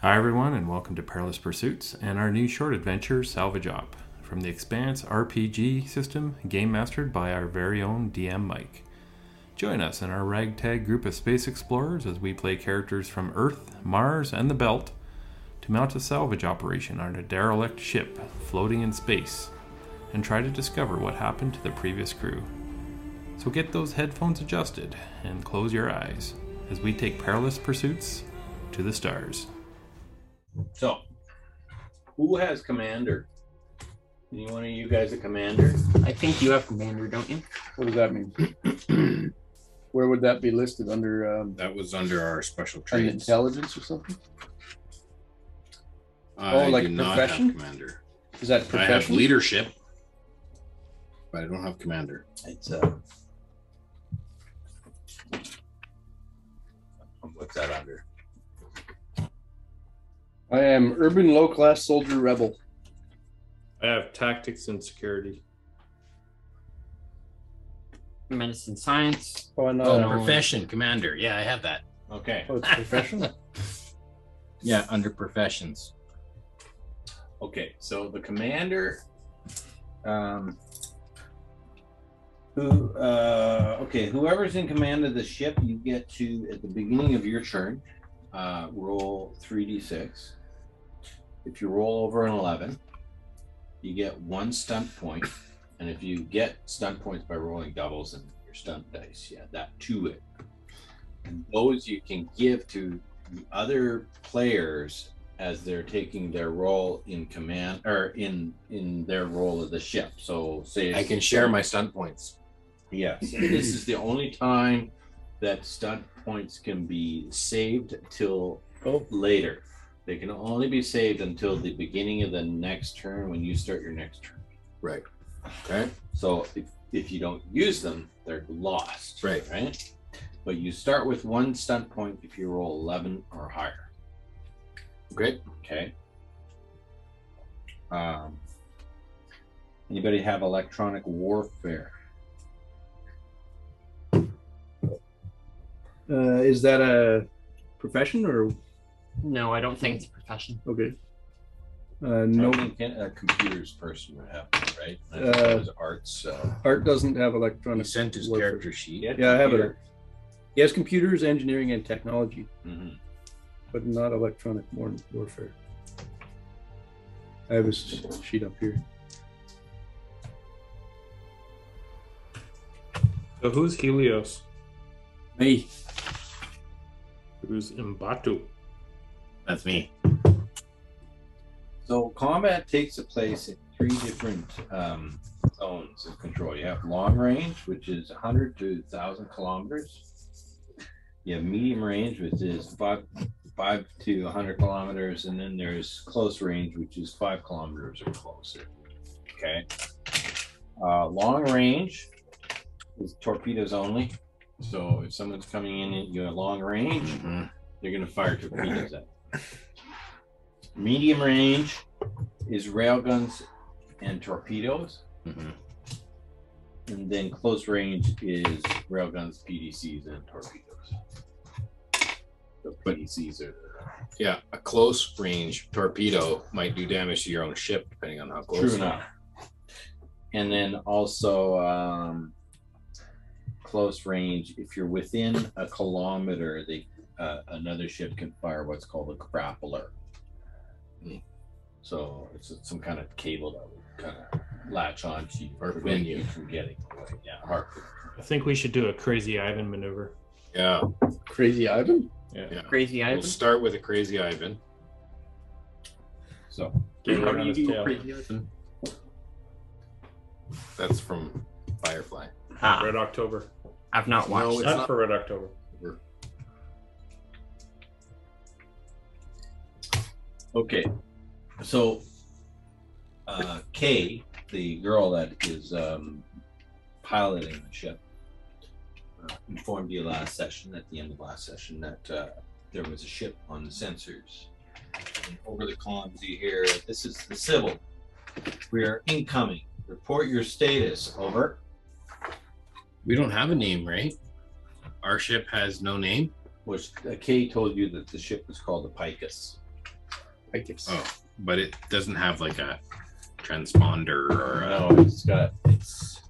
Hi, everyone, and welcome to Perilous Pursuits and our new short adventure, Salvage Op, from the Expanse RPG system, game mastered by our very own DM Mike. Join us and our ragtag group of space explorers as we play characters from Earth, Mars, and the Belt to mount a salvage operation on a derelict ship floating in space and try to discover what happened to the previous crew. So get those headphones adjusted and close your eyes as we take Perilous Pursuits to the stars. So, who has commander? Any one of you guys a commander? I think you have commander, don't you? What does that mean? Where would that be listed under um, That was under our special an traits. intelligence or something? I Oh, like do not profession? have commander. Is that I have profession? leadership, but I don't have commander. It's uh what's that under? I am urban low class soldier rebel. I have tactics and security. Medicine science. Oh, and, uh, Oh, no. profession, commander. Yeah, I have that. Okay. oh, it's professional. Yeah, under professions. Okay. So the commander. Um who uh okay, whoever's in command of the ship, you get to at the beginning of your turn, uh roll three D six. If you roll over an eleven, you get one stunt point, and if you get stunt points by rolling doubles and your stunt dice, yeah, that to it. And those you can give to the other players as they're taking their role in command or in in their role of the ship. So say I can share my stunt points. Yes, this is the only time that stunt points can be saved till Oh. later. They can only be saved until the beginning of the next turn when you start your next turn. Right. Okay. So if, if you don't use them, they're lost. Right. Right. But you start with one stunt point if you roll 11 or higher. Okay. Okay. Um, anybody have electronic warfare? Uh, is that a profession or No, I don't think it's a profession. okay? Uh, No, no, a computers person would have, that, right? I think Uh, it was arts. Uh, Art doesn't have He electronic. sent his warfare. character sheet. Yeah, I have it. He has computers, engineering, and technology, Mhm. but not electronic war- warfare. I have his sheet up here. So who's Helios? Me. Who's Mbatu? That's me. So combat takes place in three different um, zones of control. You have long range, which is 100 to 1,000 kilometers. You have medium range, which is five, five to 100 kilometers, and then there's close range, which is five kilometers or closer. Okay. Uh, long range is torpedoes only. So if someone's coming in at your long range, Mhm. they're going to fire torpedoes at. it. Medium range is railguns and torpedoes, Mhm. and then close range is railguns, PDCs, and torpedoes. The PDCs are Yeah, a close range torpedo might do damage to your own ship, depending on how close. true enough. And then also um, close range, if you're within a kilometer, they uh, another ship can fire what's called a grappler. Hmm. So it's some kind of cable that would kind of latch on to you, Or prevent pin you. you from getting away. Yeah, harpoon. I think we should do a crazy Ivan maneuver. Yeah. Crazy Ivan. Yeah. Crazy We'll Ivan. start with a crazy Ivan. So Get right on his tail. That's from Firefly. Ah, Red October. I've not watched. No, it. it's Not, not- for Red October. Okay. So, uh, Kay, the girl that is um, piloting the ship, uh, informed you last session, at the end of last session, that uh, there was a ship on the sensors. And over the comms, you hear this is the Sybil. We are incoming. Report your status. Over. We don't have a name, right? Our ship has no name. Which uh, Kay told you that the ship was called the Picus. I guess. Oh, but it doesn't have like a transponder or a, No, Oh, it's got it's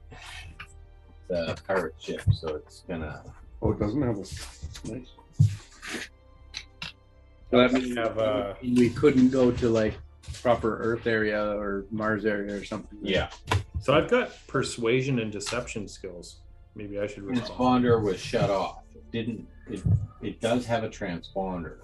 the pirate ship, so it's gonna. Oh, it doesn't have a. Nice. So that means have, uh, we couldn't go to like proper Earth area or Mars area or something. Yeah, So I've got persuasion and deception skills. Maybe I should respond. transponder was shut off. It didn't it? It does have a transponder,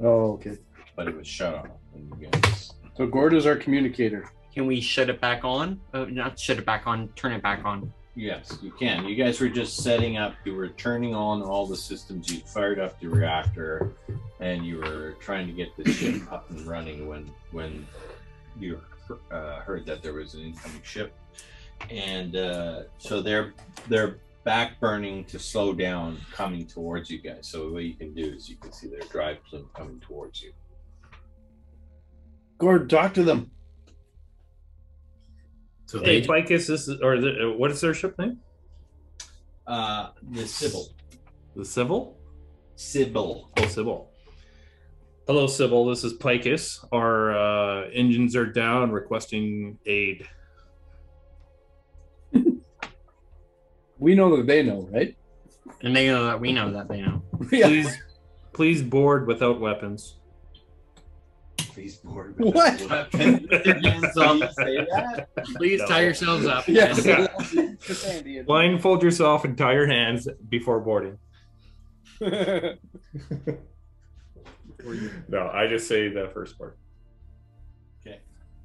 Oh, okay. but it was shut off. And you guys, So Gord is our communicator. Can we shut it back on? Oh, not shut it back on. Turn it back on. yes, you can. You guys were just setting up. You were turning on all the systems. You fired up the reactor, and you were trying to get the ship up and running when when you uh, heard that there was an incoming ship, and uh, so they're they're back burning to slow down coming towards you guys. So what you can do is you can see their drive plume coming towards you. Gord, talk to them. so Hey, they Ficus, this is, or the, uh, what is their ship name? Uh, the Sybil. The Civil? Sybil. Oh, Sybil. Hello, Sybil. This is Picus. Our uh, engines are down, requesting aid. We know that they know, right? And they know that we know that they know. Please, please board without weapons. Please board. with What? that Please No. tie yourselves up. Yes. Yeah. Andy and- Blindfold yourself and tie your hands before boarding. No, I just say the first part.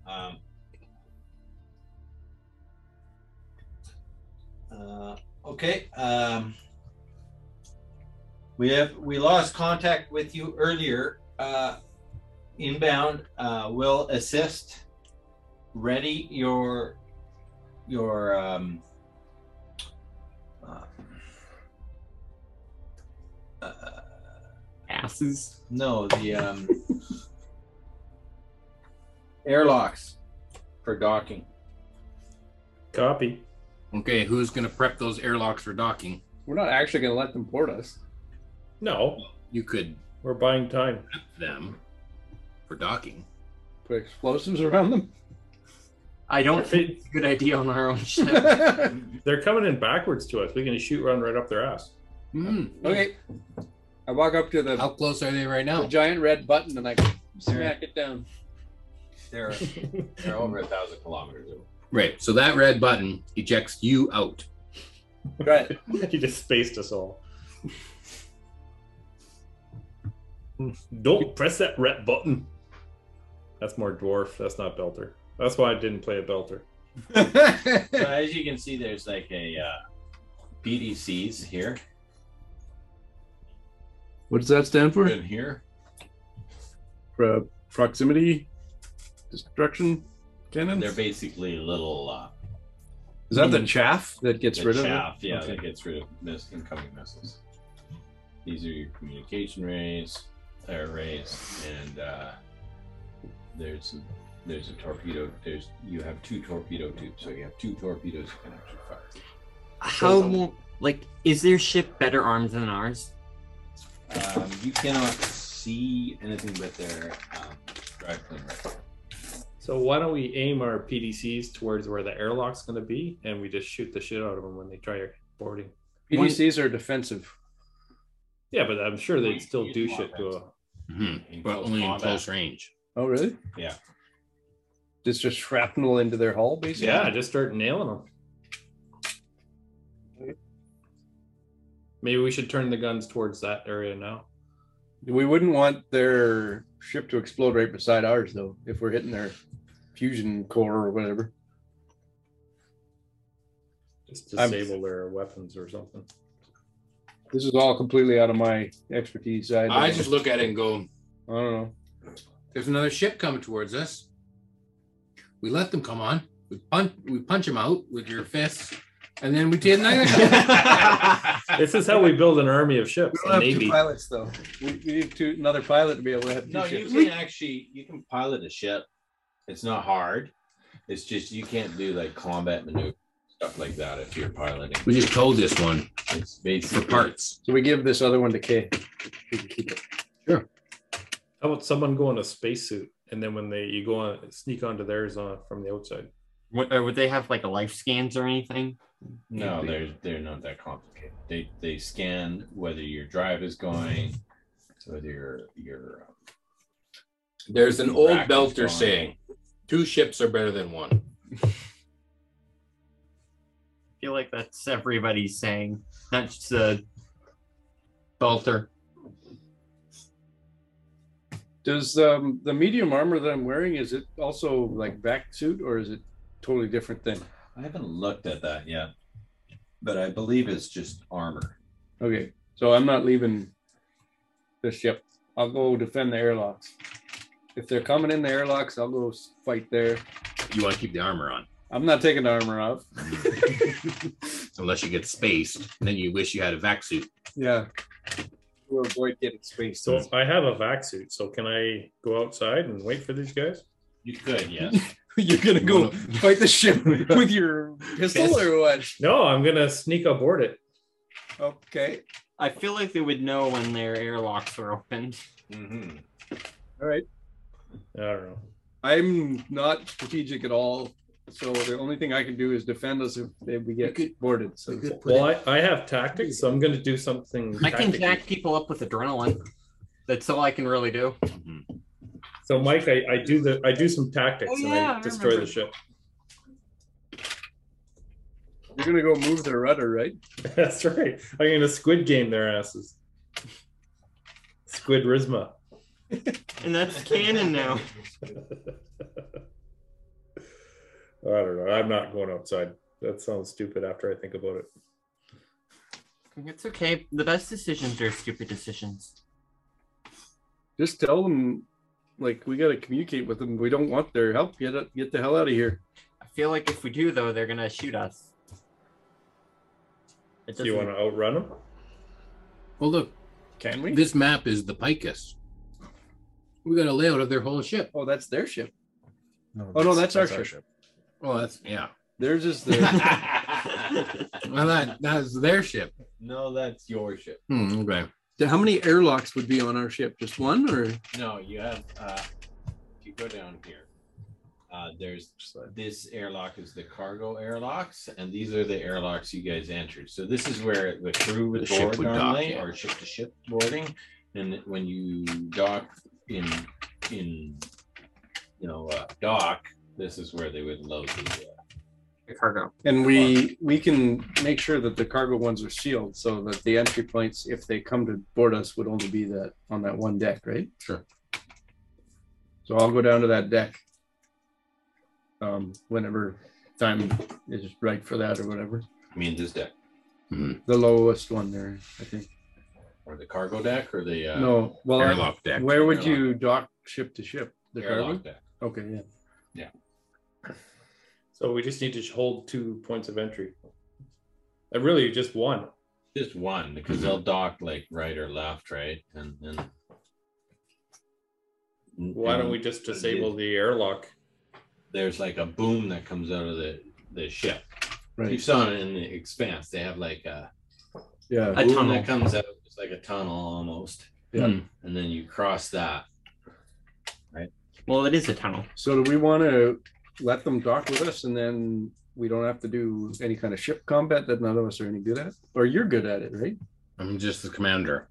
Um, uh, okay. Um, we have we lost contact with you earlier. Uh, inbound uh, will assist. Ready your your um, uh, uh, Asses. no, the um, airlocks for docking. Copy. okay. Who's gonna prep those airlocks for docking? We're not actually going to let them port us. No, You could we're buying time. prep them for docking. Put explosives around them. I don't think They- it's a good idea on our own ship. okay. They're coming in backwards to us. We can shoot run right up their ass. Hmm. I walk up to the, How close are they right The now? giant red button, and I smack it down. They're they're over a thousand kilometers. away. Right. So that red button ejects you out. Right. he just spaced us all. Don't press that red button. That's more dwarf. That's not belter. That's why I didn't play a belter. So as you can see, there's like a uh, BDCs here What does that stand for? and here. Pro- proximity destruction cannons? They're basically little uh, Is that the chaff that gets the rid chaff, yeah, Okay. that gets rid of miss incoming missiles. These are your communication rays, uh, rays, and uh, there's there's a torpedo. There's you have two torpedo tubes, so you have two torpedoes you can actually fire. How long? Like, is their ship better armed than ours? Um, you cannot see anything but their um, drive plane right now. So why don't we aim our PDCs towards where the airlock's going to be, and we just shoot the shit out of them when they try boarding? it? PDCs are defensive. Yeah, but I'm sure they'd still do shit to a. hmm In But close only in combat. close range. Oh, really? Yeah. It's just shrapnel into their hull, basically? Yeah, just start nailing them. Maybe we should turn the guns towards that area now. We wouldn't want their ship to explode right beside ours, though, if we're hitting their fusion core or whatever. Just I'm- disable their weapons or something. This is all completely out of my expertise. I don't, I just look at it and go, I don't know. There's another ship coming towards us. We let them come on. We punch, we punch them out with your fists, and then we take another ship. This is how we build an army of ships, a navy. pilots, though. We, we need two, another pilot to be able to have two No, you ships. can actually you can pilot a ship. It's not hard. It's just you can't do like combat maneuver stuff like that if you're piloting. we just told this one It's for basically parts. So we give this other one to K. He can keep it. How about someone go in a spacesuit and then when they you go on sneak onto theirs on from the outside. Would, or would they have like a life scans or anything? No, they're they're not that complicated. They they scan whether your drive is going, whether your your um, There's an old rack is belter going. saying, two ships are better than one. I feel like that's everybody's saying. Not just the belter. Does um, the medium armor that I'm wearing is it also like back suit or is it totally different thing? I haven't looked at that yet, but I believe it's just armor. Okay, so I'm not leaving the ship. I'll go defend the airlocks. If they're coming in the airlocks, I'll go s- fight there. You want to keep the armor on, I'm not taking the armor off. unless you get spaced, and then you wish you had a vac suit. Yeah. We'll avoid getting spaced. So I have a vac suit. So can I go outside and wait for these guys? You could, yes. You're gonna go fight the ship with your pistol or what? No, I'm gonna sneak aboard it. Okay. I feel like they would know when their airlocks were opened. hmm All right. I don't know. I'm not strategic at all. So the only thing I can do is defend us if if we get boarded. So Well, I, I have tactics, so I'm gonna do something. I can tactically. jack people up with adrenaline. That's all I can really do. So Mike, I, I do the I do some tactics Oh, and yeah, I, I destroy remember. the ship. you're gonna go move the rudder, right? That's right. I'm gonna squid game their asses. Squid Risma. And that's canon now. I don't know. I'm not going outside. That sounds stupid after I think about it. It's okay. The best decisions are stupid decisions. Just tell them, like we gotta communicate with them. We don't want their help. Get out- get the hell out of here. I feel like if we do, though, they're gonna shoot us. It Do you want doesn't- to outrun them? Well, look, Can we? this map is the Picus. We got a layout of their whole ship. Oh, that's their ship. Oh no, that's, our, ship. Oh, that's yeah. Theirs is the. Well, that that's their ship. no, that's your ship. Hmm, okay. How many airlocks would be on our ship? Just one, or No, you have. Uh, if you go down here, uh, there's this airlock is the cargo airlocks, and these are the airlocks you guys entered. So this is where the crew would The ship board would dock, normally, yeah. or ship to ship boarding, and when you dock in in you know uh, dock, this is where they would load the. Uh, cargo. and we we can make sure that the cargo ones are sealed so that the entry points, if they come to board us, would only be that on that one deck, right? Sure. So I'll go down to that deck. Um, whenever time is right for that or whatever. I mean, this deck The lowest one there, I think. or the cargo deck or the uh, no, well, Airlock deck. where would Airlock. you dock ship to ship? The cargo. airlock deck. Okay, yeah. So we just need to hold two points of entry. And really, just one. Just one because Mm-hmm. they'll dock like right or left, right, and then. Why don't we just disable the airlock? there's like a boom that comes out of the the ship. You Right. saw it in the Expanse. They have like a, Yeah. A boom tunnel. that comes out. It's like a tunnel almost. Yeah. Hmm. And then you cross that. Well, it is a tunnel. So do we want to let them dock with us and then we don't have to do any kind of ship combat that none of us are any good at? Or you're good at it, right? I'm just the commander,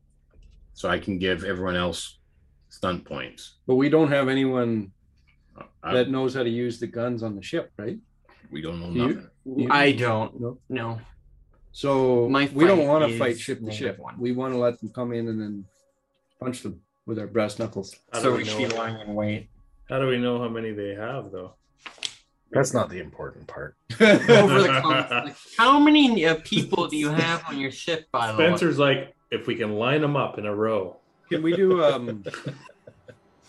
so I can give everyone else stunt points. But we don't have anyone Uh, I- that knows how to use the guns on the ship, right? we don't know You- nothing. You- I don't No. know. So My we don't fight want to is fight ship to negative ship. one. We want to let them come in and then punch them with our brass knuckles. How So do we should know, be lying in wait. How do we know how many they have, though? That's not the important part. Over the conflict. How many uh, people do you have on your ship, by the way? Spencer's like, if we can line them up in a row. Can we do um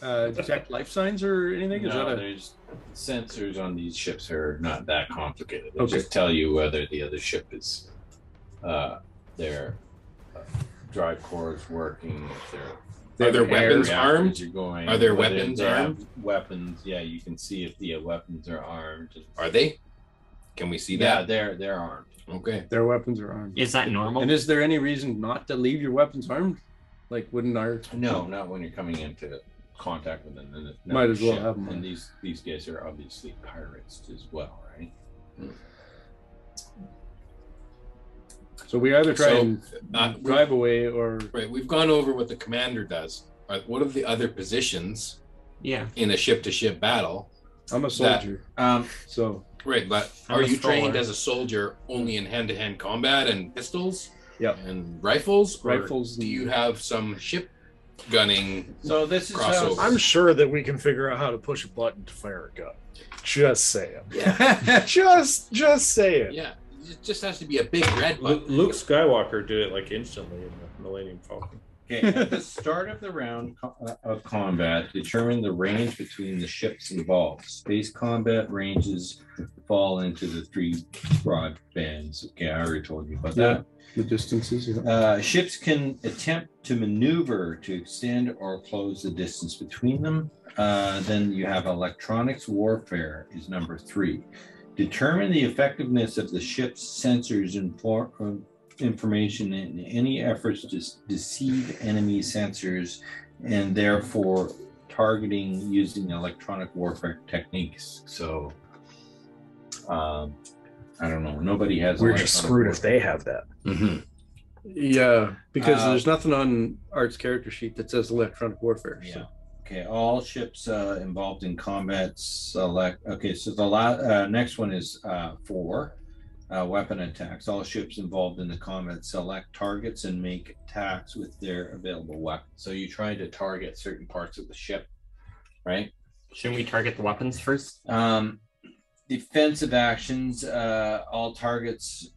uh detect life signs or anything? Is No, that a there's sensors on these ships are not that complicated. They Okay. just tell you whether the other ship is uh, their uh, drive core is working. If their Are there air weapons reactors armed? Are, going, Are there whether weapons they have armed? Weapons. Yeah, you can see if the uh, weapons are armed. Are they? Can we see Yeah, that? they're they're armed. Okay. their weapons are armed? Is that normal? And is there any reason not to leave your weapons armed? Like wouldn't our No, not when you're coming into contact with them. And Might as well have 'em on. And these these guys are obviously pirates as well, right? So we either try So, and uh, drive away or Right, we've gone over what the commander does. All right, what are the other positions Yeah. in a ship-to-ship battle? I'm a soldier. Um, So Right, but I'm are a you trained scholar. as a soldier only in hand-to-hand combat and pistols? Yep. And rifles? Or Rifles Do and- Hmm. you have some ship gunning? so this is Crossover. how I'm sure that we can figure out how to push a button to fire a gun. Just saying. just just saying. Yeah, it just has to be a big red Lu- button. Luke Skywalker did it like instantly in the Millennium Falcon. Okay, at the start of the round co- uh, of combat, determine the range between the ships involved. Space combat ranges fall into the three broad bands. Okay, I already told you about that. the distances. Yeah. Uh, ships can attempt to maneuver to extend or close the distance between them. Uh, then you have electronics warfare is number three. Determine the effectiveness of the ship's sensors and for, um, information in any efforts to s- deceive enemy sensors and therefore targeting using electronic warfare techniques. So, um, I don't know. Nobody has. We're just electronic screwed warfare. if they have that. Mhm. Yeah, because Uh, there's nothing on Art's character sheet that says electronic warfare. Yeah. So. Okay. All ships uh, involved in combat select. Okay. So the la- uh, next one is uh, four uh, weapon attacks. All ships involved in the combat select targets and make attacks with their available weapons. So you try to target certain parts of the ship, right? Shouldn't we target the weapons first? Um, defensive actions. Uh, all targets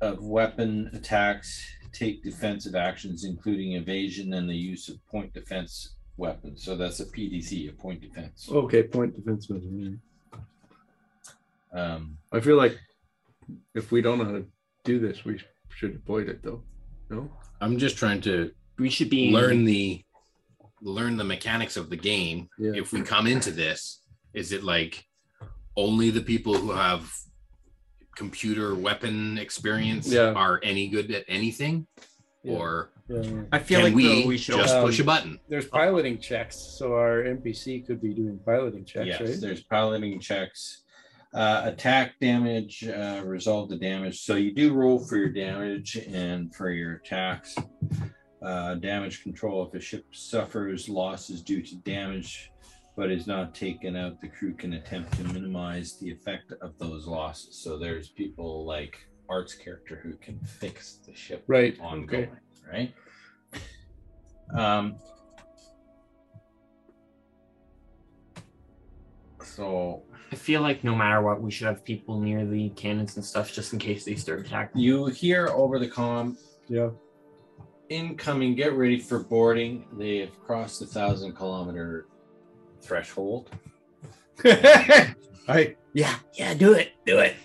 of weapon attacks take defensive actions, including evasion and the use of point defense weapons. So that's a PDC, a point defense. Okay, point defense measure. Um, I feel like if we don't know how to do this, we should avoid it though. No, I'm just trying to We should be learn the learn the mechanics of the game Yeah. if we come into this is it like only the people who have computer weapon experience Yeah. are any good at anything Yeah. or I feel can like we, though, we should um, just also- push a button there's piloting checks, so our NPC could be doing piloting checks, yes, right? there's piloting checks, uh, attack damage, uh, resolve the damage. So you do roll for your damage and for your attacks. Uh, damage control if a ship suffers losses due to damage but is not taken out, the crew can attempt to minimize the effect of those losses. So there's people like Art's character who can fix the ship Right. ongoing, right? Um, so I feel like no matter what, we should have people near the cannons and stuff just in case they start attacking. you hear over the comm Yeah. incoming, get ready for boarding. They have crossed the thousand kilometer threshold. Hey, Yeah, yeah, do it, do it.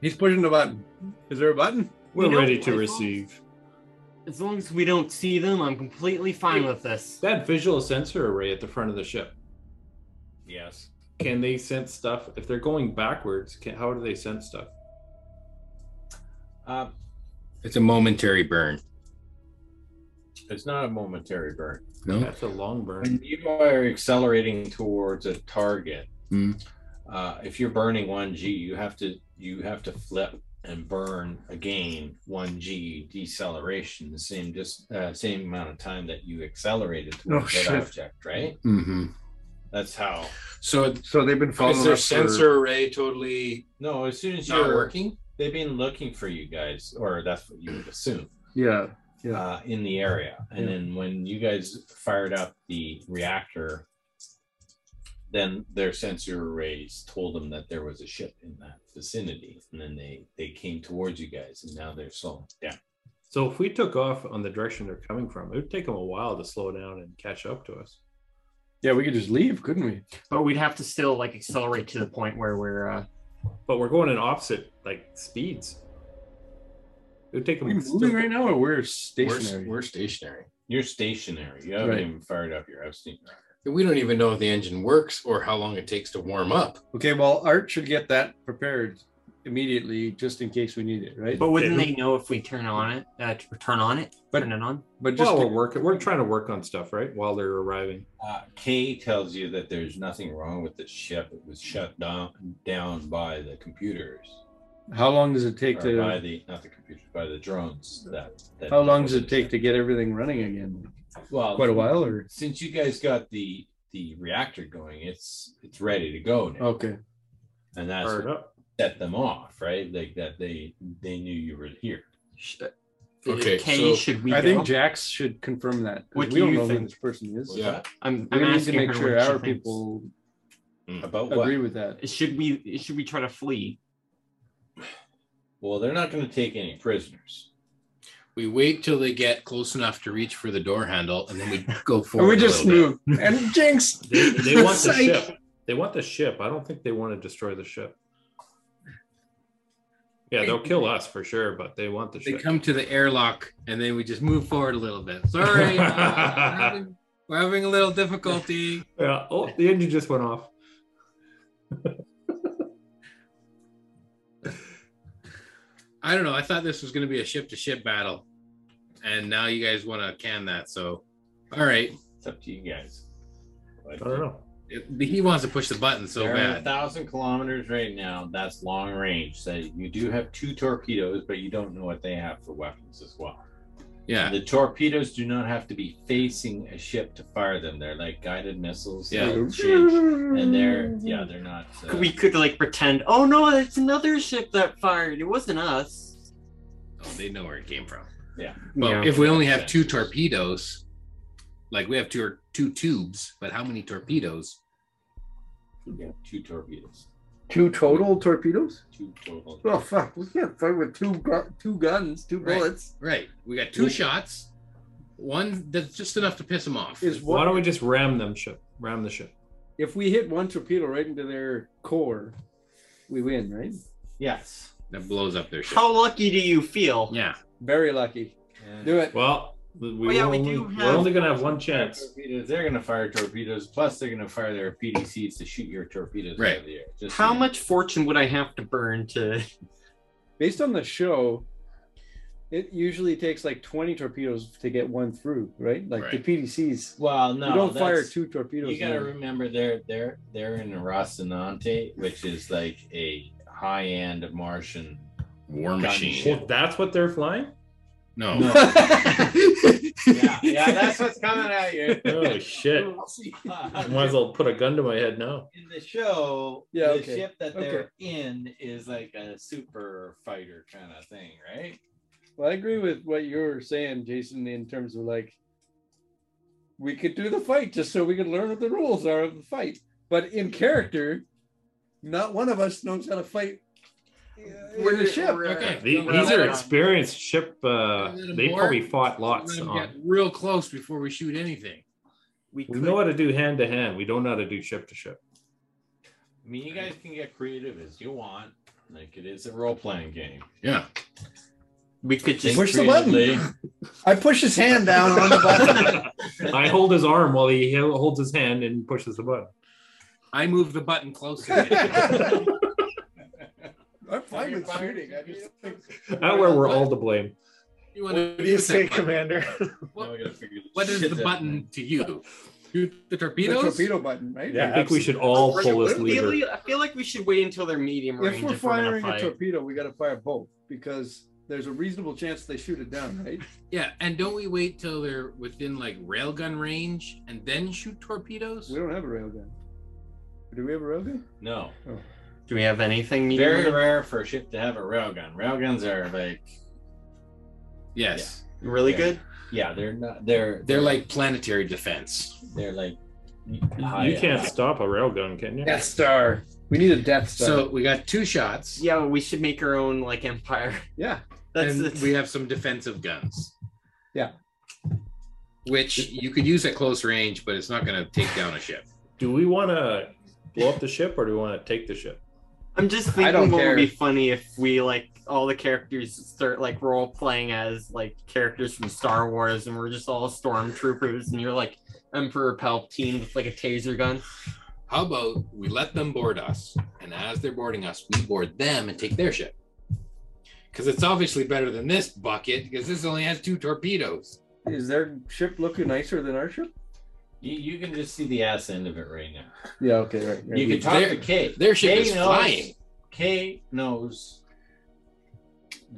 he's pushing the button. Is there a button? We're You know, ready to as long- receive. As long as we don't see them, I'm completely fine with this. That visual sensor array at the front of the ship. Yes. Can they sense stuff? If they're going backwards, can, how do they sense stuff? Uh, it's a momentary burn it's not a momentary burn. no That's a long burn. When you are accelerating towards a target, Hmm. uh, if you're burning one G, you have to you have to flip and burn again one G deceleration, the same just uh, same amount of time that you accelerated Oh, No towards that shit. object, right? mm-hmm. That's how. so So they've been following is their us for- sensor array totally No, as soon as not you're working they've been looking for you guys, or that's what you would assume, Yeah. Yeah. uh, in the area. And Yeah. then when you guys fired up the reactor, then their sensor arrays told them that there was a ship in that vicinity, and then they they came towards you guys, and now they're slowing down. So if we took off on the direction they're coming from, it would take them a while to slow down and catch up to us. Yeah, we could just leave, couldn't we? But we'd have to still like accelerate to the point where we're uh But we're going in opposite like speeds. It would take Are them. we moving right now, or we're stationary? we're, we're stationary You're stationary. You haven't Right. even fired up your Epstein. drive. we don't even know if the engine works or how long it takes to warm up Okay, well, Art should get that prepared immediately just in case we need it, right? But wouldn't they know if we turn on it? Uh, to turn on it? But- turn it on? But just Well, we're working. We're trying to work on stuff, right? While they're arriving. Uh, Kay tells you that there's nothing wrong with the ship. It was shut down down by the computers, how long does it take or by to? the not the computers, by the drones. That, that How long does it take to get everything running again? Well, Quite a while, or Since you guys got the the reactor going, it's it's ready to go now, okay, and that's Fired what up. set them off, right? Like that they they knew you were here. Sh- uh, Okay, Kay, so should we I go? think Jax should confirm that. 'cause What do we don't you know who think? this person is. Yeah. I'm, We I'm need to asking make her sure what she our thinks. people About what? agree with that. should we should we try to flee? Well, they're not going to take any prisoners. We wait till they get close enough to reach for the door handle, and then we go forward. And we a just little bit. move and jinx. They, they want the Psych. ship. They want the ship. I don't think they want to destroy the ship. Yeah, they'll kill us for sure, but they want the They ship. come to the airlock, and then we just move forward a little bit. Sorry, uh, we're, having, we're having a little difficulty. Yeah. Oh, the engine just went off. I don't know. I thought this was going to be a ship to ship battle, and now you guys want to can that. So, all right, It's up to you guys. I don't know. It- he wants to push the button so They're at a bad. thousand kilometers right now. That's long range. So you do have two torpedoes, but you don't know what they have for weapons as well. Yeah, The torpedoes do not have to be facing a ship to fire them. They're like guided missiles. Yeah. They'll change. And they're yeah, they're not. uh, We could like pretend. Oh no, it's another ship that fired. It wasn't us. oh, they know where it came from. Yeah. Well, Yeah. if we only have two torpedoes, like we have two or two tubes, but how many torpedoes? yeah, two torpedoes. Two total torpedoes. Two total. Oh fuck! We can't fight with two gu- two guns, two Right. bullets. Right. We got two shots. One that's just enough to piss them off. Is Why what don't we just ram them ship? Ram the ship. if we hit one torpedo right into their core, we win, right? Yes. that blows up their ship. How lucky do you feel? Yeah. Very lucky. And Do it. Well, we Oh, yeah, we only, do are have- only gonna have one chance. Torpedoes. They're gonna fire torpedoes. Plus, they're gonna fire their PDCs to shoot your torpedoes out Right. of the air. Just so How you- much fortune would I have to burn to? Based on the show, it usually takes like twenty torpedoes to get one through, right? Like Right. the PDCs, Well, no. you don't fire that's- two torpedoes. You gotta in. remember they're they're they're in Rocinante, which is like a high end Martian. War machine. Gunship. Well, that's what they're flying. Oh. No. No. Yeah, yeah, that's what's coming at you. Oh shit! Might as well put a gun to my head now. in the show, Yeah, the okay. ship that they're in is like a super fighter kind of thing, right? Well, I agree with what you're saying, Jason, in terms of like we could do the fight just so we could learn what the rules are of the fight. But in character, not one of us knows how to fight. We're the ship. Okay. The- Don't these let are them- experienced ship. Uh, Don't let 'em they board. probably fought don't let lots. uh-huh. 'em On. get real close before we shoot anything. We know how to do hand to hand. We don't know how to do ship to ship. I mean, you guys can get creative as you want. Like it is a role playing game. Yeah. We could just. Push the button. Creatively. I push his hand down on the button. I hold his arm while he he- holds his hand and pushes the button. I move the button closer. I'm fine You're with fine. shooting. I just think That way we're all to blame. you What wanna do shoot you that say, button. Commander? Now we gotta figure this What is shit the out. button to you? Shoot the the torpedoes? torpedo button, right? Yeah. I think we should all pull this lever. Really, I feel like we should wait until they're medium range. If we're gonna firing a fight. torpedo, we got to fire both because there's a reasonable chance they shoot it down, right? Yeah, and don't we wait till they're within like railgun range and then shoot torpedoes? We don't have a railgun. Do we have a railgun? No. Do we have anything medium? Very range? rare for a ship to have a railgun. Railguns are like Yes. Really Yeah. good. yeah, they're not they're They're like planetary defense. they're like You can't stop a railgun, can you? Star. We need a Death Star. So we got two shots. Yeah, we should make our own like empire. yeah. That's and that's- we have some defensive guns. Yeah. Which you could use at close range, but it's not going to take down a ship. Do we want to blow up the ship or do we want to take the ship? I'm just I don't thinking what care. would be funny if we like all the characters start like role playing as like characters from Star Wars and we're just all stormtroopers and you're like Emperor Palpatine with like a taser gun. How about we let them board us, and as they're boarding us, we board them and take their ship? Because it's obviously better than this bucket, because this only has two torpedoes. Is their ship looking nicer than our ship? You, you can just see the ass end of it right now. Yeah, okay, right. right. You can talk There- to Kay. Their ship Kay is knows- flying. Kay knows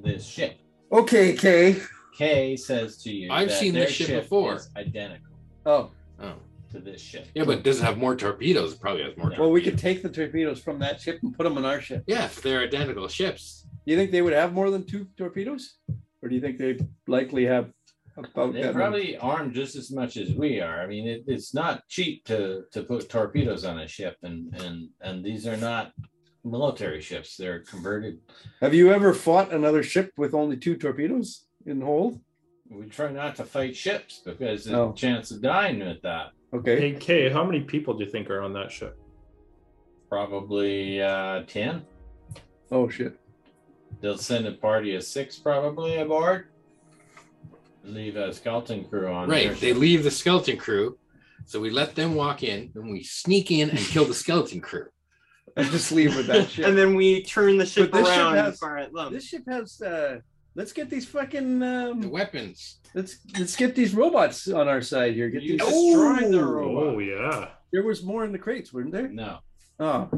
this ship. Okay, Kay. Kay says to you, I've that seen their this ship before. is identical Oh, Oh. to this ship. Yeah, but it doesn't have more torpedoes. It probably has more. well, we torpedoes. could take the torpedoes from that ship and put them on our ship. Yeah, if they're identical ships. Do you think they would have more than two torpedoes? Or do you think they likely have about They're that? many? probably armed just as much as we are. I mean, it, it's not cheap to to put torpedoes on a ship, and and and these are not military ships. They're converted. Have you ever fought another ship with only two torpedoes in hold? We try not to fight ships because there's Oh. No. a chance of dying with that. Okay. Hey Kay, how many people do you think are on that ship? Probably uh, ten. Oh shit. They'll send a party of six probably aboard. Leave a skeleton crew on. their Right. They ship. leave the skeleton crew. So we let them walk in and we sneak in and kill the skeleton crew. I just leave with that shit. And then um, we turn the ship But this ship around has- and fire at them. this ship has uh let's get these fucking The Hmm. um weapons. let's let's get these robots on our side here. Get You these destroyed the Oh robot. yeah. there was more in the crates, weren't there? No. Oh.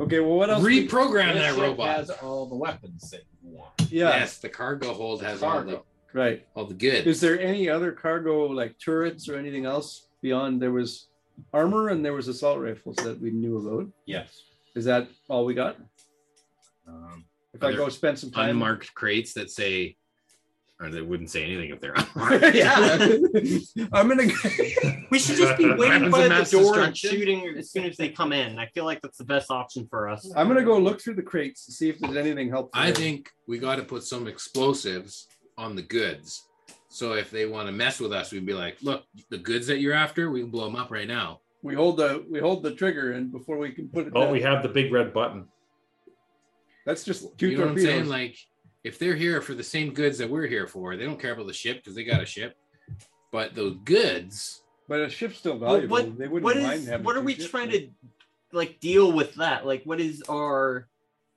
Okay, well what else? Reprogram This that ship robot. has all the weapons that you want. yeah, Yes, the cargo hold has all Cargo. right. the all the good. Is there any other cargo like turrets or anything else beyond there was armor and there was assault rifles that we knew about? Yes. Is that all we got? Um, If Are I there go spend some time unmarked crates that say or they wouldn't say anything if they're unmarked. yeah. I'm gonna We should just be waiting Weapons of by the mass door and destruction? shooting as soon as they come in. I feel like that's the best option for us. I'm gonna go look through the crates to see if there's anything helpful. I there. think we gotta put some explosives on the goods. So if they want to mess with us, we'd be like, look, the goods that you're after, we can blow them up right now. we hold the we hold the trigger and before we can put it Oh, down, we have the big red button. that's just two you know what I'm torpedoes. saying? Like, if they're here for the same goods that we're here for, they don't care about the ship because they got a ship. But those goods, but a ship's still Well, valuable. they wouldn't what mind is having what are two we ships. trying to like deal with that like what is our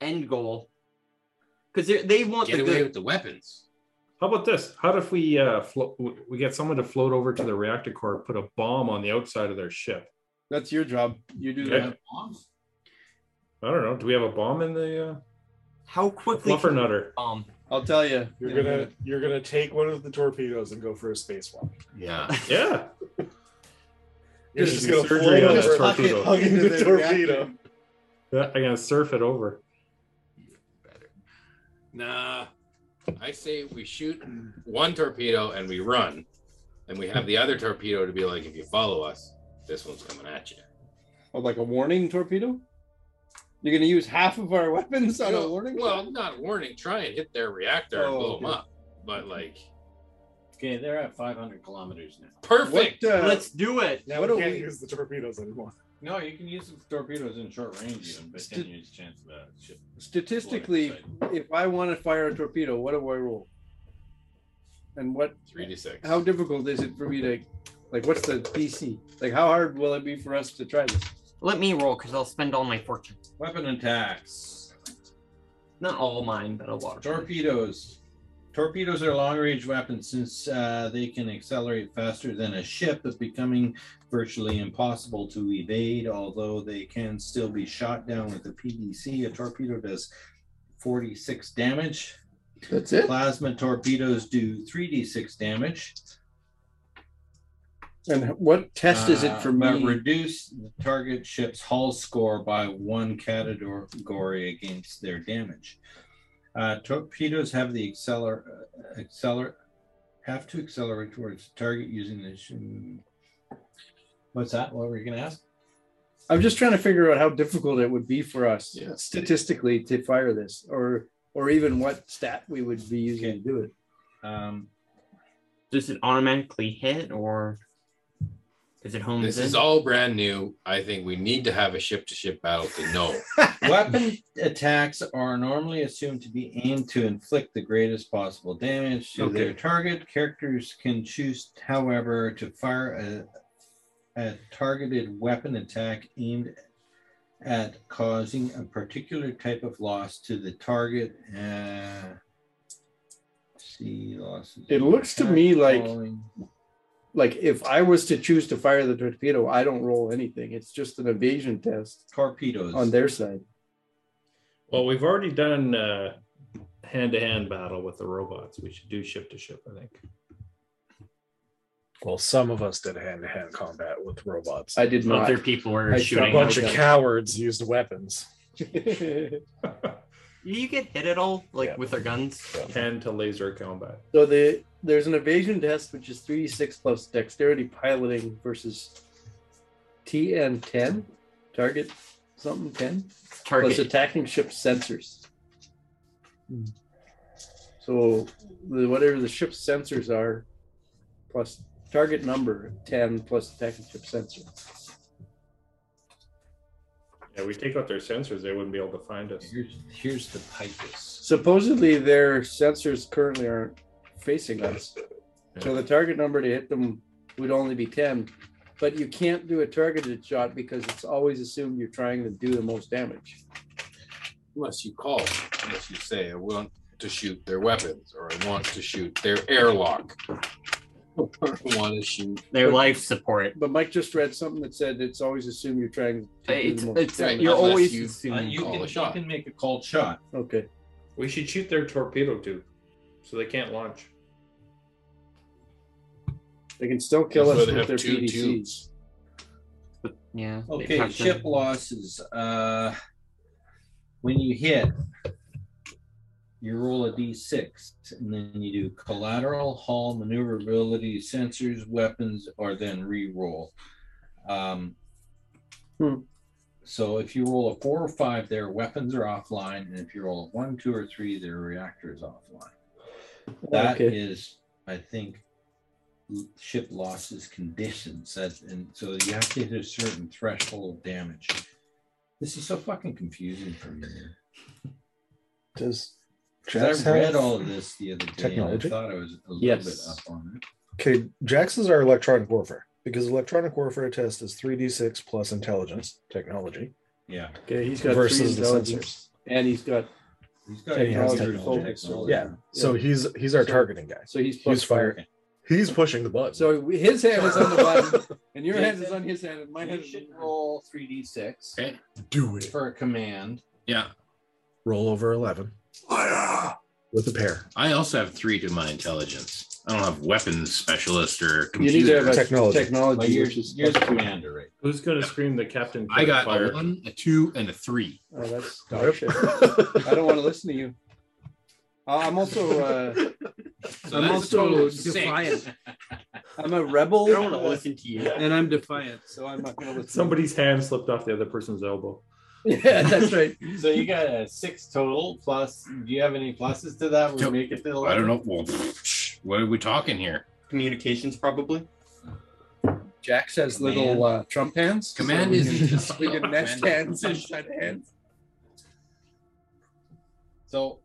end goal because they want get the away good with the weapons. How about this? How if we uh float we get someone to float over to the reactor core, put a bomb on the outside of their ship? That's your job. You do Yeah. that. I don't know. Do we have a bomb in the uh how quickly fluffer can we um, nutter? bomb I'll tell you. You're gonna you're gonna take one of the torpedoes and go for a spacewalk. Yeah. Yeah. You're Yeah, just you gonna surgery float on over this it. torpedo. Hug into the torpedo. Yeah, I'm gonna surf it over. Better. Nah. I say we shoot one torpedo and we run. And we have the other torpedo to be like, if you follow us, this one's coming at you. Oh, like a warning torpedo. You're gonna use half of our weapons on a No, warning. Well, not a warning. Try and hit their reactor and Oh, blow them okay. up. But like, okay, they're at 500 kilometers now. perfect. What, uh, let's do it Now What we do can't we- use the torpedoes anymore. No, you can use the torpedoes in short range, even, but Sti- then you chance of that ship. statistically, if I want to fire a torpedo, what do I roll? And what? Three to six. How difficult is it for me to, like, what's the DC? Like, how hard will it be for us to try this? let me roll because i'll spend all my fortune Weapon attacks, not all mine but a lot of mine. torpedoes. Torpedoes are long-range weapons since uh, they can accelerate faster than a ship, but becoming virtually impossible to evade. Although they can still be shot down with a PDC, a torpedo does 46 damage. That's it. Plasma torpedoes do 3d6 damage. And what test is it Uh, for but me? Reduce the target ship's hull score by one category against their damage. Uh, torpedoes have the acceler, uh, acceler, have to accelerate towards the target using the. sh- What's that? What were you gonna ask? I'm just trying to figure out how difficult it would be for us Yeah. statistically to fire this, or or even what stat we would be using to do it. Um, does it automatically hit or is it home This is all brand new. I think we need to have a ship to ship battle to know. Weapon attacks are normally assumed to be aimed to inflict the greatest possible damage to their target. Characters can choose, however, to fire a, a targeted weapon attack aimed at causing a particular type of loss to the target. Uh, see losses. It looks to attack me like- following- Like if I was to choose to fire the torpedo, I don't roll anything. It's just an evasion test torpedoes. on their side. Well, we've already done uh, hand-to-hand battle with the robots. We should do ship to ship. I think. Well, some of us did hand to hand combat with robots. I did not. Other people were I shot a shooting. bunch of at them. cowards used weapons. so Do you get hit at all, like Yeah. with their guns? Hand to laser combat. the there's an evasion test which is 3d6 plus dexterity piloting versus TN 10 target something 10 Target. plus attacking ship sensors. So the, whatever the ship's sensors are, plus target number ten plus attacking ship sensor. Yeah, we take out their sensors; they wouldn't be able to find us. Here's, here's the pipus. Supposedly their sensors currently aren't facing us, so the target number to hit them would only be ten. But you can't do a targeted shot because it's always assumed you're trying to do the most damage. Unless you call, unless you say, I want to shoot their weapons, or I want to shoot their airlock, or I want to shoot. their life support. But Mike just read something that said it's always assumed you're trying to do It's, the most it's Right, damage. you're unless always you- Uh, assuming you, Call can, a you shot. can make a called shot. Okay. We should shoot their torpedo tube, so they can't launch. They can still kill So us they with have their two PDCs. tubes. Yeah. they Okay, tucked ship in. losses. Uh, when you hit, you roll a d6, and then you do collateral, hull, maneuverability, sensors, weapons, or then re-roll. Um, Hmm. So if you roll a four or five, their weapons are offline, and if you roll a one, two, or three, their reactor is offline. That is, Okay. I think, ship losses conditions. That and so you have to hit a certain threshold of damage. This is so fucking confusing for me. Does 'Cause I read all of this the other day. And technology? I thought I was a little Yes. bit up on it. Okay, Jax's are electronic warfare because electronic warfare test is 3d6 plus intelligence technology Yeah, Okay, he's got versus three the intelligence, sensors. and he's got he's got Yeah, he has technology. technology. technology. Yeah. So he's he's our So- targeting guy. so he's plus He's fire. He's pushing the button. So we- his hand is on the button, and your hand is on his hand, and mine You is. on should mine. roll three d six Okay. do it. for a command. Yeah. Roll over eleven with a pair. I also have three to my intelligence. I don't have weapons specialist or You computer. need to have a Technology. Well, technology you're, which is you're the commander, right? Who's gonna scream the captain? I got fire? a one, a two, and a three. Oh, that's dog shit. I don't want to listen to you. Uh, I'm also uh, So I'm that's a total also of six. defiant. I'm a I don't want to rebel, listen to you. and I'm defiant, so I'm not going to listen. Somebody's hand slipped off the other person's elbow. Yeah, that's right. So you got a six total plus. Do you have any pluses to that? We Nope. make it to the I don't know. Well, pfft, what are we talking here? Communications, probably. Jax has little uh, Trump hands. so Command we is can- we can Command mesh is hands professional. inside hands. So,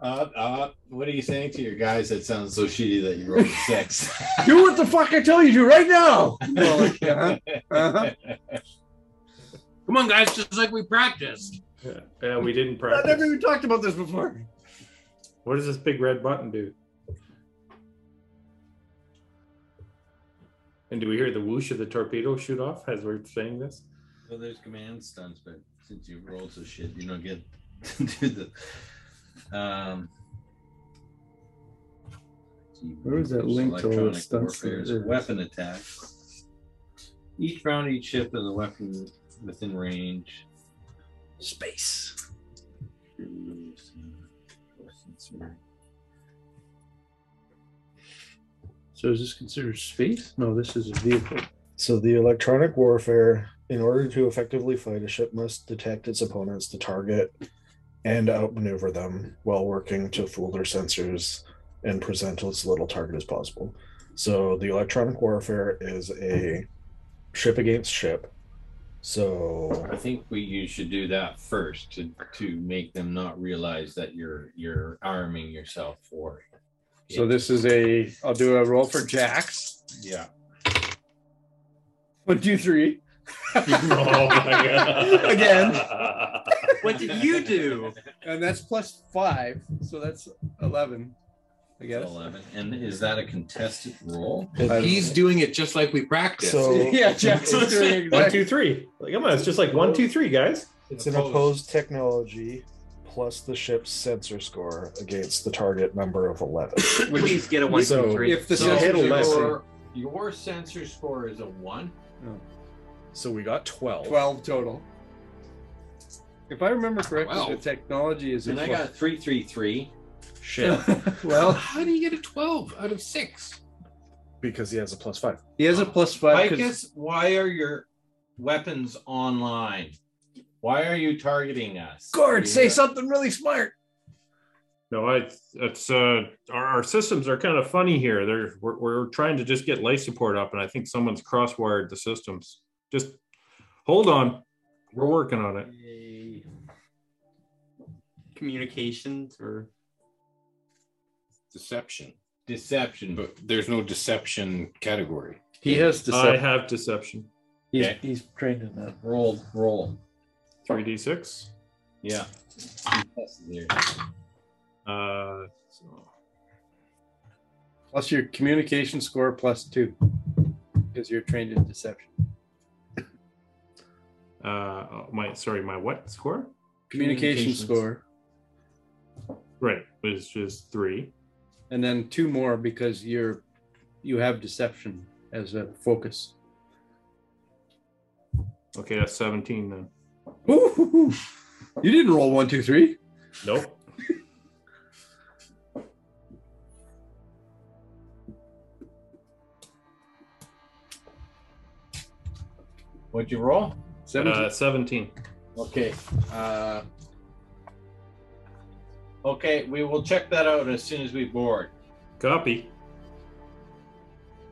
uh, uh, what are you saying to your guys? That sounds so shitty that you rolled a six. Do what the fuck I tell you to right now. Well, like, uh-huh, uh-huh. Come on, guys, just like we practiced. Yeah, yeah we didn't I never practice. even talked about this before. What does this big red button do? And do we hear the whoosh of the torpedo shoot off as we're saying this? well, there's command stunts, but since you rolled so shit, you don't get to do the. Um, Where is that link to all the Electronic stunts warfare is there? Weapon attack. Each round, each ship is a weapon within range. Space. So is this considered space? No, this is a vehicle. So the electronic warfare, in order to effectively fight a ship, must detect its opponents to target and outmaneuver them while working to fool their sensors and present as little target as possible. So the electronic warfare is a ship against ship. I So think we you should do that first to, to make them not realize that you're you're arming yourself for. it. So this is a. I'll do a roll for Jax. Yeah. One, two, three. Oh my god. Again. What did you do? and that's plus five, so that's eleven. I guess. Eleven. And is that a contested roll? But he's doing it just like we practice. So yeah, Jackson's doing One, exactly. two, three. Like, come on, it's just like one, two, three, guys. it's an opposed technology plus the ship's sensor score against the target number of 11. Please get a one, So, two, three. If the So sensors hit are eleven. going your, your sensor score is a one. So we got 12. twelve total. If I remember correctly, the Twelve. technology is. a And I 12. got three, three, three. Shit. well, How do you get a 12 out of 6? because he has a plus five. he has a plus five. 'cause- Ficus, why are your weapons online? Why are you targeting us? Gord, say Yeah. something really smart. No, I, it's uh, our, our systems are kind of funny here. They're we're, we're trying to just get life support up, and I think someone's crosswired the systems. Just hold on, we're working on it. Yay. Communications or Deception. Deception. But there's no deception category. He has I have deception. He's, Okay. he's trained in that. Roll, roll. Three d six. Yeah. Uh, so Plus your communication score plus two, because you're trained in deception. uh, my sorry, my what score? Communication Communications. score, Right, it's just three. and then two more because you're you have deception as a focus. Okay, that's seventeen then. Ooh, hoo, hoo. you didn't roll one, two, three. Nope. What'd you roll? Seventeen. Uh, seventeen. Okay. Uh, okay, we will check that out as soon as we board. Copy.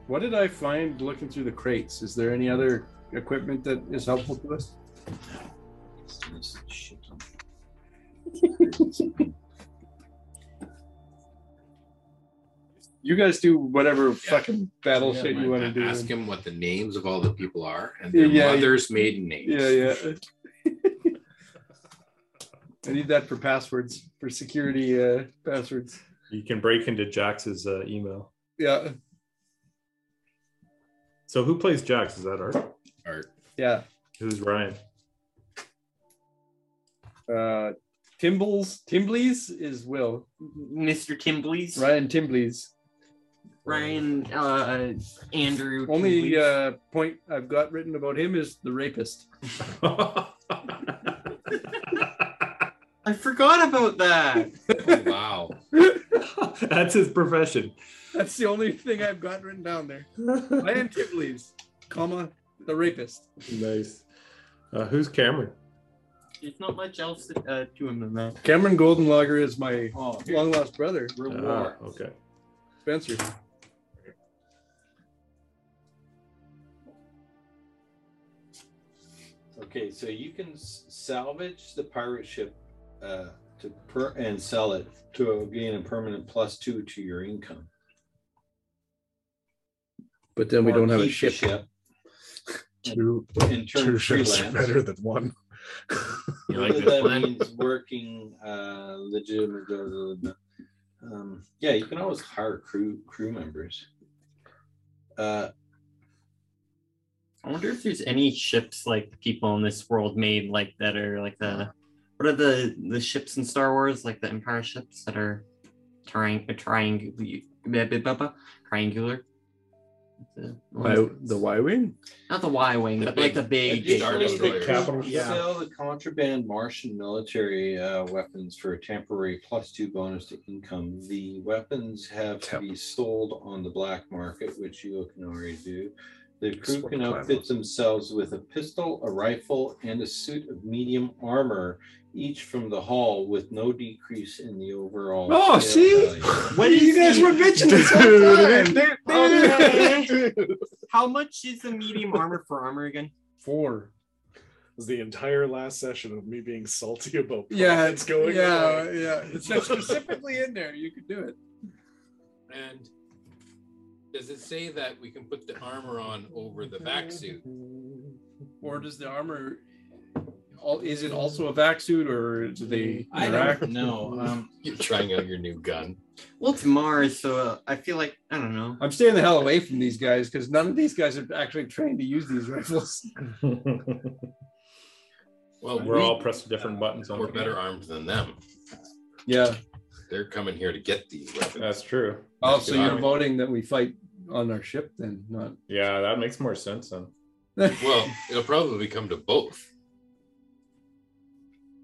what did I find looking through the crates? Is there any other equipment that is helpful to us? You guys do whatever fucking battle Yeah, shit man. you want to do. Ask him what the names of all the people are and Yeah, their yeah. mother's maiden names. Yeah, yeah. I need that for passwords, for security uh, passwords. You can break into Jax's uh, email. Yeah, So who plays Jax? Is that Art? Art. yeah. Who's Ryan? Uh, Timbles, Timbleys is Will. Mr. Kimbley's Ryan Timbleys. Ryan uh, Andrew. Only Kimbley's. uh, point I've got written about him is the rapist. I forgot about that. Oh, wow. That's his profession. That's the only thing I've got written down there. Ryan Timbleys, comma the rapist. Nice. Uh, who's Cameron? There's not much else to, uh, to him than that. Cameron Goldenlager is my Oh, here. long lost brother, reward. Ah, okay. Spencer. Okay, so you can s- salvage the pirate ship uh, to per- and sell it to gain a permanent plus two to your income. But then we Or don't have a keep the ship. Two, and turn two ships are freelance. better than one. You Whether like this that plan? means working uh, legitimate. blah, blah, blah. Um, yeah, you can always hire crew crew members. Uh, I wonder if there's any ships like people in this world made like that are like the what are the the ships in Star Wars like the Empire ships that are triang uh, triangular triangular. The Y- ones- the Y wing. not the Y wing, The but like the I big. did Star notice Destroyer. that Capital you ship. sell the contraband Martian military uh, weapons for a temporary plus two bonus to income. The weapons have to be sold on the black market, which you can already do. The crew what can the plan outfit was. themselves with a pistol, a rifle, and a suit of medium armor, each from the hull, with no decrease in the overall. Oh, sale see? value. What is the- bitching How much is the medium armor for armor again? Four. It was the entire last session of me being salty about Yeah, it's going Yeah, away. yeah. It's not specifically in there. You could do it. And does it say that we can put the armor on over the back suit? or does the armor? All, is it also a vac suit, or do they I interact? don't know. Um, You're trying out your new gun. Well, it's Mars, so uh, I feel like I don't know. I'm staying the hell away from these guys because none of these guys are actually trained to use these rifles. Well, We're all pressing different buttons on We're the better armed than them. Yeah. They're coming here to get these weapons. That's true. Oh, so Good you're army. voting that we fight on our ship then, not Yeah, that makes more sense then. well, it'll probably come to both.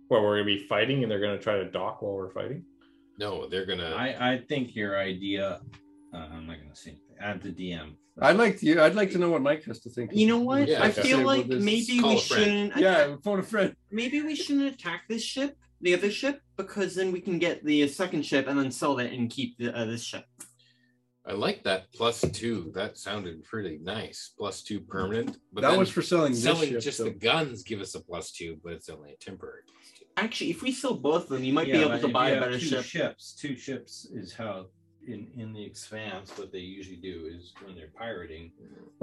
Well, we're gonna be fighting, and they're gonna try to dock while we're fighting. No, they're gonna. I, I think your idea. Uh, I'm not gonna say. Add the DM. I'd like to. I'd like to know what Mike has to think. You know what? Yeah, I okay. feel Say, well, like this- maybe Call we a friend. shouldn't. Yeah, phone a friend. Maybe we shouldn't attack this ship, the other ship, because then we can get the second ship and then sell that and keep the, uh, this ship. I like that plus two. That sounded pretty nice. Plus two permanent. But that then was for selling this selling ship. just though. the guns give us a plus two, but it's only a temporary plus two. Actually, if we sell both of them, you might Yeah, be able but to if buy you a have better two ship. Ships. Two ships is how in in the expanse. What they usually do is when they're pirating,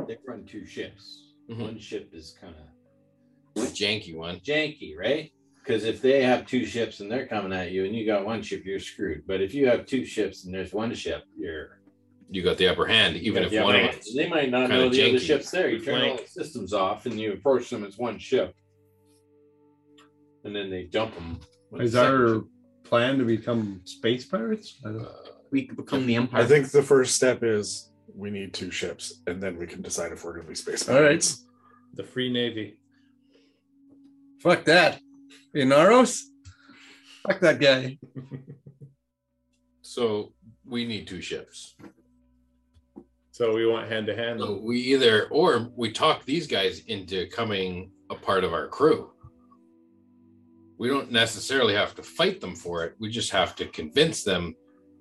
they run two ships. Mm-hmm. Mhm. One ship is kind of It's a janky one. janky, right? Because if they have two ships and they're coming at you, and you got one ship, you're screwed. But if you have two ships and there's one ship, you're You got the upper hand, even if Yeah, one. they of might- they might not kinda know the other janky. ship's there. You turn all Flank. the systems off and you approach them as one ship, and then they dump them. Is our plan to become space pirates? I don't- Uh, We could become the empire. I think the first step is we need two ships, and then we can decide if we're going to be space All right. pirates. The Free Navy. Fuck that. Inaros. Fuck that guy. so we need two ships. So we want hand to hand. So we either or we talk these guys into coming a part of our crew. We don't necessarily have to fight them for it. We just have to convince them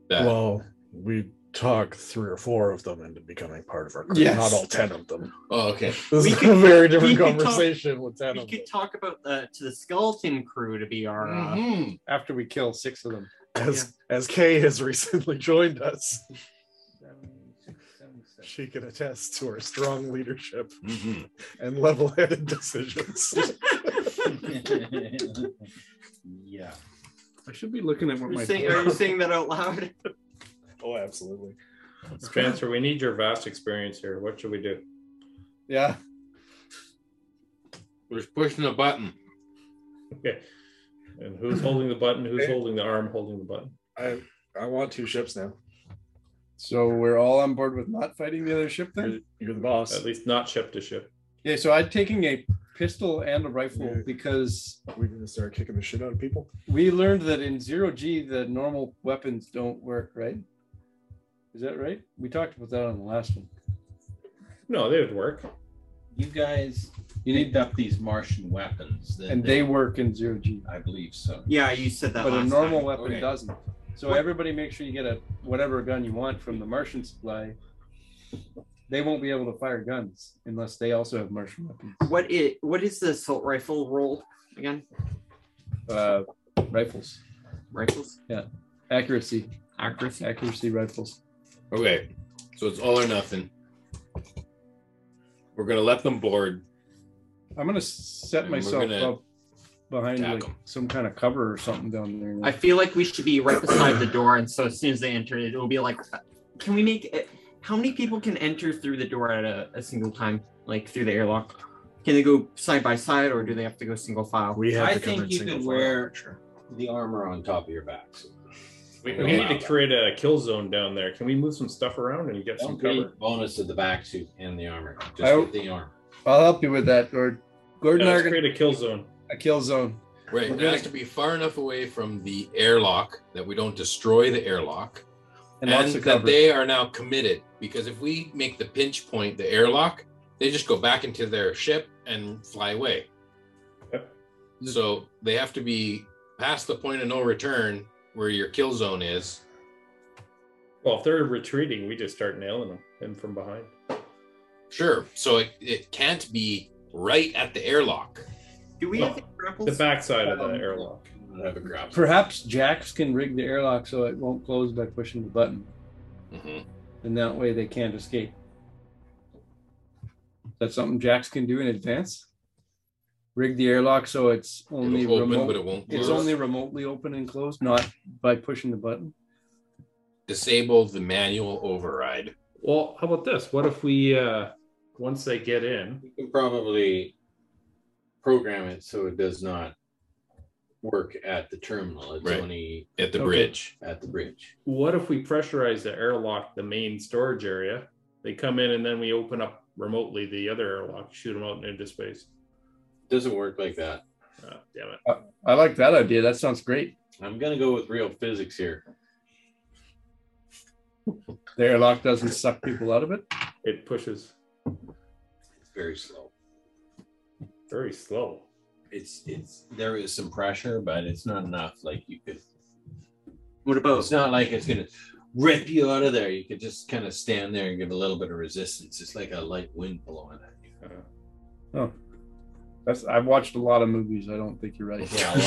that Well, we talk three or four of them into becoming part of our crew, Yes. not all ten of them. oh okay. This We is could- a very we different could talk- conversation with ten we of them. could talk about uh, to the skeleton crew to be our. Uh, Mhm. After we kill six of them. As as Kay has recently joined us, she can attest to her strong leadership Mhm. and level-headed decisions. yeah. I should be looking at what You're my saying, are you saying that out loud? oh, absolutely. Spencer, we need your vast experience here. What should we do? yeah. We're just pushing a button. Okay. And who's holding the button? Who's holding the arm holding the button? I I want two ships now. So we're all on board with not fighting the other ship then. You're, you're the boss. At least not ship to ship. Okay, so I'm taking a pistol and a rifle Yeah. because We're gonna start kicking the shit out of people. we learned that in zero G the normal weapons don't work, right? Is that right? We talked about that on the last one. No, they would work. You guys You need picked up these Martian weapons, that and they work in zero G. I believe so. Yeah, you said that. but a last normal time. weapon Okay. doesn't. So everybody make sure you get a whatever gun you want from the Martian supply. They won't be able to fire guns unless they also have Martian weapons. What is what is the assault rifle roll again? Uh, rifles, Rifles, accuracy, accuracy. accuracy rifles. Okay, so it's all or nothing. We're gonna let them board. I'm gonna set And we're myself gonna up behind attack like 'em. some kind of cover or something down there. I feel like we should be right beside the door, and so as soon as they enter, it will be like, can we make it? How many people can enter through the door at a, a single time, like through the airlock? Can they go side by side, or do they have to go single file? We have I to come think in you single could file, wear- sure. The armor on top of your backs. We, we need to create a kill zone down there. Can we move some stuff around and get some Don't create cover? bonus of the back suit and the armor. Just I- get the armor. I'll help you with that, or Yeah, Gordon let's Argan, create a kill zone. a kill zone. Right, We're it has gonna- to be far enough away from the airlock that we don't destroy the airlock, And and, lots of that cover. they are now committed. Because if we make the pinch point the airlock, they just go back into their ship and fly away. Yep. So they have to be past the point of no return where your kill zone is. Well, if they're retreating, we just start nailing them in from behind. Sure. So it, it can't be right at the airlock. Do we No. have any The grapples? backside of the Um, airlock. I don't have a grab. Perhaps Jax can rig the airlock so it won't close by pushing the button. Mm-hmm. Mhm. and that way they can't escape. That's something Jax can do in advance. rig the airlock so it's only It'll open, remote, but it won't. it's close. only remotely open and closed, not by pushing the button. disable the manual override. Well, how about this? What if we uh once they get in? You can probably program it so it does not work at the terminal. It's Right. only At the Okay. bridge, at the bridge. What if we pressurize the airlock, the main storage area? They come in and then we open up remotely the other airlock, shoot them out into space. Doesn't work like that. Oh, damn it. I like that idea. That sounds great. I'm gonna go with real physics here. The airlock doesn't suck people out of it. It pushes It's very slow. very slow. It's it's there is some pressure, but it's not enough. Like you could What it's about not like it's gonna rip you out of there. You could just kind of stand there and give a little bit of resistance. It's like a light wind blowing at you. That's I've watched a lot of movies. I don't think you're right. Yeah, a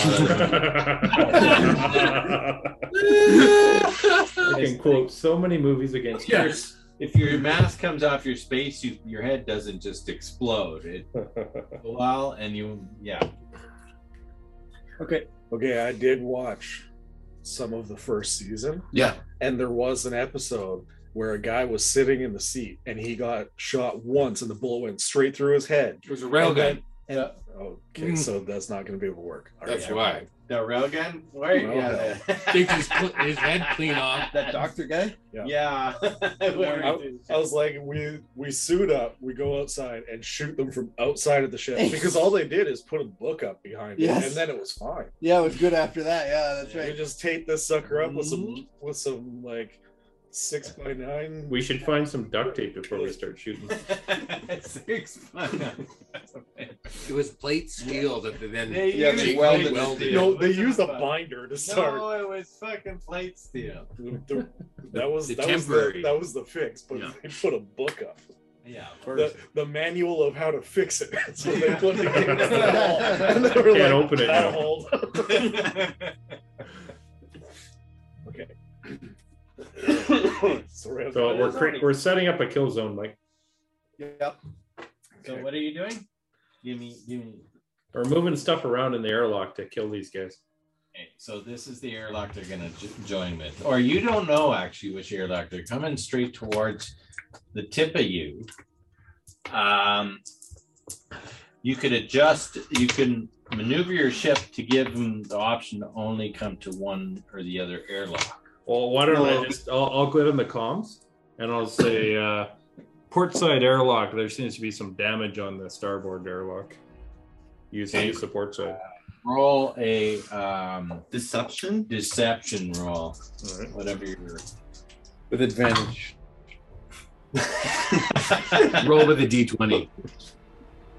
lot of I can quote so many movies against Yes. If your mask comes off your space, you, your head doesn't just explode. It a while, and you yeah. Okay. Okay, I did watch some of the first season. Yeah. And there was an episode where a guy was sitting in the seat and he got shot once and the bullet went straight through his head. It was a railgun. And- Mm-hmm. okay, so that's not going to be able to work. All That's right. why. The railgun? Wait, Well, yeah. Takes his, cl- his head clean off. That doctor guy? Yeah. I was like, we we suit up, we go outside and shoot them from outside of the ship because all they did is put a book up behind it, Yes. and then it was fine. Yeah, it was good after that. Yeah, that's We right. Mm-hmm. just tape this sucker up with some with some like six by nine. We should find some duct tape before we start shooting. Six fun. It was plate steel that they then. yeah, they welded welded. no, they used a binder to start. No, it was fucking plate steel. The- that was The that was temporary. the, that was the fix, but Yeah. they put a book up. Yeah, of The, course. the manual of how to fix it. That's what they put against the wall. And they That's were Can't like, open it "That'll now." hold." Sorry, I'm- So we're cre- we're setting up a kill zone, Mike, Yep. so what are you doing? Give me give me or moving stuff around in the airlock to kill these guys. Okay, so this is the airlock they're going to join with, or you don't know actually which airlock they're coming straight towards the tip of you. Um, you could adjust, you can maneuver your ship to give them the option to only come to one or the other airlock. Well, why don't Well- I just I'll, I'll go in the comms and I'll say uh, port side airlock. There seems to be some damage on the starboard airlock. Use the support side. Roll a um, deception? deception roll, All right. whatever your With advantage. Roll with a d20.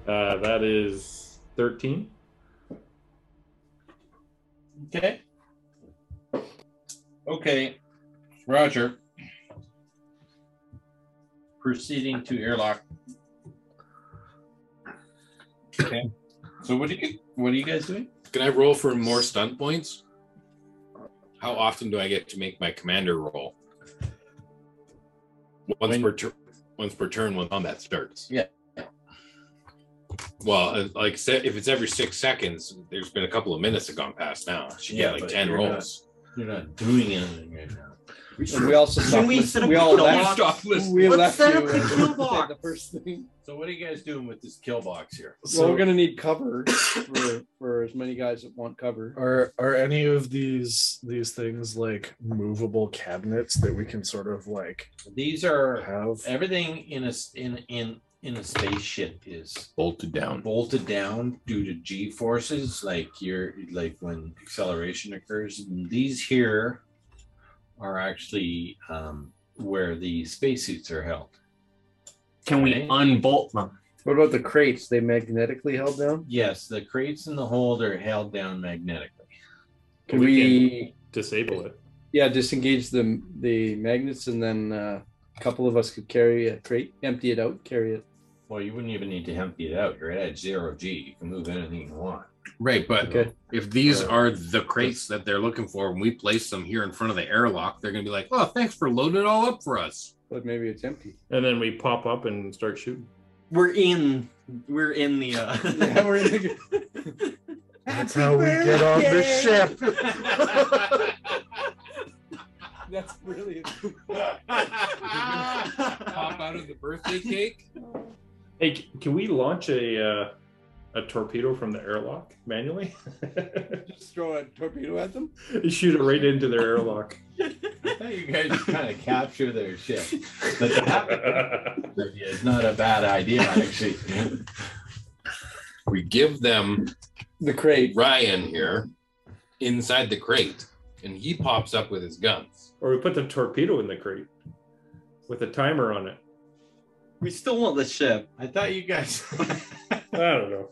Uh, that is thirteen. okay. Okay, Roger. Proceeding to airlock. Okay. So what do you what are you guys doing? Can I roll for more stunt points? How often do I get to make my commander roll? Once per tur once per turn when combat starts. Yeah. Well, uh, like I said, if it's every six seconds, there's been a couple of minutes that gone past now. She Yeah, get like but ten you're rolls. You're not doing anything right now. And we also Can stopped we listening. set up we a all kill left. box? Stop listening. We left Let's set up you a and- kill box. The first thing. So what are you guys doing with this kill box here? well, So we're gonna need cover for, for as many guys that want cover. are are any of these these things like movable cabinets that we can sort of like These are have? everything in a s- in in in a spaceship is Bolted down. bolted down due to g forces like your like when acceleration occurs and these here are actually um where the spacesuits are held Can we Okay. unbolt them? What about the crates? They magnetically held down. yes the crates in the hold are held down magnetically Can We we? Disable it. Yeah, disengage the the magnets, and then uh, a couple of us could carry a crate, empty it out, carry it. well you wouldn't even need to empty it out you're at zero g you can move anything you want Right, but Okay. if these are the crates that they're looking for, and we place them here in front of the airlock, they're gonna be like, "Oh, thanks for loading it all up for us." But maybe it's empty. And then we pop up and start shooting. We're in We're in the. Uh... Yeah, we're in the... That's how we get on the ship. That's brilliant. Pop out of the birthday cake. Hey, c- can we launch a uh, a torpedo from the airlock manually? Just throw a torpedo at them. Shoot it right into their airlock. I thought you guys were trying to capture their ship. But to have it is not a bad idea, actually. We give them the crate. Ryan here inside the crate, and he pops up with his guns. Or we put the torpedo in the crate with a timer on it. We still want the ship. I thought you guys. I don't know.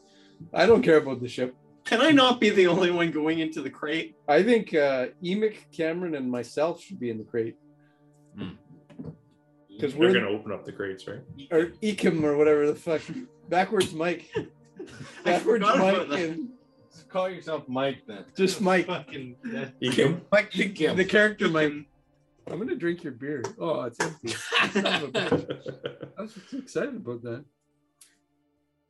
I don't care about the ship. Can I not be the only one going into the crate? I think uh, Emic, Cameron, and myself should be in the crate. Because We're we're gonna open up the crates, right? or Ekim or whatever the fuck. Backwards Mike. Backwards forgot Mike about that. and Call yourself Mike then. just Mike. Fucking. that- You can- Mike the, Ekim. the character Mike. I'm gonna drink your beer. Oh, it's empty. Son of a bitch. I was so excited about that.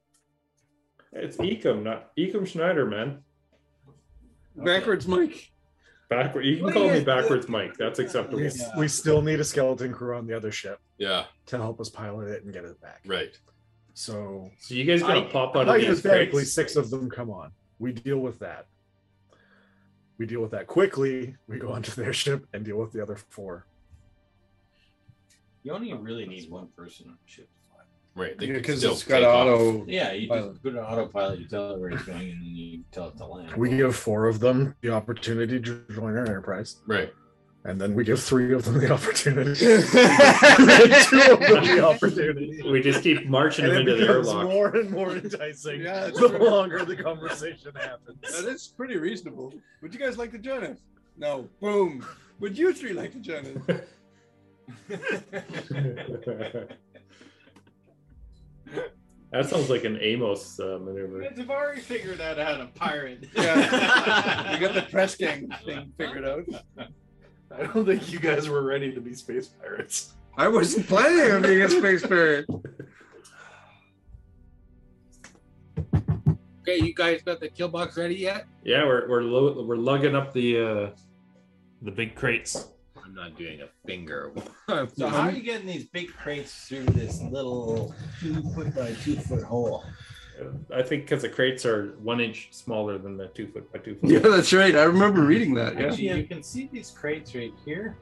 it's Ecom, not Ecom Schneider, man. Backwards Mike. Backward. You can call me backwards, Mike. That's acceptable. We, we still need a skeleton crew on the other ship Yeah, to help us pilot it and get it back. right. So So you guys gotta I- pop out of these hypothetically, crates. six of them come on. We deal with that. We deal with that quickly. We go onto their ship and deal with the other four. You only really need one person on the ship. Right. They could Because still it's got take off. auto. Yeah, you Pilot. just put it on autopilot, you tell it where it's going, and then you tell it to land. We give four of them the opportunity to join our enterprise, Right. and then we give three of them the opportunity. Two of them the opportunity. We just keep marching And them it into the becomes airlock. more and more enticing Yeah, that's the true. longer the conversation happens. That is pretty reasonable. Would you guys like to join us? No. Boom. Would you three like to join us? that sounds like an Amos uh, maneuver. I've already figured that out. A pirate. Yeah. We got the press gang thing figured out. I don't think you guys were ready to be space pirates. I wasn't planning on being a space pirate. Okay, you guys got the kill box ready yet? Yeah, we're we're lo- we're lugging up the uh, the big crates. I'm not doing a finger. So how are you getting these big crates through this little two foot by two foot hole? I think because the crates are one inch smaller than the two foot by two foot. Yeah, that's right. I remember reading that. Yeah. Actually, you can see these crates right here.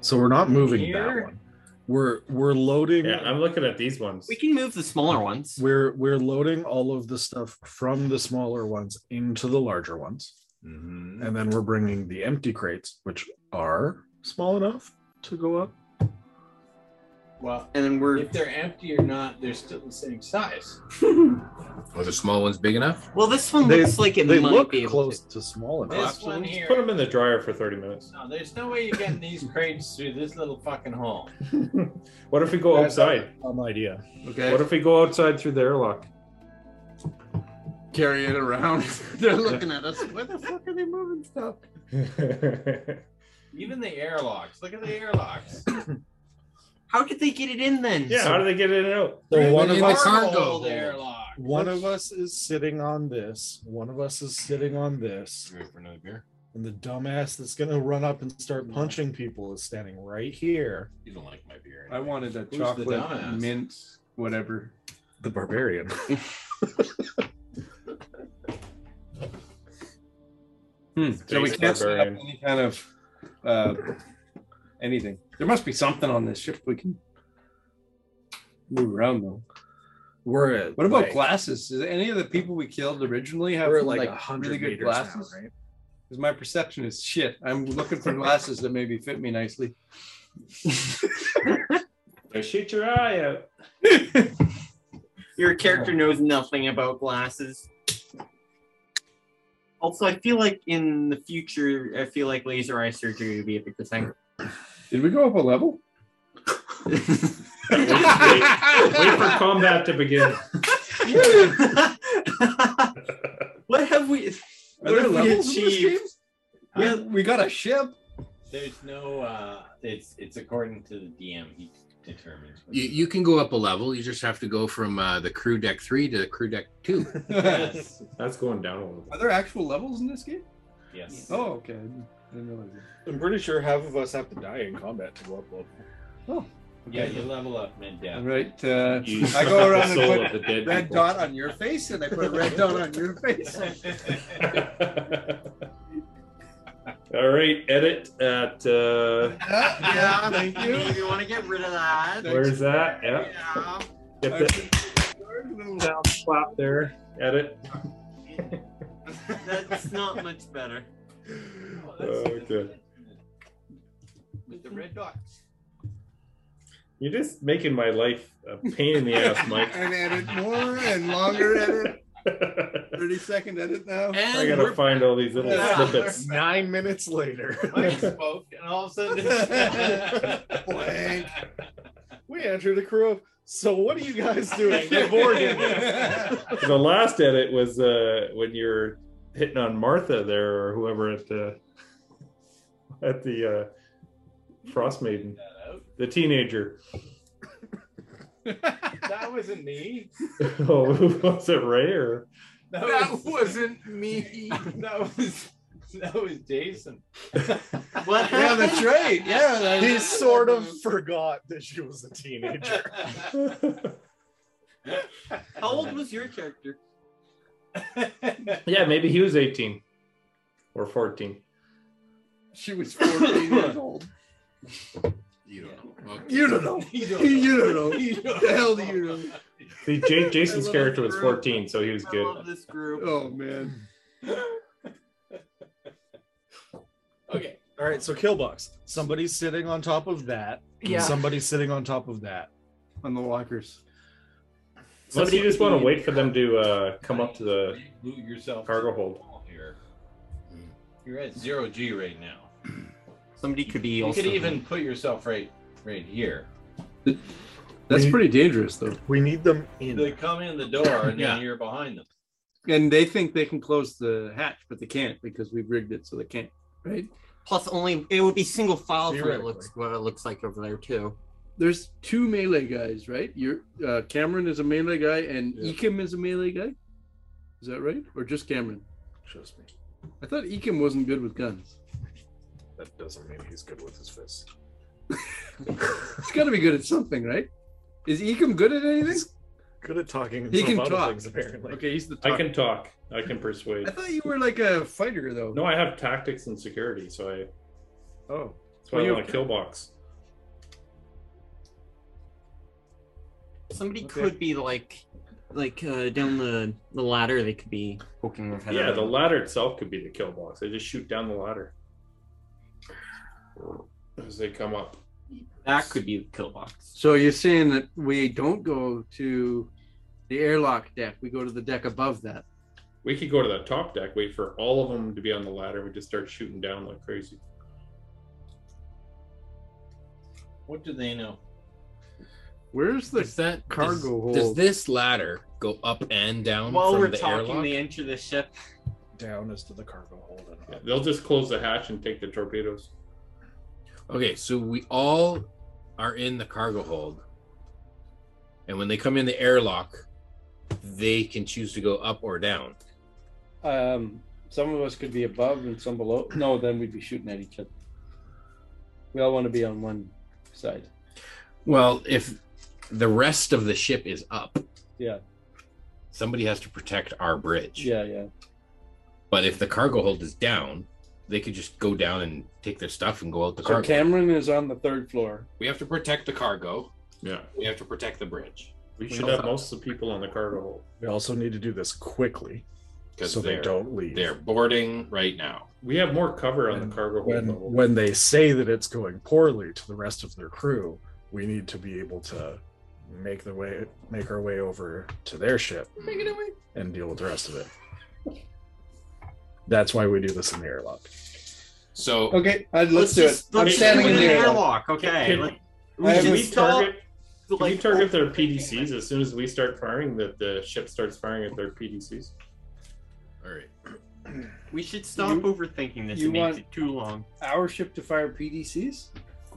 So we're not moving Here. that one. We're we're loading Yeah, I'm looking at these ones. We can move the smaller ones. we're we're loading all of the stuff from the smaller ones into the larger ones. Mm-hmm. And then we're bringing the empty crates, which are small enough to go up. Well, And then we're if they're empty or not, they're still the same size. Are the small ones big enough? well. This one They- looks like it They might look be able close to. to small enough. This one Just here. Put them in the dryer for 30 minutes. No, there's no way you're getting these crates through this little fucking hole. What if we go outside? Some idea. Okay. What if we go outside through the airlock? carry it around. They're looking at us. Where the fuck are they moving stuff? yeah, Even the airlocks. Look at the airlocks. How did they get it in then? how do they get in and out? So one in of the us, cargo Marble hold. airlock. one of us is sitting on this. One of us is sitting on this, Ready for another beer? and the dumbass that's gonna run up and start punching people is standing right here. You don't like my beer. I wanted that Who's the chocolate dumbass? mint whatever. The barbarian. So we Space can't set up barbarian. any kind of uh, anything. There must be something on this ship we can move around though. We're at What about like, glasses? Is any of the people we killed originally have We're at like, like, a really hundred good meters now, glasses? right? Because my perception is shit. I'm looking for glasses that maybe fit me nicely. They shoot your eye out. Your character knows nothing about glasses. Also, I feel like in the future, I feel like laser eye surgery would be a bigger thing. Did we go up a level? Wait, wait- wait for combat to begin. what have we? Are What there have we levels in this achieved? game? Yeah, we got a ship. There's no. uh It's it's according to the DM. He determines. You, you can go up a level. You just have to go from uh, the crew deck three to the crew deck two. Yes. That's going down a little Are there actual levels in this game? Yes. Oh, okay. I didn't I didn't realize it. I'm pretty sure half of us have to die in combat to go up level. Yeah, you level up mid All depth. right. Uh, You I go around suck the soul and of the put dead red people. dot on your face, and I put a red dot on your face. All right, edit at uh, Yeah, yeah, thank If you. you want to get rid of that. where's that? Yeah, Yeah. get the sound clap there. Edit. That's not much better. Oh, Okay. with the red dots. You're just making my life a pain in the ass, Mike. and edit more and longer edit. 30 second edit now. I And gotta we're find all these little Yeah. snippets. Nine minutes later. Mike spoke, and all of a sudden, it's- Blank. We enter the crew of, so what are you guys doing? We're boarding. the last edit was uh, when you're hitting on Martha there or whoever at the at the uh, Frost Maiden, the teenager. that wasn't me. oh, was it Ray or That, that was, wasn't me. that was that was Jason. What Yeah, happened? that's right. Yeah. That, He sort of forgot that she was a teenager. How old was your character? yeah, maybe he was 18 or 14. she was 14 years old. You don't know. Okay. You don't know. You You don't know. You don't The hell do you know? See, J- Jason's I love character was her. 14, so he was I good. love this group. Oh, man. Okay. All right, so Killbox. Somebody's sitting on top of that. and Yeah. Somebody's sitting on top of that. On the walkers. Unless you just want to wait for them to uh, come up to the Loot yourself cargo hold. here. Mm. You're at zero G right now. Somebody could be You also. could even put yourself right, right here. That's pretty dangerous, though. We need them They in. come in the door, and Yeah. then you're behind them. And they think they can close the hatch, but they can't because we've rigged it so they can't. Right? Plus, only it would be single file for what it Theoretically. looks what it looks like over there too. There's two melee guys, right? Your uh, Cameron is a melee guy, and Yeah. Ekim is a melee guy. Is that right? Or just Cameron? Trust me. I thought Ekim wasn't good with guns. That doesn't mean he's good with his fists. He's got to be good at something, right? Is Ekim good at anything? Good at talking. He some can other talk. Things, apparently. Okay, he's the. I Talk. can talk. I can persuade. I thought you were like a fighter, though. No, I have tactics and security, so I Oh. that's why Well, I you- want a kill box. Somebody Okay. could be like, like uh, down the the ladder. They could be poking their head. Yeah, out. the ladder itself could be the kill box. They just shoot down the ladder as they come up. that could be the kill box. So you're saying that we don't go to the airlock deck? We go to the deck above that. We could go to the top deck, wait for all of them to be on the ladder. We just start shooting down like crazy. What do they know? Where's the Does that Cargo does- hold. Does this ladder go up and down While from we're the talking, airlock? they enter the ship. Down is to the cargo hold. And Yeah, up. they'll just close the hatch and take the torpedoes. Okay, so we all are in the cargo hold, and when they come in the airlock, they can choose to go up or down. Um, some of us could be above and some below. No, then we'd be shooting at each other. We all want to be on one side. Well, if the rest of the ship is up, Yeah. somebody has to protect our bridge. Yeah, yeah. But if the cargo hold is down, they could just go down and take their stuff and go out the So cargo. Cameron is on the third floor. We have to protect the cargo. Yeah. We have to protect the bridge We should have most of the people on the cargo hold. We also need to do this quickly because so they they're don't leave. they're boarding right now. We have more cover on the cargo hold when level. when they say that it's going poorly to the rest of their crew, we need to be able to make the way make our way over to their ship and deal with the rest of it. That's why we do this in the airlock. So Okay, I'd, let's, do just- it. I'm let's standing do in it the airlock. airlock. Okay. Can- like, we I Can have we just stop, target, can we like, target their PDCs as soon as we start firing? That the ship starts firing at their PDCs. All right. We should stop You- overthinking this. you It makes want- it too long. Our ship to fire PDCs?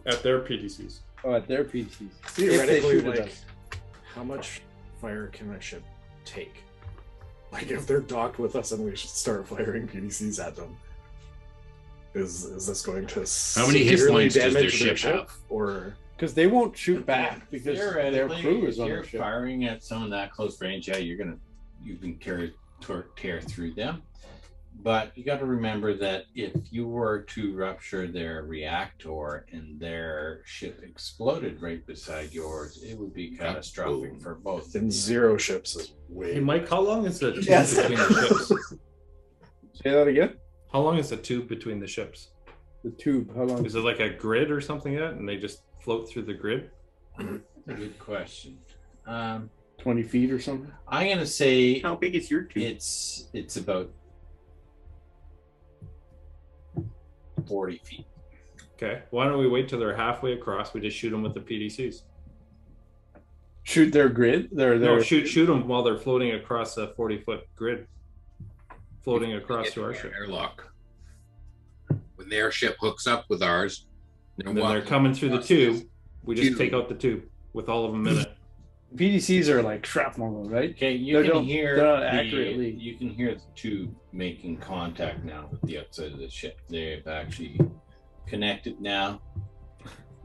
At their PDCs. Oh, at their PCs. Theoretically, If they shoot at like, us. how much fire can a ship take? Like, if they're docked with us and we should start firing PDCs at them, is is this going to How many hit severely points does damage their ship have? Or because they won't shoot back because their Theoretically, crew is if on you're the ship. firing at someone that close range, yeah, you're gonna you can carry tor- tear through them. But you got to remember that if you were to rupture their reactor and their ship exploded right beside yours, it would be catastrophic for both. then zero ships is way. Hey, Mike, how long is the tube Yes. between the ships? Say that again. How long is the tube between the ships? The tube. How long? Is it like a grid or something like that, and they just float through the grid? Good question. Um, Twenty feet or something. I'm gonna say How big is your tube? it's it's about forty feet. Okay. Why don't we wait till they're halfway across? We just shoot them with the PDCs. Shoot their grid. Their their No, shoot, shoot them while they're floating across the forty-foot grid, floating across to our ship. airlock. When their ship hooks up with ours, they're, And then they're walking coming through the across tube. We just Tube. take out the tube with all of them in it. PDCs are like shrapnel, though, right? Okay, you They can don't- hear they're not the- accurately- You can hear the tube making contact now with the outside of the ship. They've actually connected now.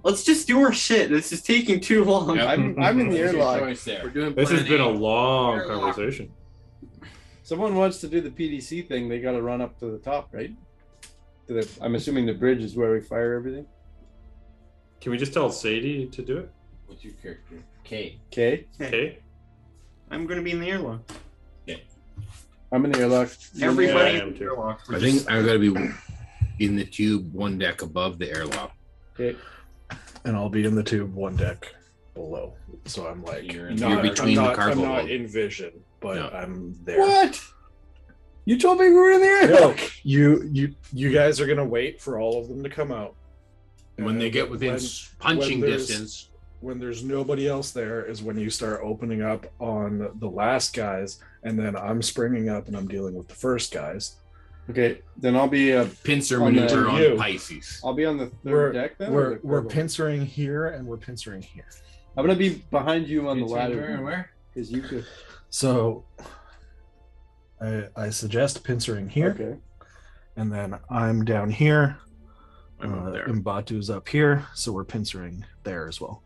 Let's just do our shit. This is taking too long. Yep. I'm I'm in the There's your airlock. choice We're there. doing This has plan been a A. long Airlock. conversation. Someone wants to do the PDC thing. They got to run up to the top, right? To the, I'm assuming the bridge is where we fire everything. Can we just tell Sadie to do it? What's your character? Kate. Okay, Okay. I'm gonna be in the airlock. I'm in the airlock. Everybody Yeah, I in am the too. airlock. I think I'm gonna be in the tube one deck above the airlock. Okay. and I'll be in the tube one deck below. So I'm like, You're in Not, the You're airlock. between I'm the not, cargo I'm not hold. in vision, but No. I'm there. What? You told me we were in the airlock. Look, you you you guys are gonna wait for all of them to come out. When they get within When- s- punching when there's- distance, when there's nobody else there is when you start opening up on the last guys and then i'm springing up and i'm dealing with the first guys Okay, then I'll be uh, pincer On the- maneuver on you. Pisces. I'll be on the 3rd We're- deck then. or we're the we're cargo? pincering here and we're pincering here. I'm gonna be behind you on the Between where and ladder where? because you could. So I I suggest pincering here, Okay. and then I'm down here. I'm up uh, there. Mbatu's up here, so we're pincering there as well.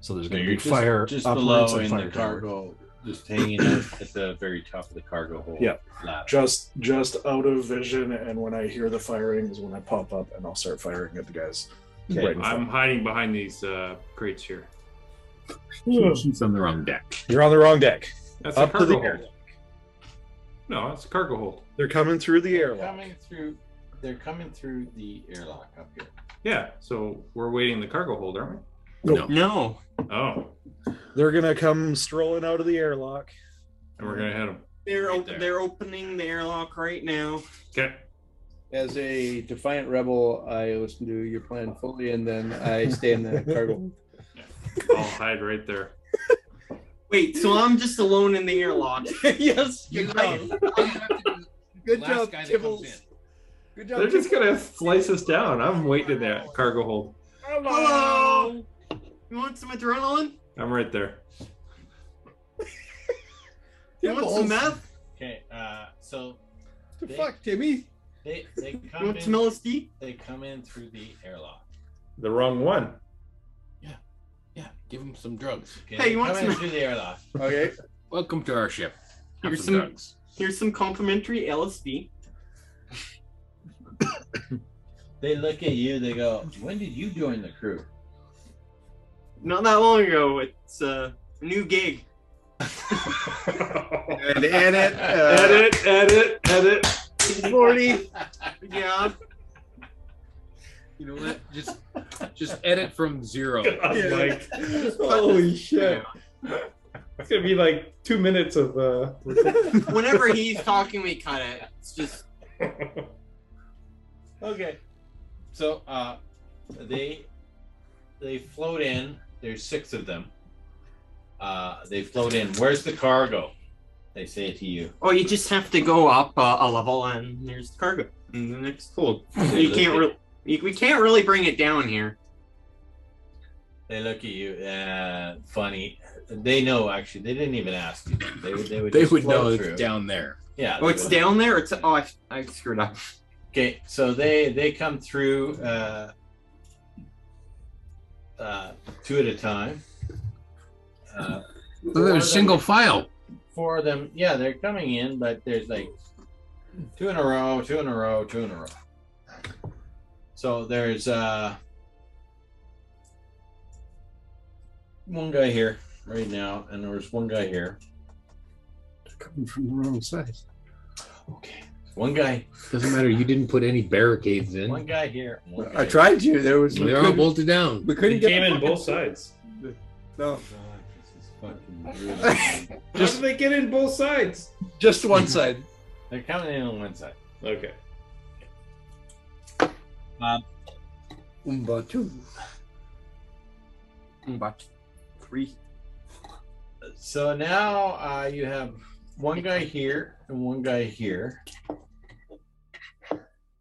So there's So going to you're be just, fire just upwards below and in fire the downward. cargo, just hanging out at the very top of the cargo hold. Yeah. Ladder. just just out of vision and when i hear the firing is when i pop up and i'll start firing at the guys Okay. right in front. I'm hiding behind these uh, crates here. She's on the wrong deck. Hmm. you're on the wrong deck That's Up a to cargo the air. hold. No, that's a cargo hold. they're coming through the They're airlock coming through. They're coming through the airlock up here. Yeah, so we're waiting in the cargo hold, aren't No. No. we? Oh, they're gonna come strolling out of the airlock and we're gonna hit them. They're Right op- there. they're opening the airlock right now. Okay. As a defiant rebel, I listen to your plan fully, and then I stay in the cargo. I'll hide right there. Wait, so I'm just alone in the airlock. yes. You Good guys- job. all you have to do is Good last job, guy that comes Tibbles. Good job. They're just gonna slice us down. I'm waiting in that cargo hold. Hello. You want some adrenaline? I'm right there. You want some Tibbles. meth? Okay. Uh, so The Fuck, Timmy. they they You come want in, some LSD? they come in through the airlock. The wrong one. Yeah, give them some drugs. Okay, Hey, you want coming some- through the airlock? Okay. Welcome to our ship. Have Here's some some- drugs. Here's some complimentary LSD. They look at you. They go, "When did you join the crew?" Not that long ago. It's uh, a new gig. And edit. uh, edit, edit, edit. Forty. Yeah. You know what? Just just edit from zero. I'm Yeah. like, Holy shit. it's gonna be like two minutes of. uh Whenever he's talking, we cut it. It's just Okay. So uh, they they float in. There's six of them. Uh, they float in. Where's the cargo? They say to you. oh, you just have to go up uh, a level, and there's the cargo in the next hold. You can't really, we can't really bring it down here. They look at you, uh, funny. They know actually. They didn't even ask you. They would. They would. They just would flow know it's through. down there. Yeah. Oh, they it's would. down there. It's oh, I, I screwed up. Okay, so they they come through uh, uh, two at a time. Uh, Look, they're single file. four of them. Yeah, they're coming in, but there's like two in a row, two in a row, two in a row. So there's uh one guy here right now, and there's one guy here. Coming from the wrong side. One guy. Doesn't matter. You didn't put any barricades in. One guy here. and one I guy tried here. to, there was- They're all bolted down. We couldn't They get came the in both buckets. No. How did they get in both sides? Just one side. They're coming in on one side. Okay. Um, Umba two. Umba three. So now uh, you have one guy here and one guy here.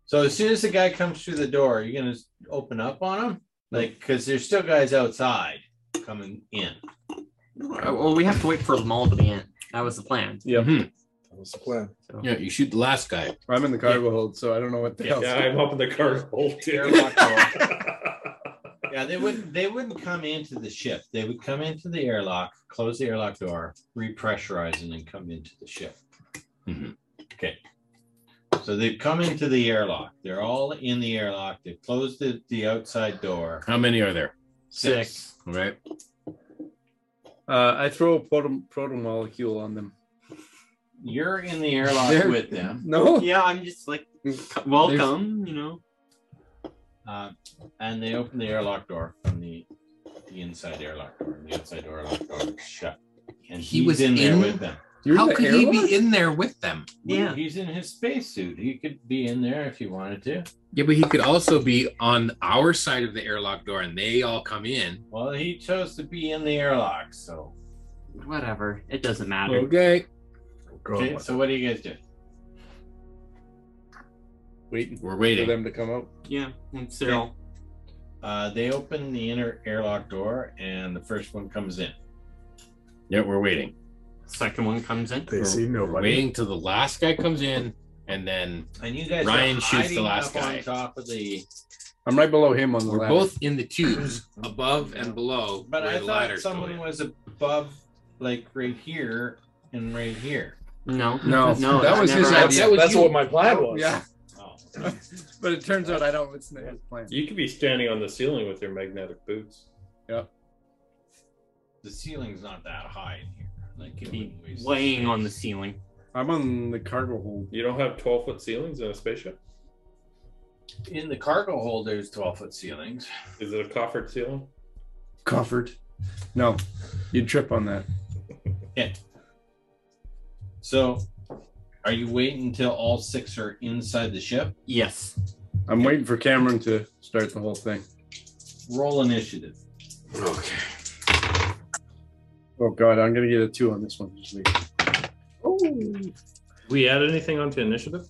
So as soon as the guy comes through the door, you're gonna open up on him, like because there's still guys outside coming in. Uh, Well, we have to wait for them all to be in. That was the plan. Yeah. That was the plan. Yeah, you shoot the last guy. I'm in the cargo hold, so I don't know what the Yeah, hell's yeah, going I'm on. up in the cargo hold Yeah, they wouldn't. They wouldn't come into the ship. They would come into the airlock, close the airlock door, repressurize, and then come into the ship. Mm-hmm. Okay. So they've come into the airlock. They're all in the airlock. They've closed the, the outside door. How many are there? Six. All right. Uh, I throw a proto- protomolecule on them. You're in the airlock They're- with them. No. Yeah, I'm just like welcome. You know. Uh, and they open the airlock door from the the inside airlock door. And the outside door airlock door is shut. And He he's was in there in- with them. How could he be in there with them? Yeah. He's in his spacesuit. He could be in there if he wanted to. Yeah, but he could also be on our side of the airlock door, and they all come in. Well, he chose to be in the airlock, so Whatever. It doesn't matter. Okay. Oh, okay. So what do you guys do? Waiting. We're waiting. for them to come out. Yeah. And still. Uh, they open the inner airlock door, and the first one comes in. Yeah, we're waiting. Second one comes in. They see We're nobody. waiting till the last guy comes in, and then And you guys, are Ryan shoots the hiding last up guy. on top of the. I'm right below him on the We're ladder. both in the tubes, above and below. But where I the thought ladders go someone in. was above, like right here and right here. No. No. No. That it's was his never happened. idea. That's what my plan was. Yeah. Oh, But it turns out I don't listen to his plan. You could be standing on the ceiling with your magnetic boots. the ceiling's not that high in here. Like it Be wouldn't waste laying on the ceiling. I'm on the cargo hold. You don't have 12 foot ceilings in a spaceship? in the cargo hold. There's twelve foot ceilings. Is it a coffered ceiling? Comfort. No. You'd trip on that. So, are you waiting until all six are inside the ship? Yes. I'm waiting for Cameron to start the whole thing. Roll initiative. okay. Oh god, I'm gonna get a two on this one. Just leave. We add anything onto initiative?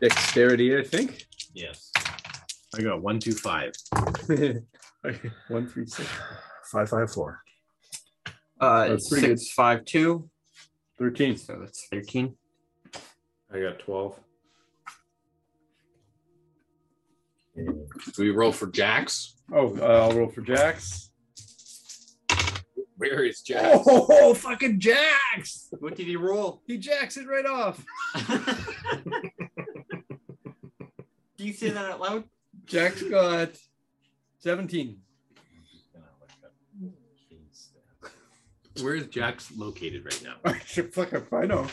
Dexterity, I think. Yes. I got one, two, five. Okay, one three six. Five five four. Uh, That's it's pretty good. six five two. 13. So that's thirteen. I got 12. Do we roll for Jax? Oh, uh, I'll roll for Jax. Where is Jax? Oh, fucking Jax! What did he roll? He jacks it right off. Do you say that out loud? Jax got 17. Where is Jax located right now? Fuck if I know.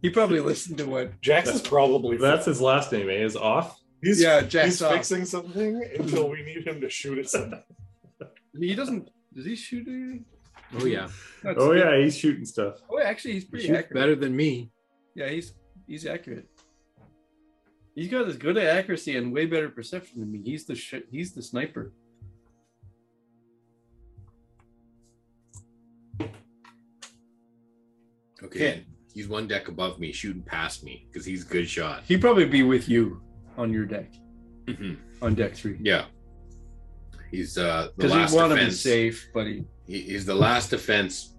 He probably listened to what. Jax is probably That's his last name, eh? Is off? he's, Yeah, he's Jax off. fixing something until we need him to shoot at something. He doesn't. Does he shoot anything? Oh yeah, That's Oh, good. yeah, he's shooting stuff. Oh, actually, he's pretty Shoot accurate. better than me. Yeah, he's he's accurate. He's got as good at accuracy and way better perception than me. He's the sh- he's the sniper. Okay. He's one deck above me, shooting past me because he's a good shot. Mm-hmm. He'd probably be with you on your deck Mhm. on deck three. Yeah. He's uh, the Because last you want to be defense. safe, buddy. He, he's the last defense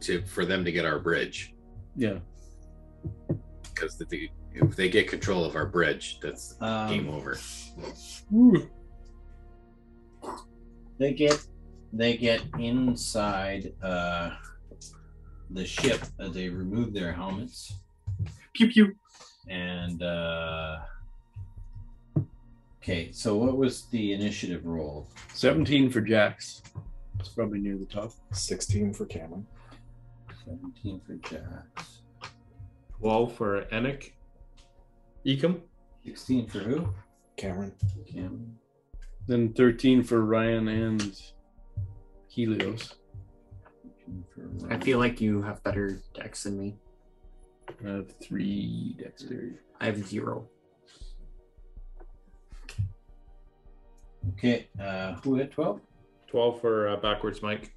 to for them to get our bridge Yeah. because the, the, if they get control of our bridge, that's Um, game over. They get they get inside uh, the ship as they remove their helmets. Pew pew. And uh, okay, so what was the initiative roll? 17 for Jax. It's probably near the top. 16 for Cameron. 17 for Jax. 12 for Enoch. Ecom. 16 for who? Cameron. Cameron. Then 13 for Ryan and Helios. 15 for I Ryan. feel like you have better decks than me. I have three dexterity. I have zero. Okay, uh, who hit 12? 12 for uh, backwards Mike.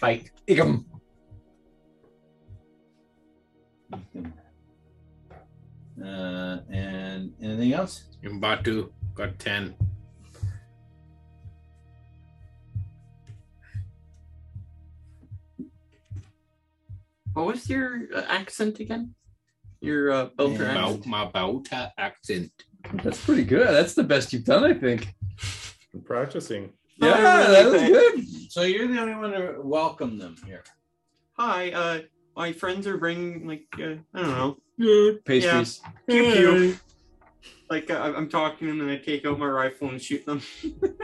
Bike. Igum. Uh, and anything else? Mbatu got ten. What was your uh, accent again? Your uh, Belgian Yeah. Bau- accent. My Bauta accent. That's pretty good. That's the best you've done, I think. I'm practicing. Yeah, really that was think- good. So you're the only one to welcome them here. Hi, uh, my friends are bringing like uh, I don't know. Pastries. Pew pew. Like uh, I'm- I'm talking to them and I take out my rifle and shoot them.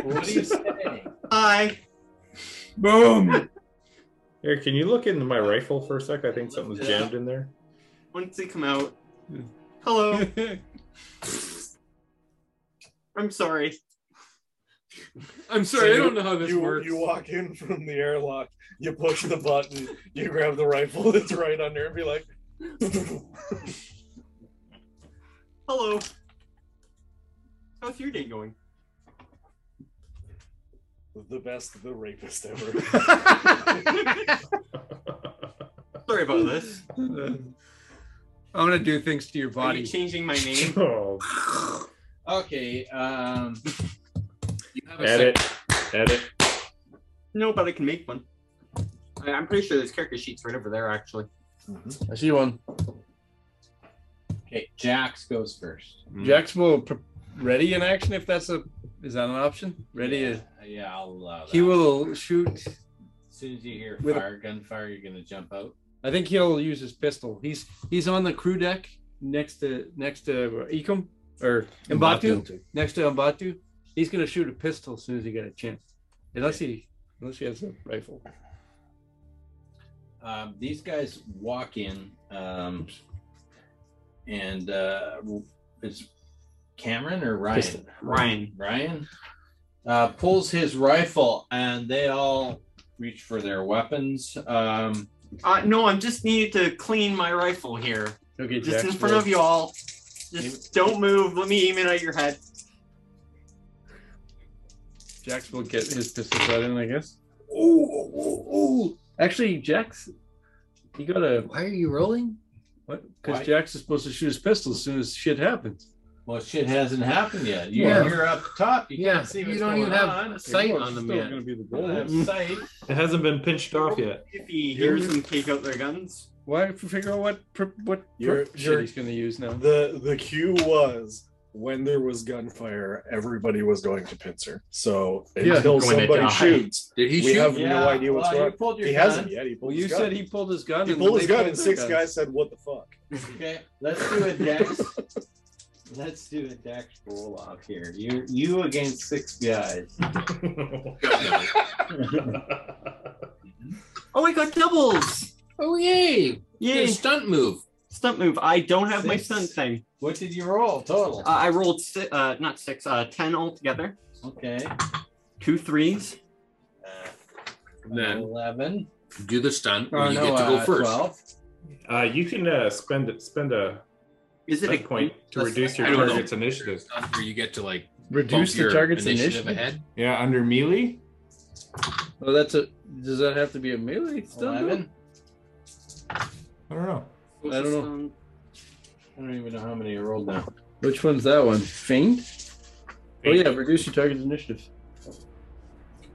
What do you say? Hi. Boom. Here, can you look into my rifle for a sec? I think something's Yeah. jammed in there. Once they come out. Hello. I'm sorry. I'm sorry, I don't know how this You, works. you walk in from the airlock, you push the button, you grab the rifle that's right under, and be like, Hello. How's your day going? the best, the rapist ever. Sorry about this. I'm gonna do things to your Are you body. changing my name? oh, Okay, um, You have a sec- edit, edit. No, but I can make one. I- I'm pretty sure there's character sheets right over there, actually. I see one. okay, Jax goes first. Mm. Jax will pre- ready in action if that's a is that an option? Ready? Yeah, is- Uh, yeah, I'll allow that. He will shoot. As soon as you hear with a- fire, gunfire, you're gonna jump out. I think he'll use his pistol. He's he's on the crew deck next to next to Ecom or Mbatu next to Mbatu. He's gonna shoot a pistol as soon as he gets a chance, unless he unless he has a rifle. Um, these guys walk in, um, and uh, it's Cameron or Ryan. Ryan. Ryan uh, pulls his rifle, and they all reach for their weapons. Um, Uh, no, I'm just needed to clean my rifle here. Okay, Just in Jax front will- of you all. Just don't move. Let me aim it at your head. Jax will get his pistol shot in, I guess. Oh, Actually, Jax, he got a Why are you rolling? what? Why? Because Jax is supposed to shoot his pistol as soon as shit happens. well, shit hasn't happened yet. You, Yeah. You're up top. You Yeah, can't see you what's don't going even have on. sight Well, on it's them still yet. gonna be the You goal. don't have sight. It hasn't been pinched off yet. If he hears them take out their guns. Why f- figure out what per, what You're- perp you're- shit he's gonna use now? The the cue was when there was gunfire, everybody was going to pincer. So Yeah. until Going to die. somebody shoots, Did he we should have no idea what's well, going You pulled on. your He gun. hasn't yet. He pulled Well, you his gun. said he pulled his gun. he and pulled his they gun, and their six guns. guys said, "What the fuck?" Okay, let's do a dex. let's do a dex roll off here. You you against six guys. Oh, I got doubles. Oh yay! Did Yay. a stunt move. Stunt move. I don't have my stunt thing. What did you roll total? Uh, I rolled si- uh, not six, uh, ten altogether. Okay. Two threes. Uh, Then- eleven. Do the stunt Oh, where you no, get to go uh, first. 12. uh, you can uh, spend spend a Is it a set point to that's- reduce I your don't know. target's initiative. Stunt where you get to like reduce bump the your target's initiative, initiative. ahead. Yeah, under melee. Well, Oh, that's a. Does that have to be a melee? Still Eleven. I don't know. What's I don't this, know. um, I don't even know how many I rolled now. Which one's that one? Faint. Oh yeah, reduce your target's initiative.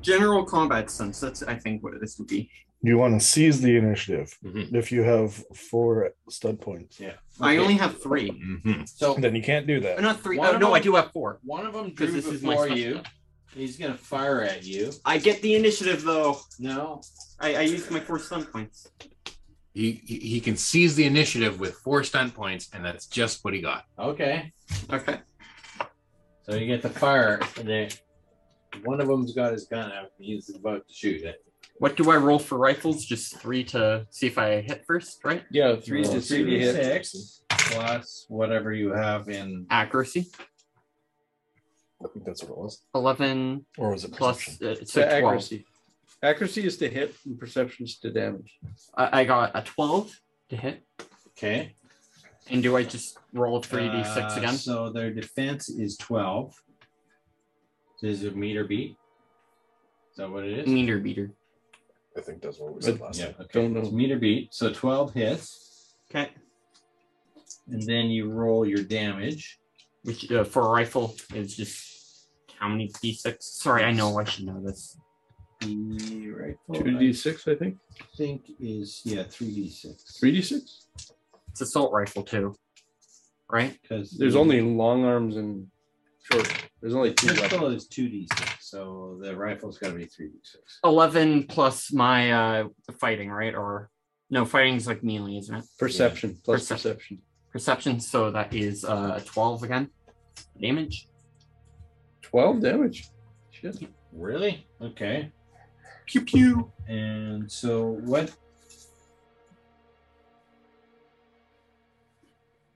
General combat sense. That's I think what this would be. You want to seize the initiative Mhm. if you have four stud points. Yeah. I only have three. Mm-hmm. So Then you can't do that. Uh, Not three. One Oh, of no, I them- do have four. one of them drew 'Cause this is my before special. you. He's gonna fire at you. I get the initiative though. No, I, I used my four stun points. He he he can seize the initiative with four stunt points, and that's just what he got. okay. Okay. So you get the fire, and then one of them's got his gun out. and He's about to shoot it. What do I roll for rifles? Just three to see if I hit first, right? Yeah, three Roll to three to hit. 3d6 plus whatever you have in. Accuracy I think that's what it was. eleven Or was it perception? plus uh, To so twelve. accuracy. Accuracy is to hit and perception's to damage. I, I got a twelve to hit. Okay. And do I just roll three d six Uh, again? So their defense is twelve. This is a meter beat. Is that what it is? Meter beater. I think that's what we said last Yeah. time. Okay. Don't know. It's meter beat. So twelve hits, Okay. and then you roll your damage. Which uh, for a rifle is just how many d six? Sorry, I know I should know this. The rifle, Two D six, I think. I think is yeah three d six. Three D six? It's assault rifle too, right? Because There's only long arms and short. There's only two pistol weapons. is two d six, so the rifle's got to be three d six. Eleven plus my uh fighting, right? Or no, fighting's like melee, isn't it? Perception plus Perception. perception. Perception. So that is uh twelve again. Damage. Twelve damage. Shit. Really? Okay. Pew pew. And so what?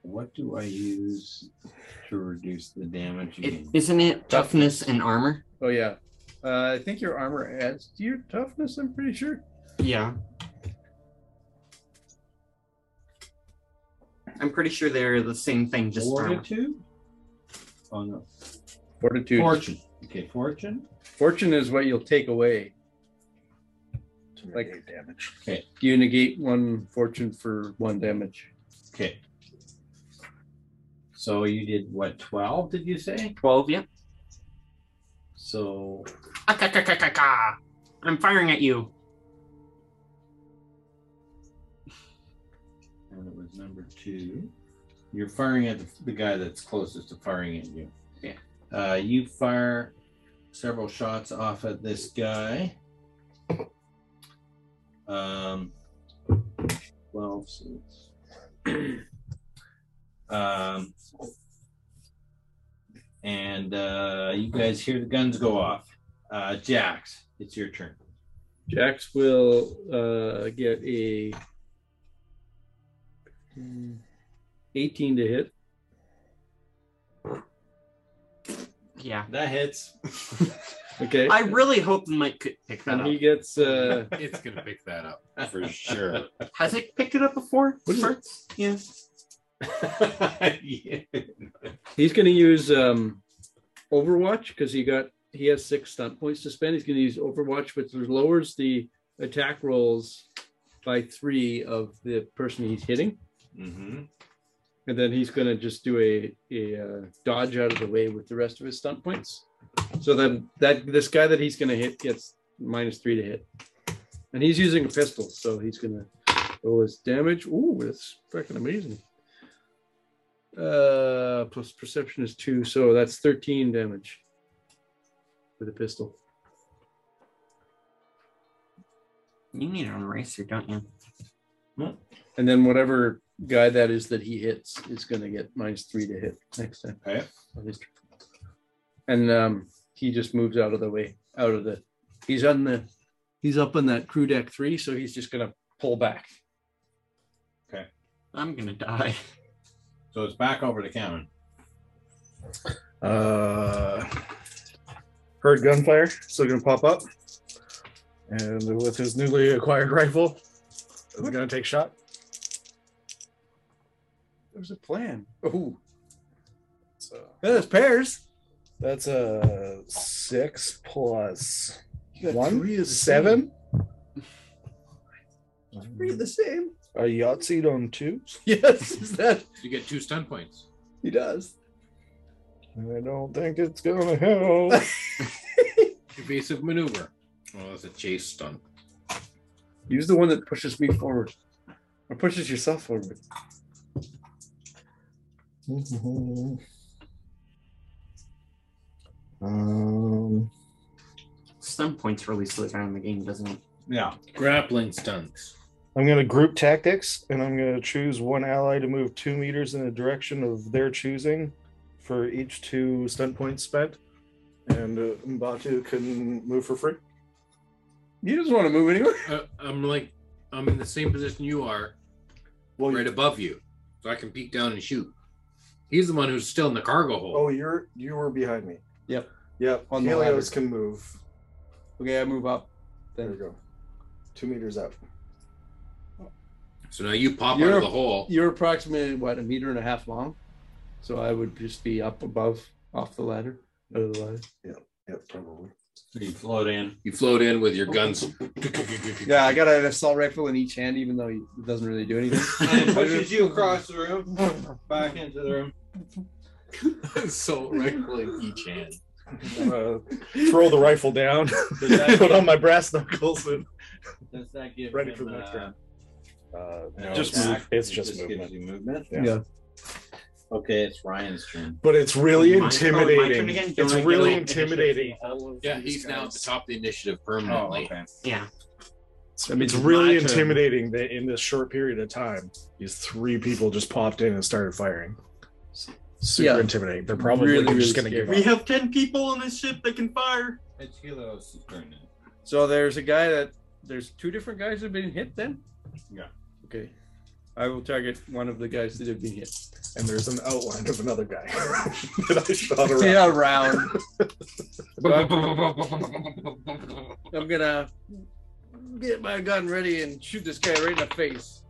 What do I use to reduce the damage? It, again? isn't it toughness and armor? Oh yeah. Uh, I think your armor adds to your toughness, I'm pretty sure. Yeah. I'm pretty sure they're the same thing, just armor. fortitude. Oh no, Fortitude. fortune. Okay, fortune. Fortune is what you'll take away. To Like- negate damage. You negate one fortune for one damage. Okay. So you did what? Twelve? Did you say? Twelve, yeah. So Ah-ka-ka-ka-ka-ka. I'm firing at you. and it was number two. You're firing at the, the guy that's closest to firing at you. Yeah. Uh, you fire several shots off at this guy. Um, 12 suits. um, and uh, you guys hear the guns go off. Uh, Jax, it's your turn. Jax will uh, get a mm, 18 to hit. Yeah. That hits. Okay. I really hope Mike could pick that and up. he gets uh, It's gonna pick that up for sure. Has it picked it up before? What is it? Farts? Yeah. Yeah. he's going to use um, Overwatch because he got he has six stunt points to spend. He's going to use Overwatch, which lowers the attack rolls by three of the person he's hitting, Mm-hmm. and then he's going to just do a a uh, dodge out of the way with the rest of his stunt points. So then that this guy that he's going to hit gets minus three to hit, and he's using a pistol, so he's going to roll his damage. Ooh, that's freaking amazing. Uh, plus perception is two, so that's thirteen damage with a pistol. You need an eraser, don't you? And then whatever guy that is that he hits is going to get minus three to hit next time. Okay. on his turn. And um, he just moves out of the way, out of the. He's on the. He's up on that crew deck three, so he's just going to pull back. I'm gonna die. So it's back over to Cameron. Uh, heard gunfire, still gonna pop up, and with his newly acquired rifle, is gonna take shot. There's a plan. Oh, So that's pairs. that's a six plus got one three of the seven. Three the same. A Yahtzee on twos. Yes, is that You get two stun points. he does. I don't think it's gonna help. Evasive maneuver. Well, that's a chase stunt. Use the one that pushes me forward, or pushes yourself forward. um, Stun points released later on in the game, doesn't it? Yeah. Grappling stunts. I'm going to group tactics and I'm going to choose one ally to move two meters in the direction of their choosing for each two stunt points spent. And uh, Mbatu can move for free. He doesn't want to move anywhere. Uh, I'm like, I'm in the same position you are, Oh, right above you, so I can peek down and shoot. He's the one who's still in the cargo hold. Oh, you're you were behind me. Yep. Yep. On On the Helios ladder. can move. Okay, I move up. There we go. Two meters up. So now you pop out You're- of the hole. You're approximately what a meter and a half long, so I would just be up above, off the ladder, out of the ladder. Yep, probably. You float in. You float in with your Oh. guns. Yeah, I got an assault rifle in each hand, even though it doesn't really do anything. And it pushes you across the room, back into the room. so rifle in each hand. Uh, throw the rifle down, put on my brass knuckles, and Does that give ready him, for the next uh, round. Uh, an no, it's, attack? it's It just, gives movement. you movement. Yeah. Okay, it's Ryan's turn. But it's really My- oh, my turn intimidating. again? Don't It's I get really all intimidating. Yeah, he's now at the top of the initiative Oh, permanently. okay. Yeah. It's, means it's it's my really turn. intimidating that in this short period of time, these three people just popped in and started firing. S- Super Yeah. intimidating. They're probably Really, just really going to give We up. have 10 people on this ship that can fire. It's Helios' turn now. So there's a guy that there's two different guys that have been hit. Then. Yeah. Okay. I will target one of the guys that have been hit. And there's an outline of another guy that I shot around. Yeah, round. I'm gonna get my gun ready and shoot this guy right in the face.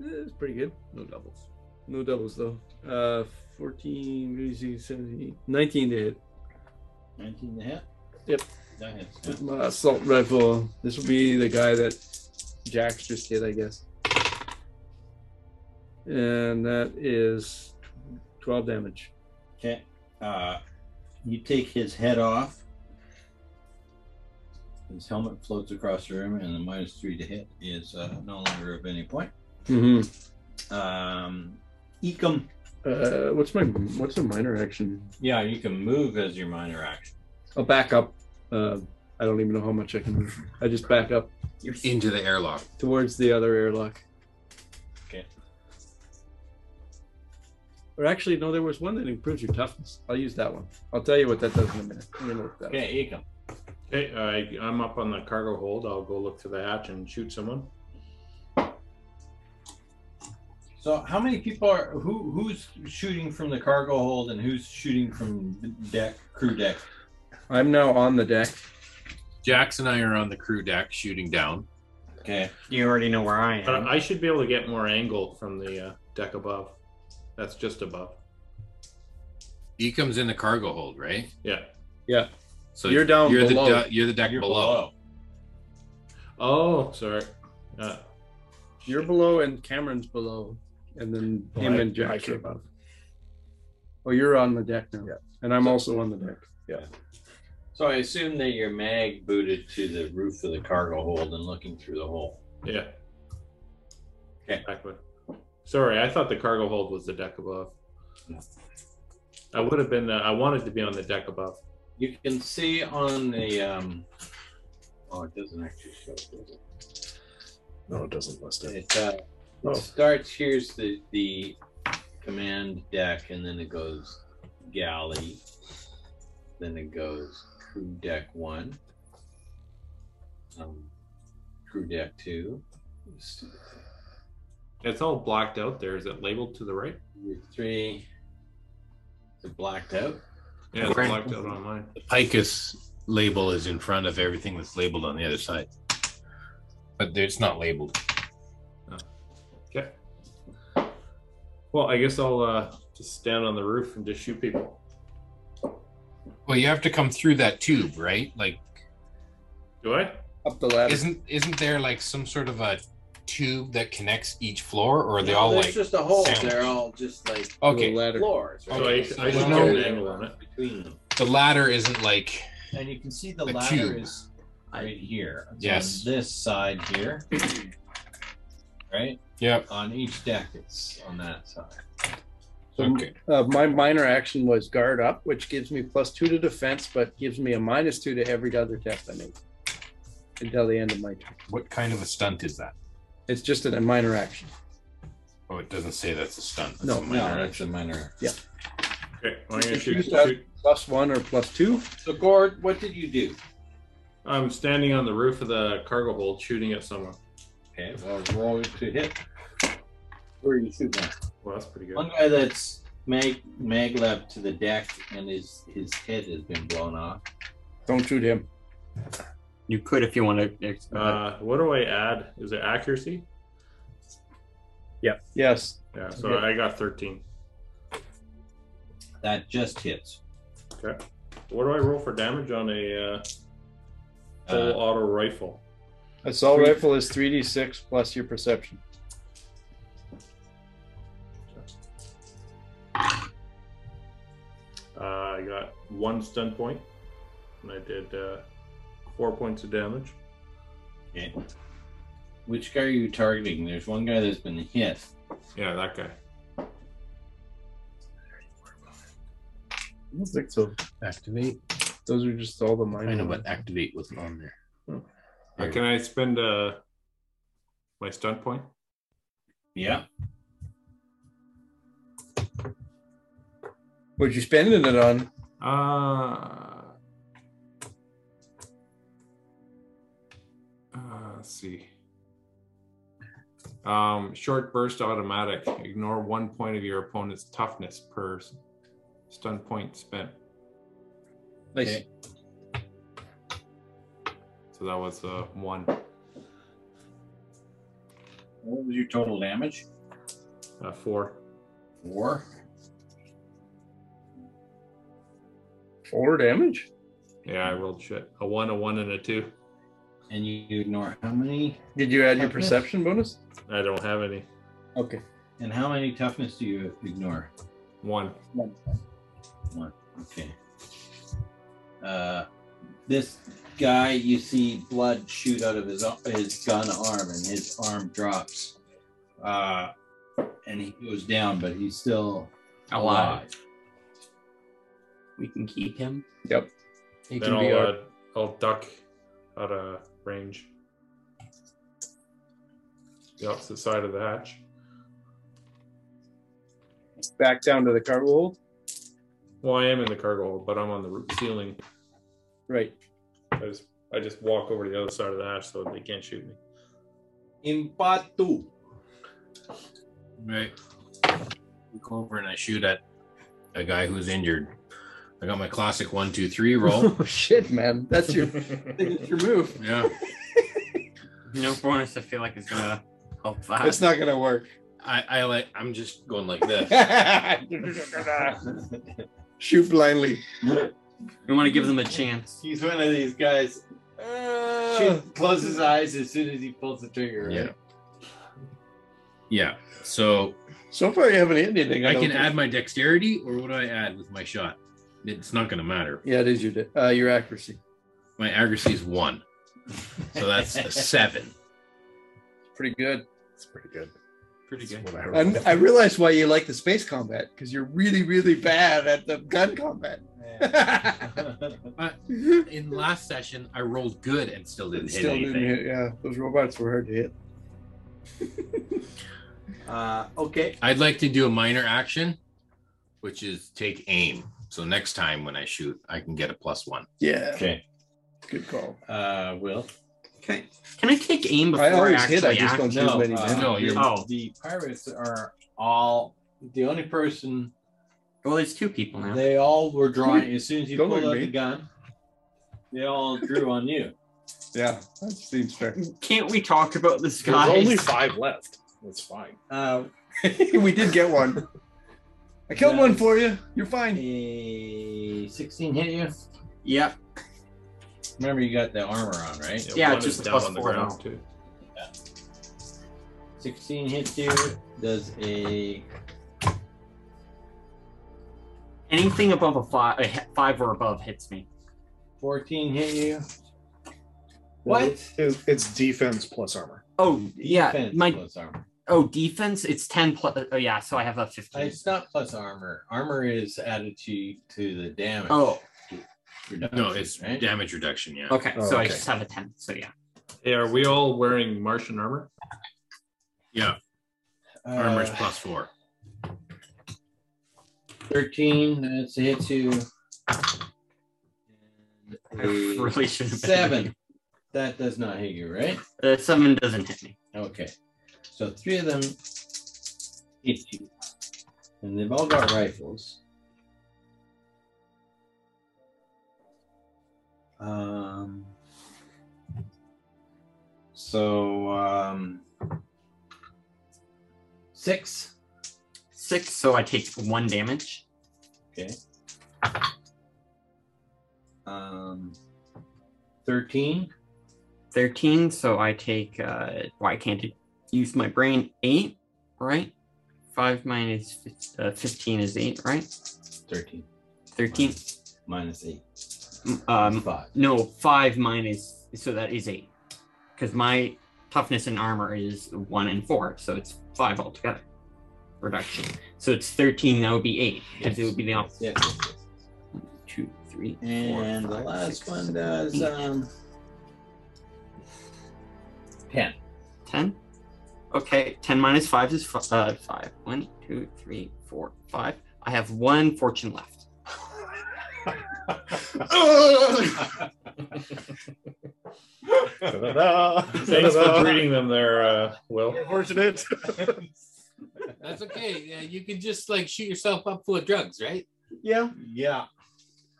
Eh, It's pretty good. No doubles. No doubles though. Uh, 14, what is he, 17, 19 to hit. 19 and a half? Yep. That hits. With my assault rifle. This will be the guy that Jack's just hit, I guess. And that is 12 damage. Okay. Uh, you take his head off. His helmet floats across the room, and the minus three to hit is uh, no longer of any point. Mm-hmm. Um, Ecom. Uh, what's my what's a minor action? Yeah, you can move as your minor action. I'll back up. Uh, I don't even know how much I can move. I just back up Into the airlock. towards the other airlock. Okay. Or actually, no, there was one that improves your toughness. I'll use that one. I'll tell you what that does in a minute. I'm gonna look that up. Okay, Ecom. Okay, I, I'm up on the cargo hold. I'll go look through the hatch and shoot someone. So, how many people are who who's shooting from the cargo hold and who's shooting from the deck crew deck? I'm now on the deck. Jax and I are on the crew deck shooting down. Okay, You already know where I am. But I should be able to get more angle from the uh, deck above. That's just above. He comes in the cargo hold, right? Yeah. So You're down You're below. the de- you're the deck below. Oh, sorry. Uh, You're below, and Cameron's below, and then him I- and I Jack are came above. Oh, you're on the deck now. Yeah. And I'm also on the deck. So I assume that your mag booted to the roof of the cargo hold and looking through the hole. yeah. Okay. Backward. Sorry, I thought the cargo hold was the deck above. I would have been. The, I wanted to be on the deck above. You can see on the um oh it doesn't actually show does it? No, it doesn't list it. It, uh, Oh. it starts here's the the command deck and then it goes galley. Then it goes crew deck one. Um, crew deck two. It's all blacked out there. Is it labeled to the right? Crew three. Is it blacked out? Yeah, it's Right. blacked out on mine. The Picus label is in front of everything that's labeled on the other side, but it's not labeled. Okay. Well, I guess I'll uh, just stand on the roof and just shoot people. Well, you have to come through that tube, right? Like, Do I? Up the ladder. isn't isn't there like some sort of a tube that connects each floor, or are they No, all there's like just a hole. sandwiched? They're all just like Okay. little floors. Okay. So there's I- no I- between them. The ladder isn't like And you can see the A ladder cube. is right here. It's Yes. On this side here. right? yep. On each deck, it's on that side. So m- Okay. uh, my minor action was guard up, which gives me plus two to defense, but gives me a minus two to every other test I make until the end of my turn. What kind of a stunt is that? It's just a minor action. Oh, it doesn't say that's a stunt. That's No, a no, minor That's a minor. Okay, I'm gonna If shoot, you start- shoot. Plus one or plus two. So, Gord, what did you do? I'm standing on the roof of the cargo hold shooting at someone. Okay, well, roll to hit. Where are you shooting at? Well, that's pretty good. One guy that's mag mag left to the deck and his his head has been blown off. Don't shoot him. You could if you want to. Uh, Uh, what do I add? Is it accuracy? Yes. Yeah, so Okay. I got 13. That just hits. Okay. What do I roll for damage on a uh, full Uh, auto rifle? Assault Three- rifle is 3d6 plus your perception. Uh, I got one stun point, and I did uh, four points of damage. Okay. Which guy are you targeting? There's one guy that's been hit. Yeah, that guy. I don't think so. Activate. Those are just all the minor. I know, but activate wasn't on there. Uh, can I spend uh, my stunt point? Yeah. What you spending it on? Uh, uh, let's see. Um, short burst automatic. Ignore one point of your opponent's toughness per s- stun point spent. Nice. Okay. So that was uh, one. What was your total damage? Uh, four. Four. Four damage? Yeah, I rolled shit. A one, a one, and a two. And you ignore how many? Did you add your Toughness. perception bonus? I don't have any. Okay. And how many toughness do you ignore? One. One. Okay. Uh, this guy, you see blood shoot out of his his gun arm, and his arm drops, uh, and he goes down, but he's still alive. We can keep him. He Then can be I'll, our uh, I'll duck out of range. The opposite side of the hatch. back down to the cargo hold. Well, I am in the cargo hold, but I'm on the roof ceiling. Right. I just I just walk over to the other side of the hatch so they can't shoot me. In Batu. Right. I go over and I shoot at a guy who's injured. I got my classic one, two, three roll. Oh shit, man. That's your that's your move. yeah. No bonus. I feel like is gonna help that. It's not gonna work. I, I like I'm just going like this. Shoot blindly. We want to give them a chance. He's one of these guys. Shoot, close his eyes as soon as he pulls the trigger. Right? Yeah. Yeah. So So far, you haven't hit anything. I don't can think. add my dexterity or what do I add with my shot? It's not gonna matter. Yeah, it is your di- uh, your accuracy. My accuracy is one. So that's a seven. Pretty good. It's pretty good. Pretty It's good. what I And rolled. I realize why you like the space combat because you're really, really bad at the gun combat. Still In last session, I rolled good and still didn't hit anything. didn't hit. Yeah, those robots were hard to hit. uh, okay. I'd like to do a minor action, which is take aim. So next time when I shoot, I can get a plus one. Yeah, Okay. good call. Uh, Will. Okay. Can I take aim before I I always actually hit. I just act? don't choose No, many. uh, No, you're- Oh. the pirates are all the only person Well, there's two people now. they all were drawing as soon as you Don't pulled look out at me. the gun. They all drew on you. yeah, that seems fair. Can't we talk about this There's guy? only five left. That's fine. Uh, we did get one. I killed Yeah. one for you. You're fine. a 16 hit you. Yep. Remember, you got the armor on, right? Yeah, one just is plus four now. too. 16 hits you. Does a Anything above a five, a five or above hits me. 14 hit you? What? It's, it's defense plus armor. Oh yeah, Defense my plus armor. oh defense. It's ten plus. Oh yeah, so I have a fifteen. It's not plus armor. Armor is added to to the damage. Oh, reduction, No, it's right? damage reduction. Yeah. okay. Oh, so I okay. just have a ten. So yeah. Hey, are we all wearing Martian armor? Armor's Uh, plus four. 13. That's a hit you. I And a really should have been- seven. That does not hit you, right? Uh, seven doesn't hit me. Okay. So three of them hit you. And they've all got rifles. Um so um six. Six. So I take one damage. Um thirteen. Thirteen. So I take. uh Why can't it use my brain? Eight. Right. Five minus fif- uh, fifteen is eight. Right. Thirteen. Thirteen. Minus eight. Um, Five. No, five minus, so that is eight. Because my toughness and armor is one and four, so it's five altogether. Reduction. So it's 13, that would be eight, because it would be the Yes, opposite. yes, yes, yes. Two, three, four, And the five, last six, one seven, does eight. um ten. 10? Okay, 10 minus 5 is f- uh, 5. One, two, three, four, five. I have one fortune left. Ta-da-da. Thanks for Ta-da-da. treating them there, uh, Will. Unfortunate. That's okay. Yeah, you can just like shoot yourself up full of drugs, right? Yeah. Yeah.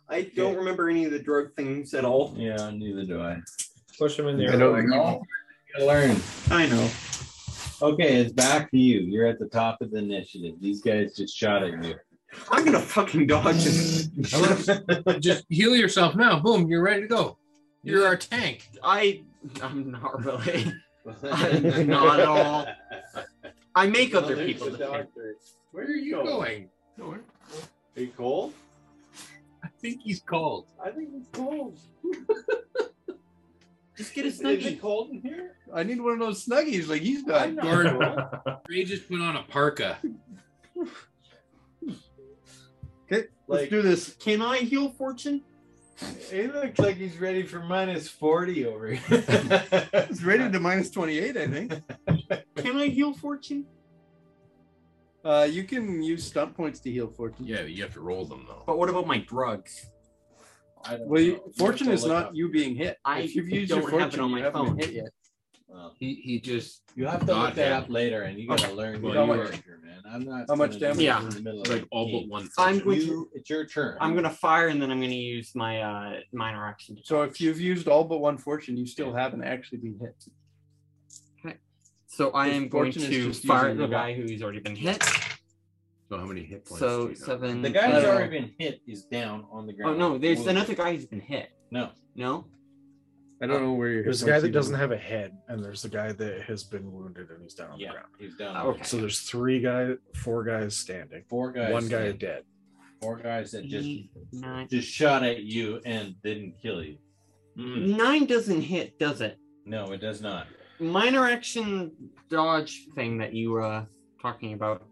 I don't remember any of the drug things at all. Yeah, neither do I. Push them in I there. don't Like, know. oh, you learn. I know. Okay, it's back to you. You're at the top of the initiative. These guys just shot at you. I'm going to fucking dodge it. just heal yourself now. Boom, you're ready to go. You're our tank. I, I'm not really. Not at all. I make other There's people the to think. doctor. Where are you You're going? going. Nowhere. Are you cold? I think he's cold. I think it's cold. Just get a Is it snuggie. cold in here? I need one of those snuggies like he's I'm got. not Gordon. cold. Ray just put on a parka. Like, do this. Can I heal Fortune? He looks like he's ready for minus 40 over here. It's rated to minus 28, I think. Can I heal Fortune? Uh, you can use stunt points to heal Fortune. Yeah, you have to roll them though. But what about my drugs? I don't Well, know. you, have Fortune to is look not up- you being hit. I if you've used don't your have it Fortune, on my you haven't phone. been hit yet. well, He he just you have to look Not that him. up later and you gotta learn Well, your you- character, man. I'm not How much gonna do damage? this Yeah. in the middle of like the all game. but one. I'm function. going to. You- it's your turn. I'm gonna fire and then I'm gonna use my uh, minor action. To So if you've used all but one Fortune, you still haven't actually been hit. so I His am going fortune is to just fire using the your guy who's already been hit. So how many hit points? do So you know? seven. the guy I who's don't already been hit is down on the Oh ground. no, there's Wounded. another guy who's been hit. No. No. I don't know where you're. There's a guy that doesn't have a head, and there's the guy that has been wounded and he's down on Yeah, the ground. he's down. Oh, okay. So there's three guys, four guys standing, Four guys. one guy dead. dead. Four guys that just Eight, nine. just shot at you and didn't kill you. Hmm. Nine doesn't hit, does it? No, it does not. Minor action dodge thing that you were uh, talking about.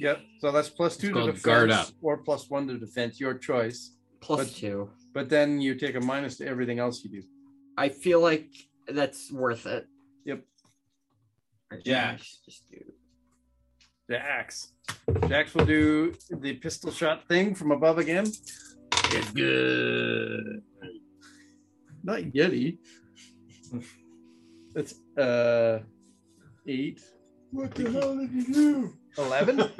Yep. So that's plus two to called defense, guard up. or plus one to defense, your choice. Plus But- two. But then you take a minus to everything else you do. I feel like that's worth it. Yep. Or Yeah. I should Just do. The axe. The axe will do the pistol shot thing from above again. It's good. Not Yeti. That's uh eight. What the hell did you do? Eleven?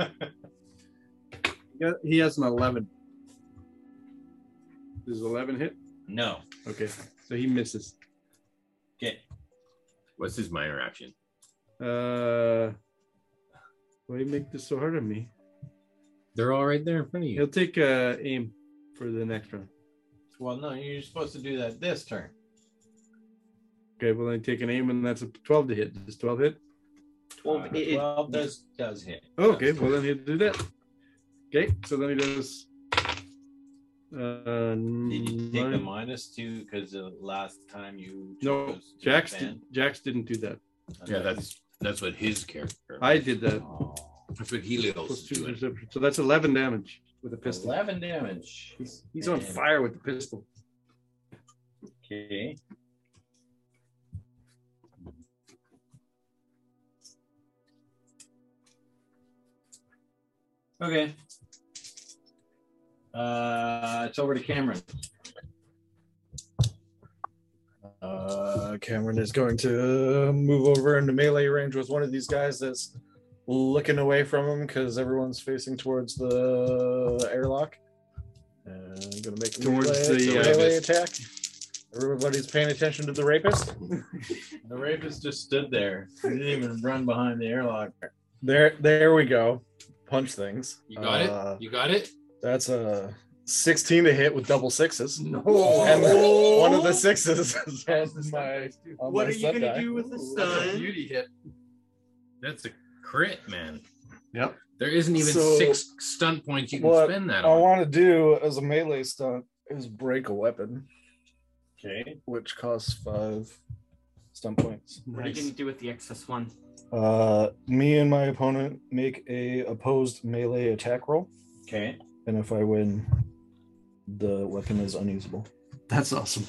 Yeah, he has an eleven. Does eleven hit? No. Okay. So he misses. Okay. What's his minor action? Uh why do you make this so hard on me? They're all right there in front of He'll take uh aim for the next round. Well, no, you're supposed to do that this turn. Okay, well then take an aim and that's a twelve to hit. Does twelve hit? Well, Uh, it- it- Twelve does does hit. Oh, Okay, well then you do that. Okay, so then he does. Uh, Did you take the nine- minus two because the last time you no, chose to Jax. Did, defend? Jax didn't do that. Yeah, that's that's what his character. I did that. Oh, That's what Helios Plus is two doing. perception. So that's eleven damage with a pistol. eleven damage. He's, Oh, he's on Man. fire with the pistol. Okay. Okay. Uh, it's over to Cameron. Uh, Cameron is going to move over into melee range with one of these guys that's looking away from him because everyone's facing towards the airlock. And I'm gonna make a Towards melee, the, uh, melee attack. Everybody's paying attention to the rapist. The rapist just stood there. He didn't even run behind the airlock. There, there we go. Punch things. You got Uh, it. You got it. That's a 16 to hit with double sixes. No. And one of the sixes is on my, on Oh, What my are you sub gonna die. do with the That's a sun? beauty hit. That's a crit, man. Yep. There isn't even So- six stunt points you can What spend that I on. want to do as a melee stunt is break a weapon, Okay. which costs five stunt points. What are you gonna do with the excess one? Uh, me and my opponent make a opposed melee attack roll, Okay. and if I win, the weapon is unusable. That's awesome.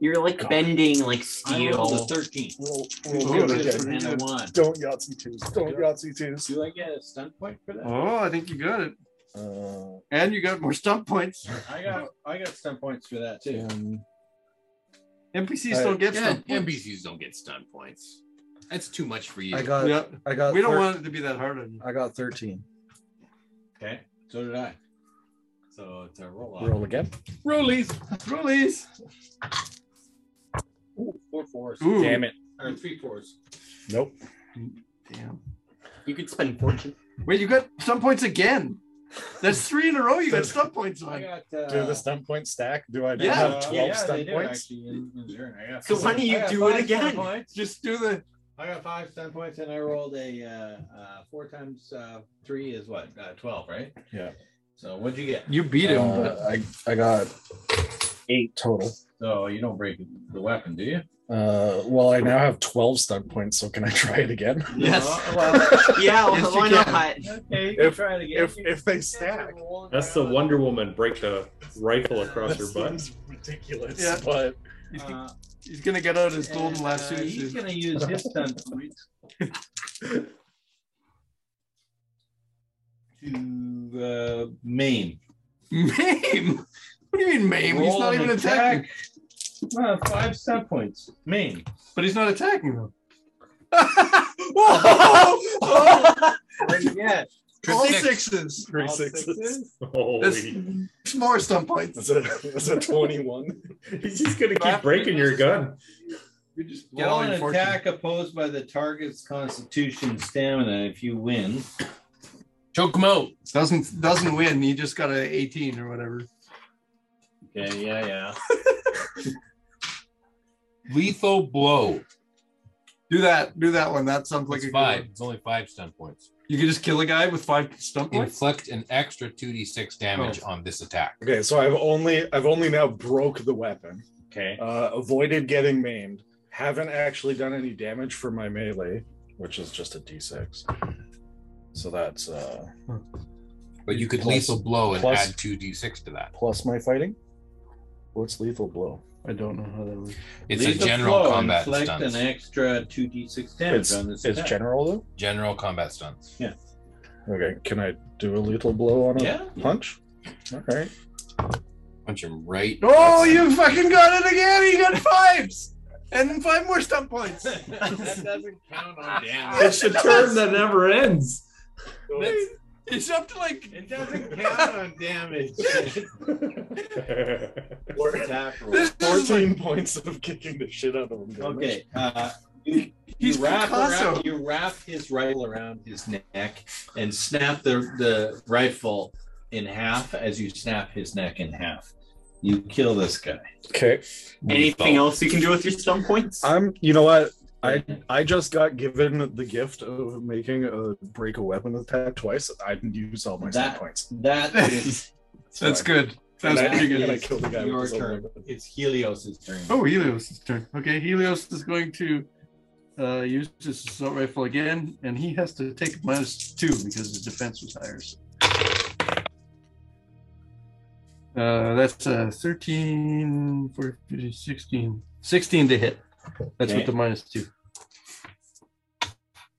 You're like bending like I rolled steel. a thirteen. Roll, roll Two again. and a one. Don't Yahtzee twos. Don't Yahtzee twos. Do I get a stunt point for that? Oh, I think you got it. Uh, And you got more stump points. I got I got stunt points for that too. and NPCs I- don't get Yeah, stump points. NPCs don't get stunt points. That's too much for you. I got. Yeah, I got. we don't thir- want it to be that hard on you. I got thirteen. Okay. So did I. So it's a roll off. Roll again. Rollies, rollies. Ooh, four fours. Ooh, it. Or three fours. Nope. Damn. You could spend fortune. Wait, you got stump points again. That's three in a row. You got stump points I on. got uh, Do the stunt point stack? Do I do Yeah. have uh, twelve yeah, they stunt do points? actually in- in there. I got So why five- don't you I got do five it stunt again? points. Just do the. I got five stunt points and I rolled a uh, uh, four times uh, three is what uh, twelve, right? Yeah. So what'd you get? You beat him, but Uh, I I got eight total. So you don't break the weapon, do you? Uh, well, I now have 12 stunt points, so can I try it again? Yes. No, well, Yeah, Yes, why you can. not? okay, you can If- try it again. If You if they guys are stack, rolling That's the around. Wonder Woman break the rifle across her This butt. seems ridiculous. Yeah. But he's, Uh, he's gonna get out his golden and, lasso. uh, He's soon. gonna use his stunt points to uh, maim. Maim. What do you mean maim? he's Roll not an even attacking. Well, five stunt points. Maim. But he's not attacking them. Whoa! What'd you get? All sixes. three All sixes. sixes? That's Holy. six more stump points. That's a, that's a 21. He's just gonna keep breaking your gun. You just Roll an attack opposed by the target's constitution stamina if you win. Choke 'em out. Doesn't doesn't win. You just got a 18 or whatever. Okay, yeah, yeah. Lethal blow. Do that. Do that one. That sounds like It's a good five. one. It's only five stunt points. You can just kill a guy with five stump points. Inflict an extra two d six damage on this attack. Okay, so I've only I've only now broke the weapon, Okay. uh, avoided getting maimed, haven't actually done any damage for my melee, which is just a d6. So that's uh, But you could Plus- lethal blow and plus- add two d six to that. plus my fighting. What's lethal blow? I don't know how that works. It's Lethal a general flow, combat inflict stunts. an extra two d six damage It's, on this it's attack. general General combat stunts. though. Okay, can I do a lethal blow on a Yeah. punch? All right. Punch him right. Oh, you fucking got it again. He got fives and then five more stump points. that doesn't count on damage. It's a turn that never ends. He's up to like It doesn't count on damage. Attack roll. this. is like- 14 points of kicking the shit out of him. damage. Okay. Uh, you, He- you he's wrap Picasso. around, you wrap his rifle around his neck and snap the, the rifle in half as you snap his neck in half. You kill this guy. Okay. Anything else you can do with your stump points? I'm you know what? I I just got given the gift of making a break a weapon attack twice. I used all my That- set points. That is That's good. That's And I- pretty and I good. killed the guy with your his own turn. weapon. It's Helios's turn. Oh, Helios' turn. Okay, Helios is going to uh, use his assault rifle again, and he has to take minus two because his defense was higher. so. Uh, that's uh, 13, 14, 16. 16 to hit. That's Okay. with the minus two.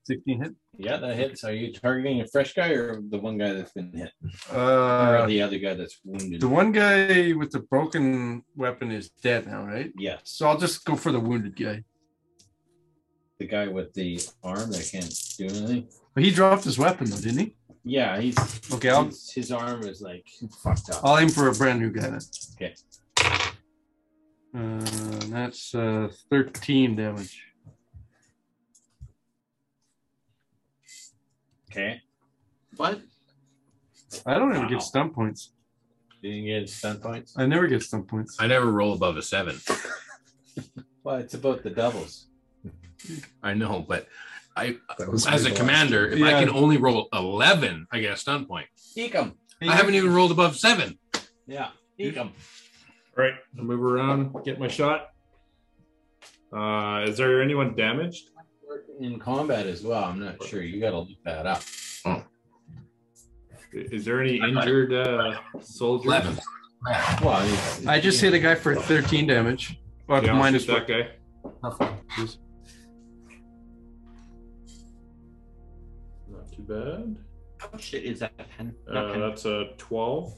16 hit. Yeah, that hits. Are you targeting a fresh guy or the one guy that's been hit? or Uh, the other guy that's wounded? the one guy with the broken weapon is dead now, right? Yes, So I'll just go for the wounded guy. the guy with the arm that can't do anything. But he dropped his weapon, though, didn't he? Yeah, he's Okay, I'll, he's- his arm is like fucked up. I'll aim for a brand new guy then. Okay. Uh, that's uh, 13 damage. Okay, What? I don't ever Wow. get stun points. you didn't get stun points. I never get stun points. I never roll above a seven. Well, it's about the doubles. I know, but I, That was as a my commander, if Yeah. I can only roll eleven, I get a stun point. Eek 'em. I haven't even rolled above seven. Yeah, eek 'em. All right, I'll move around, get my shot. Uh, is there anyone damaged? In combat as well. I'm not sure. You got to look that up. Is there any injured uh, soldiers? Eleven. Well, I, I just hit a guy for 13 damage. But Yeah, I'll minus shoot that guy. Not too bad. How shit is that pen? Not Uh, pen. that's a 12.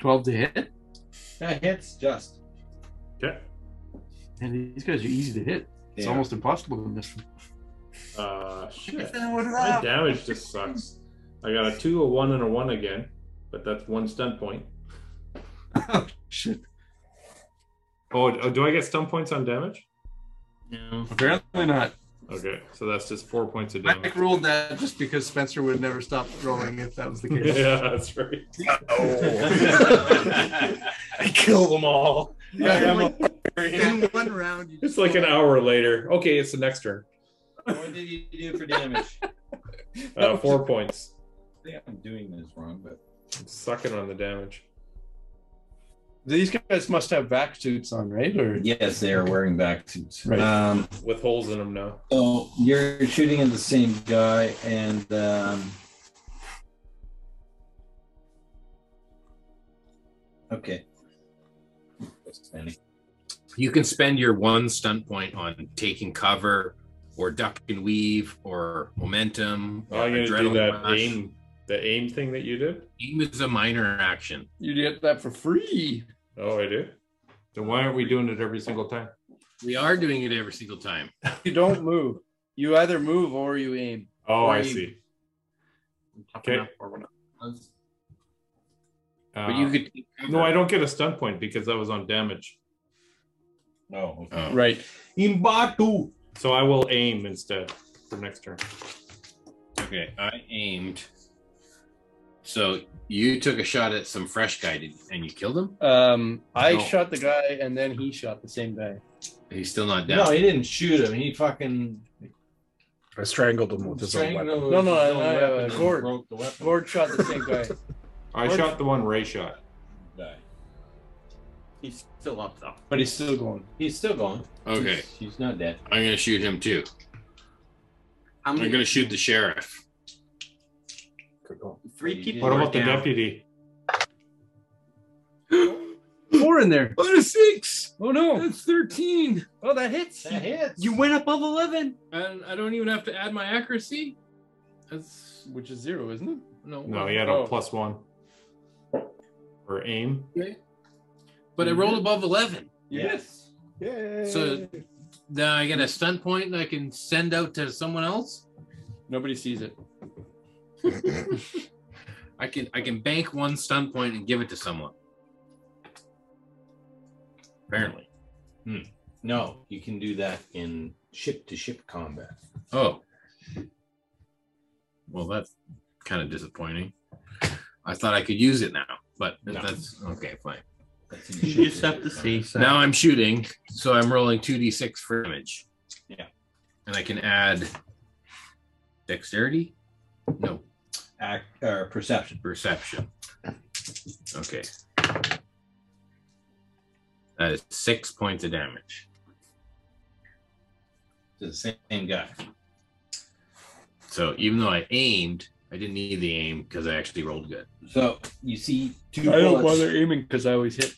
12 to hit. that hits just. Okay. And these guys are easy to hit. It's Yeah. almost impossible to miss them. Uh, shit. What My about? damage just sucks. I got a 2, a 1, and a 1 again, but that's one stun point. oh, shit. Oh, d- oh, do I get stun points on damage? No. Apparently not. Okay, so that's just 4 points of I damage. ruled that just because Spencer would never stop rolling if that was the case. yeah, that's right. Oh, I killed them all. In one round, you It's like an hour later. Okay, it's the next turn. What did you do for damage? Uh, four points. I think I'm doing this wrong, but I'm sucking on the damage. These guys must have back suits on, right? Or yes, they are wearing back suits. Right. Um, With holes in them now. so you're shooting at the same guy, and um, okay. You can spend your one stun point on taking cover, or duck and weave, or momentum. Oh, or I'm gonna do adrenaline that rush. aim, the aim thing that you did. Aim is a minor action. you get that for free. Oh, I do. Then why aren't we doing it every single time? We are doing it every single time. You don't move. You either move or you aim. Oh, Or I you- see. Toughen Okay. up or whatever. Uh, But you could. take no, I cover. don't get a stun point because that was on damage. Oh, okay. Oh. Right. Imbatu. So I will aim instead for next turn. Okay, I aimed. So you took a shot at some fresh guy, did, and you killed him. Um, I No. shot the guy, and then he shot the same guy. He's still not down. No, he didn't shoot him. He fucking I strangled him with his own strangled weapon. him with No, no, his I- own I have uh, weapon a and sword. broke the weapon. Lord shot the same guy. I Or- shot the one Ray shot. Die. He's still up though. But he's still going. He's still going. okay, He's, he's not dead. I'm gonna shoot him too. How I'm many? gonna shoot the sheriff. Three You people. What We're about the down. deputy? Four in there. What a six! Oh no! That's thirteen, Oh, that hits. That hits. You went above eleven. and I don't even have to add my accuracy. That's Which is zero, isn't it? no, No, he had Oh. a plus one. Or aim. but I rolled above eleven, Yes. Yay. so now I get a stun point that I can send out to someone else. Nobody sees it. I can I can bank one stun point and give it to someone. Apparently, No, you can do that in ship to ship combat. Oh. Well, that's kind of disappointing. I thought I could use it now, but No. that's okay, fine. That's in You ship-to-ship just have to combat. see. So. Now I'm shooting, so I'm rolling 2d6 for damage. Yeah. And I can add dexterity? No. Act or perception. Perception. Okay. That is six points of damage. To the same guy. So even though I aimed, I didn't need the aim because I actually rolled good. So you see two I don't bullets- bother aiming because I always hit.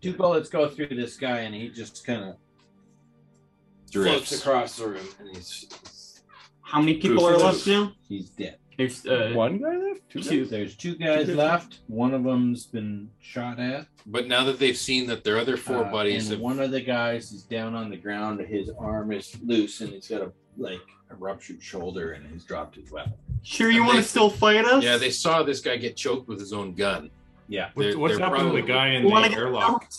two bullets go through this guy, and he just kind of Drifts. floats across the room, and he's How many people are left now? he's dead. There's uh, One guy left? Two, Two. guys? There's two guys Two. left. One of them's been shot at. But now that they've seen that their other four uh, buddies and have one of the guys is down on the ground. His arm is loose, and he's got a like a ruptured shoulder, and he's dropped his weapon. Sure, you And want to they- still fight us? Yeah, they saw this guy get choked with his own gun. Yeah. What- They're- what's they're happened to probably- the guy in We the wanna get airlock?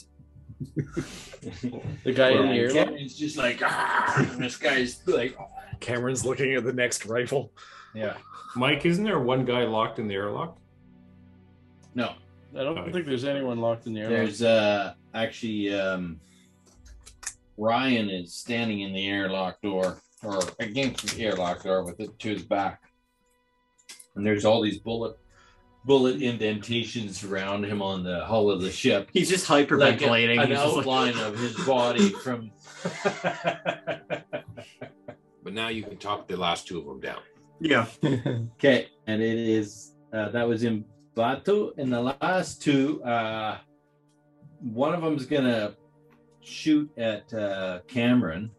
The guy in And the airlock? Cameron's just like, "Argh," and this guy's like, Cameron's looking at the next rifle. yeah, Mike, isn't there one guy locked in the airlock? no. I don't think there's anyone locked in the airlock. There's uh actually um Ryan is standing in the airlock door or against the airlock door with it to his back. And there's all these bullet bullet indentations around him on the hull of the ship. He's just Like a- hyperventilating. an He's just like- outline of his body from But now you can talk the last two of them down. yeah. Okay, and it is uh, that was in Batu. And the last two, uh, one of them's gonna shoot at uh, Cameron.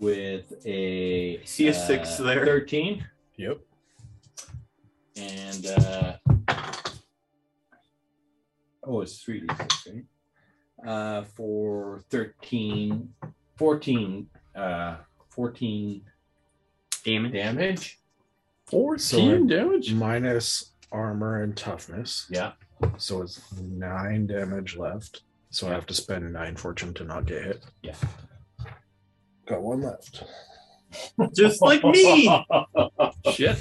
With a uh, See a six there. thirteen, Yep. and uh, oh, it's three d six, right? Uh, for 13, 14, uh, 14 Damon. damage. Fourteen damage? Minus armor and toughness. Yeah. So it's nine damage left. So I have to spend nine fortune to not get hit. Yeah. Got one left. Just like me. Shit.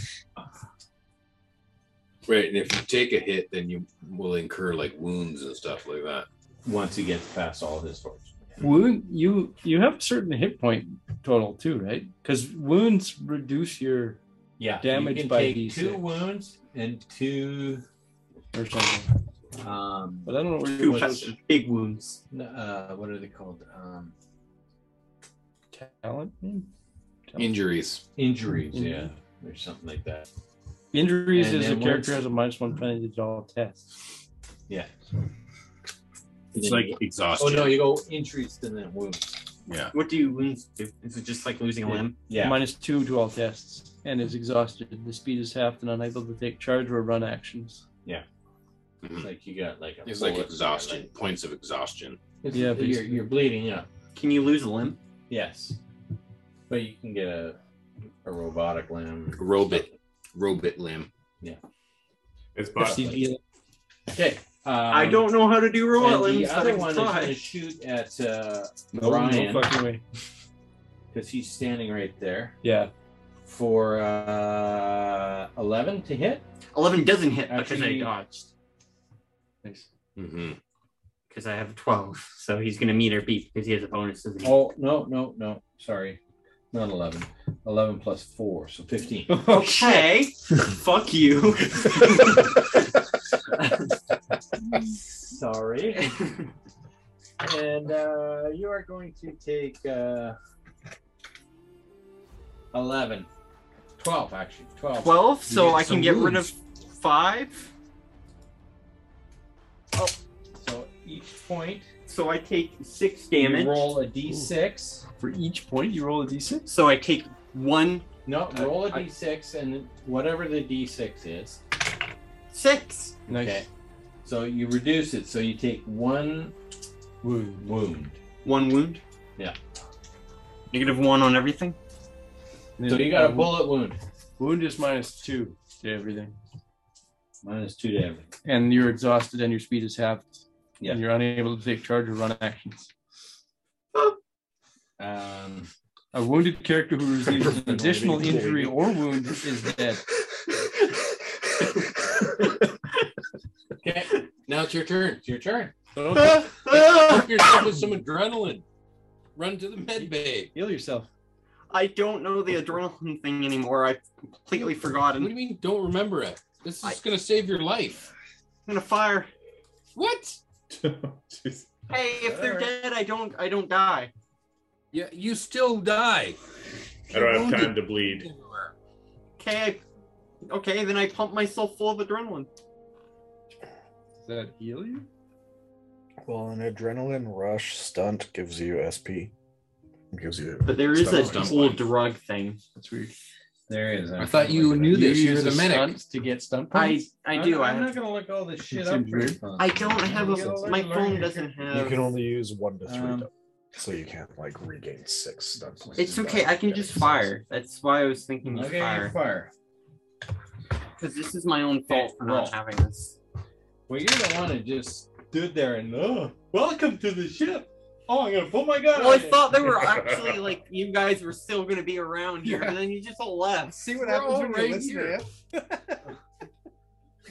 Right, and if you take a hit, then you will incur like wounds and stuff like that. Once he gets past all of his force. Wound you you have a certain hit point total too, right? Because wounds reduce your Yeah. Damage you can by take D6. two wounds and two or something. um But I don't know where Two you was big wounds. n- uh what are they called? Um talent. Hmm. Injuries. injuries, yeah. Mhm. Or something like that. Injuries And is a then character once- has a minus one penalty to all tests. Yeah. It's Then like you- exhaustion. Oh no, you go injuries and then wounds. Yeah. What do you wounds do? Is it just like losing a limb? Yeah. Minus two to all tests and is exhausted. The speed is halved and unable to take charge or run actions. It's like you got like a It's bullet like in your exhaustion, leg. points of exhaustion. It's- Yeah, you're, basically. you're bleeding up. Can you lose a limb? Yes. But you can get a a robotic limb. Robit. Robit limb. It's but CGI. Okay. Um, I don't know how to do robot and the limbs. other but I one can is going try. to shoot at uh, No, Ryan. no fucking way. because he's standing right there Yeah. for uh, 11 to hit. Eleven doesn't hit because I Actually- dodged. Mm-hmm. Because I have twelve, so he's gonna meet or beat because he has a bonus. Doesn't he? Oh, no, no, no. Sorry. Not 11. 11 plus 4, so 15. Okay. Fuck you. Sorry. and uh, you are going to take uh, 11. 12, actually. 12. Twelve, so get I can some get rid of wounds. five. So each point, So I take six you damage. roll a d6. For each point you roll a D six? So I take one No, roll a I- d6, and whatever the d6 is, six. Nice Okay. So you reduce it. So you take one wound. wound. One wound. Yeah. Negative one on everything. So you got a bullet wound. Wound is minus two to everything. Minus two to everything. And you're exhausted and your speed is halved. Yeah. And you're unable to take charge or run actions. Um, A wounded character who receives an additional injury or wound is dead. okay, Now it's your turn. it's your turn. Hook yourself with some adrenaline. Run to the med bay. Heal yourself. I don't know the adrenaline thing anymore. I've completely What do you forgotten. mean? Don't remember it. This is I- gonna save your life. I'm gonna fire. What? Jeez. Hey, if they're dead, I don't. I don't die. Yeah, you still die. I don't have time to bleed. Okay. I, okay, then I pump myself full of adrenaline. Does that heal you? Well, an adrenaline rush stunt gives you SP. Gives you. But there is a stunt. whole drug thing. That's weird. There is. I thought you knew this. You were use the medic. stunts to get stunt I points. I do. I I'm not have, gonna look all this Seems shit up. for Um, weird. you, huh? I don't have a. You're My learning phone here. doesn't You have. can only use one to three, Um, dump- so you can't like regain six stunt points. It's okay. I can just fire. That's why I was thinking just Okay, fire. fire. fire. Because this is my own fault for not Roll. having this. Well, you're the one who just stood there and oh, welcome to the ship. Oh, I'm gonna put my gun. Well, I on you." thought there were actually like you guys were still gonna be around here, Yeah. but then you just all left. See what We're happens all when right you listen here. to him.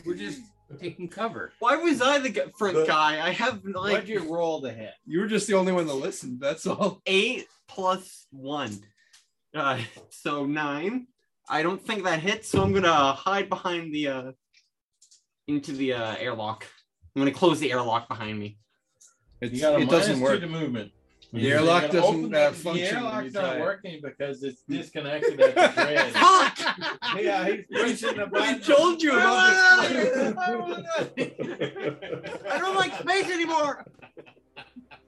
We're just taking cover. Why was I the g- front The- guy? I have Why'd like you roll the hit? You were just the only one that listened. That's all. eight plus one, uh, so nine. I don't think that hits, so I'm gonna hide behind the uh, into the uh, airlock. I'm gonna close the airlock behind me. You It's, got a it doesn't minus work. two to movement. The airlock You gotta doesn't, open uh, that- function when The airlock's you not try it. working because it's disconnected at the thread. Fuck! yeah, he's pushing the I button. told you about this. I don't like space anymore.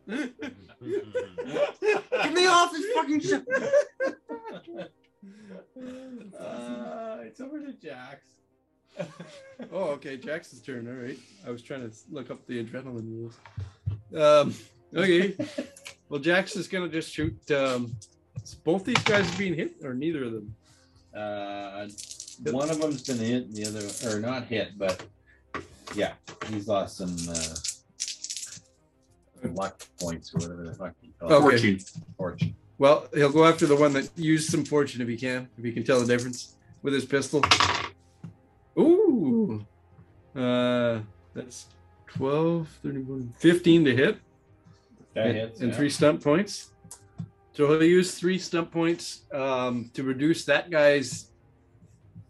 Mm-hmm. Get me off this fucking ship. Uh, it's over to Jax. Oh, okay. Jackson's turn. All right. I was trying to look up the adrenaline rules. Um, okay. Well, Jax is gonna just shoot. Um, both these guys being hit, or neither of them. Uh, one of them's been hit, the other, or not hit, but yeah, he's lost some uh, luck points or whatever the fuck you call Okay. it. Uh, Fortune. Well, he'll go after the one that used some fortune if he can, if he can tell the difference with his pistol. Ooh. Uh, that's 12, 31, 15 to hit That and, hits. and yeah. three stunt points. So he'll use three stunt points um, to reduce that guy's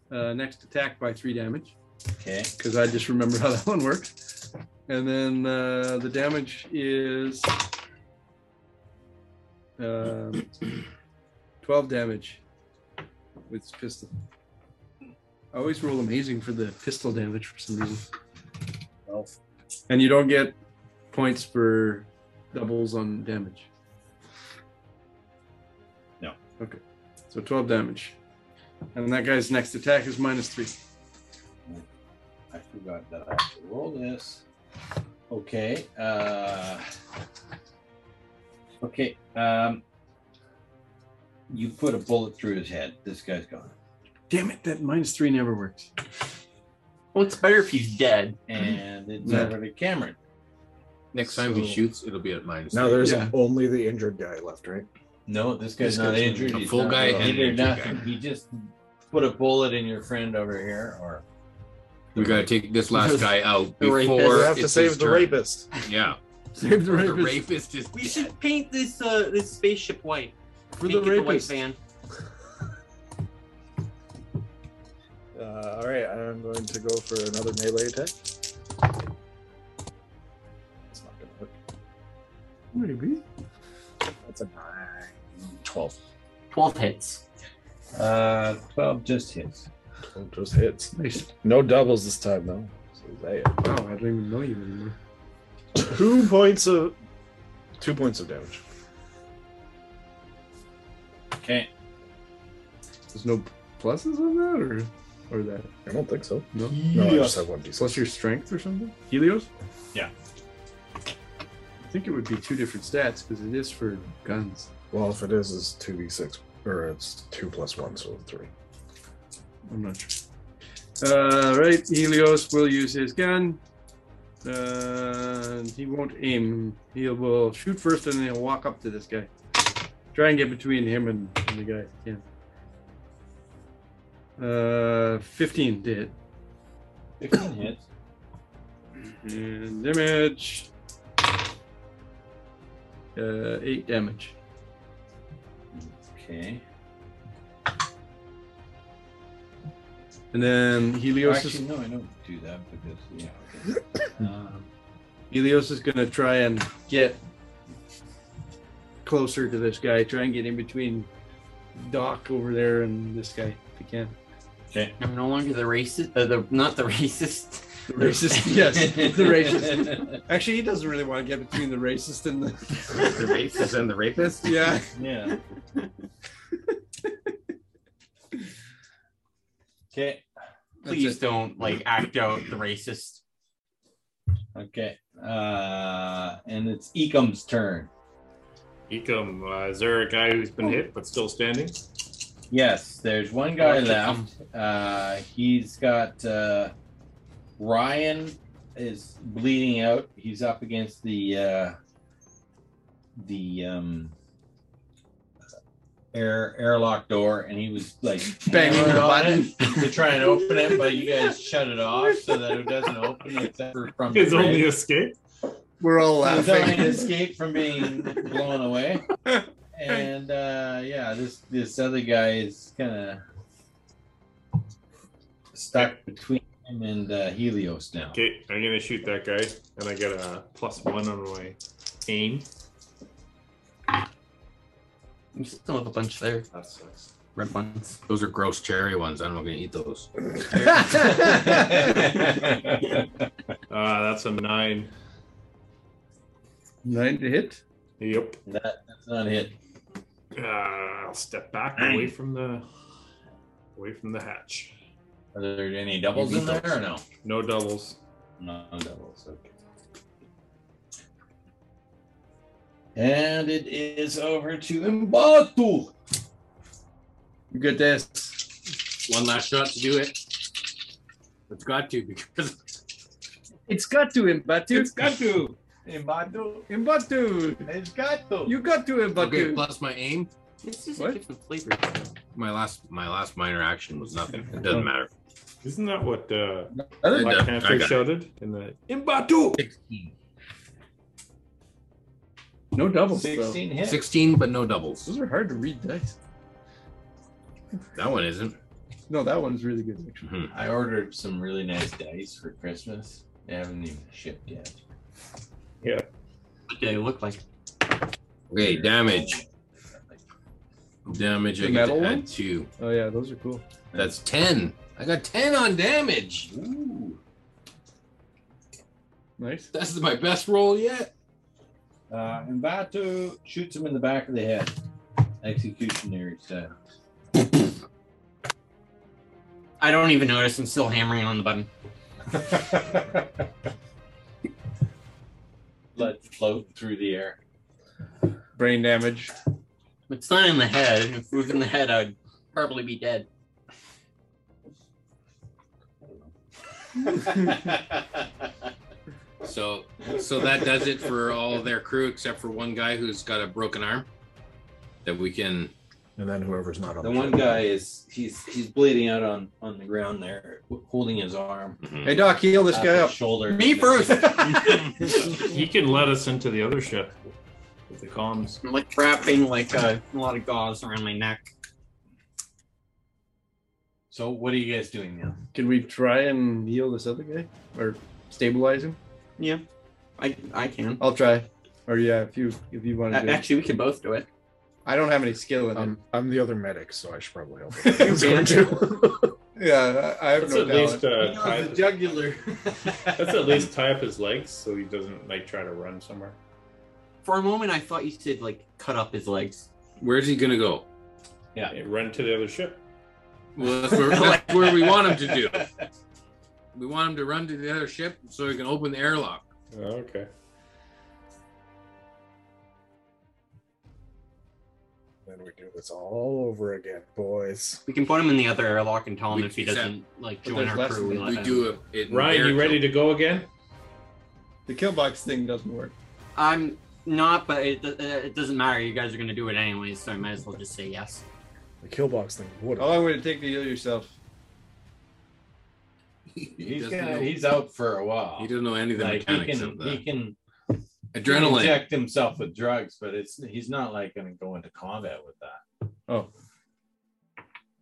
uh, next attack by three damage Okay. because I just remember how that one worked. And then uh, the damage is um, 12 damage with his pistol. I always roll amazing for the pistol damage for some reason. Twelve. And you don't get points for doubles on damage. No. Okay. So 12 damage. And that guy's next attack is minus three. I forgot that I have to roll this. Okay. Uh, okay. Um, you put a bullet through his head. This guy's gone. Damn it, that minus three never works. Well, it's better if he's dead. And it's Mm-hmm. Yeah. over to Cameron. Next time he So- shoots, it'll be at minus. Now there's Yeah. only the injured guy left, right? No, this guy's This not guy's injured. a He's full not guy broken. and He an did injured nothing. He just put a bullet in your friend over here, or We gotta take this last guy out The rapist. before We have to it's save his the turn. rapist. Yeah, Save the the rapist. rapist is. We should paint this uh this spaceship white. For Make the it white rapist. van. Uh, all right, I'm going to go for another melee attack. It's not going to work. Maybe. That's a nine. 12. Twelve hits. uh, twelve just hits. Oh, just hits. Nice. No doubles this time, though. So they Wow, Oh, I don't even know you anymore. two points of two points of damage. Okay. There's no pluses on that, or or that I don't think so. no No, I just have one d6. plus your strength or something. Helios. Yeah. I think it would be two different stats because it is for guns. Well, if it is, it's two d6, or it's two plus one, so three. I'm not sure. Uh, right, Helios will use his gun. Uh, he won't aim. He will shoot first, and then he'll walk up to this guy. Try and get between him and, and the guy. if he can. Uh, 15 to hit. Fifteen hits. And damage. uh, eight damage. Okay. And then Oh, Helios is actually, no, I don't do that because yeah. Okay. um, Helios is gonna try and get closer to this guy. Try and get in between Doc over there and this guy if he can. okay. I'm no longer the racist. Uh, the not the racist. The racist, yes, the Um, racist. Actually, he doesn't really want to get between the racist and the. The racist and the rapist. yeah. Yeah. okay. Please don't like act out the racist. Okay. Uh, and it's Ecum's turn. Ecom, uh, is there a guy who's been hit but still standing? Yes, there's one guy Electric left. Uh, he's got uh, Ryan is bleeding out. He's up against the uh, the um, air airlock door, and he was like Banging the hammering on button. it to try and open it, but you guys shut it off so that it doesn't open except for from His the only bridge. escape. We're all He's trying to laughing. escape from being blown away. And uh, yeah, this this other guy is kind of stuck between him and uh, Helios now. Okay, I'm gonna shoot that guy, and I get a plus one on my aim. You still have a bunch there. That sucks. Red ones. Those are gross cherry ones. I'm not gonna eat those. Uh, that's a nine. Nine to hit. Yep. that, that's not a hit. Uh, I'll step back away from the away from the hatch. Are there any doubles in there or no? No doubles. No doubles. Okay. And it is over to Mbatu. You got this. One last shot to do it. It's got to because It's got to him, Batu. got to. Mbatu. Imbatu. It's got to. You got to him, Batu. okay, plus my aim. This is What? a different flavor. My last my last minor action was nothing. It doesn't matter. Isn't that what uh, I Black got- I Panther got- shouted in the Imbatu? No doubles. though. 16 hits. 16, but no doubles. Those are hard to read dice. That one isn't. No, that one's really good. Actually. Mhm. I ordered some really nice dice for Christmas. They haven't even shipped yet. What do they look like? Okay, damage. Damage. The I get metal to one? add two. Oh yeah, those are cool. That's 10. I got 10 on damage. Ooh. Nice. That's my best roll yet. Uh, and Batu shoots him in the back of the head. Executionary style. I don't even notice. I'm still hammering on the button. Blood float through the air. Brain damage. It's not in the head. If it was in the head, I'd probably be dead. So so that does it for all of their crew except for one guy who's got a broken arm. That we can And then whoever's not on The one ship. guy is he's he's bleeding out on on the ground there, w- holding his arm. mhm. Hey Doc, heal this Uh, guy up. Shoulder. Me first. He can let us into the other ship with the comms. I'm like wrapping like uh, a, a lot of gauze around my neck. So what are you guys doing now? Can we try and heal this other guy or stabilize him? Yeah, I I can. I'll try. Or yeah, if you if you want to. do it. Actually, we can both do it. I don't have any skill in I'm, um, I'm the other medic, so I should probably help. it. yeah, I I have Let's no at least talent. uh, tie, jugular. let's at least tie up his legs so he doesn't like try to run somewhere. For a moment, I thought you said like cut up his legs. where's he gonna go? Yeah, run to the other ship. Well that's where, that's where we want him to do. We want him to run to the other ship so he can open the airlock. Oh, okay. then we do this all over again, boys. We can put him in the other airlock and tell him We if he can- doesn't like But join there's our less crew. We than- let We him. do it. in Ryan, air you ready kill. to go again? The kill box thing doesn't work. I'm not, but it, uh, it doesn't matter. You guys are gonna do it anyway, so I might as well just say yes. The kill box thing would How long would it take to heal yourself? He's doesn't gonna, know- he's out for a while. He doesn't know anything Like, he mechanics of can that. he can Adrenaline. Inject himself with drugs, but it's he's not like going to go into combat with that.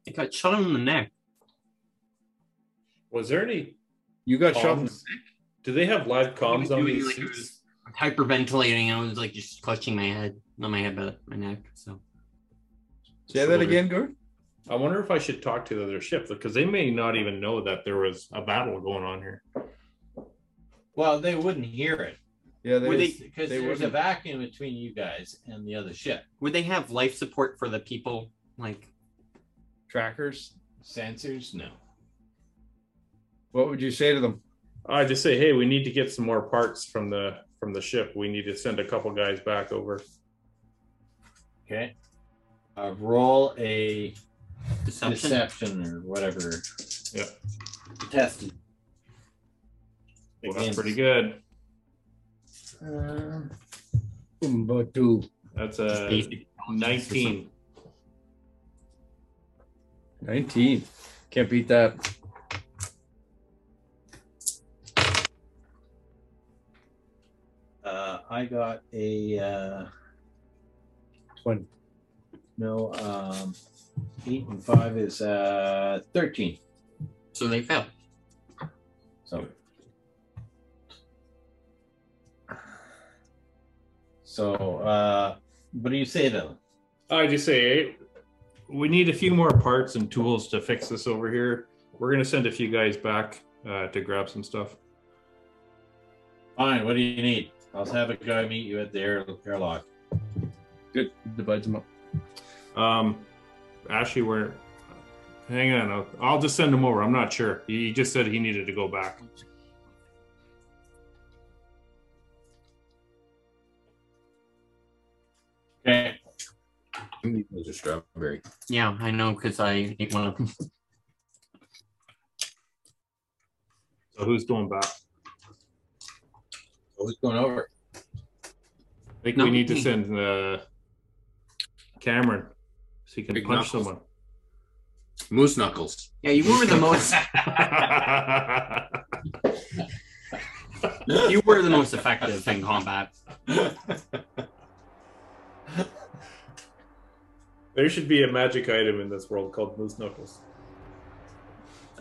I got shot in the neck. Was there any? You got shot in the Do they have live comms on these? Like, I was hyperventilating. I was like just clutching my head, not my head, but my neck. So Say that again, Gord. I wonder if I should talk to the other ship because they may not even know that there was a battle going on here. Well, they wouldn't hear it. Yeah, Were they- because they there's a wouldn't. vacuum between you guys and the other ship. would they have life support for the people? Like Trackers, sensors? No. What would you say to them? I just say, hey, we need to get some more parts from the from the ship. We need to send a couple guys back over. Okay. Uh, roll a Deception? deception, or whatever. Yeah. Tested. Well, that's pretty good. Uh, That's a basic nineteen. 19. Can't beat that. Uh, I got a uh, 20. No, um, eight and five is uh, 13. so they failed. So, so uh, what do you say to them? I just say we need a few more parts and tools to fix this over here. We're gonna send a few guys back uh, to grab some stuff. Fine, what do you need? I'll have a guy meet you at the air, airlock. Good. Divides them up. Um, actually, we're hang on. I'll, I'll just send him over. I'm not sure. He just said he needed to go back. Okay. Those are strawberry. Yeah, I know because I ate one of them. So who's going back? Who's going over? I think No. we need to send uh, Cameron so he can Big punch knuckles. someone. Moose knuckles. Yeah, you were the most. You were the most effective in combat. there should be a magic item in this world called moose knuckles.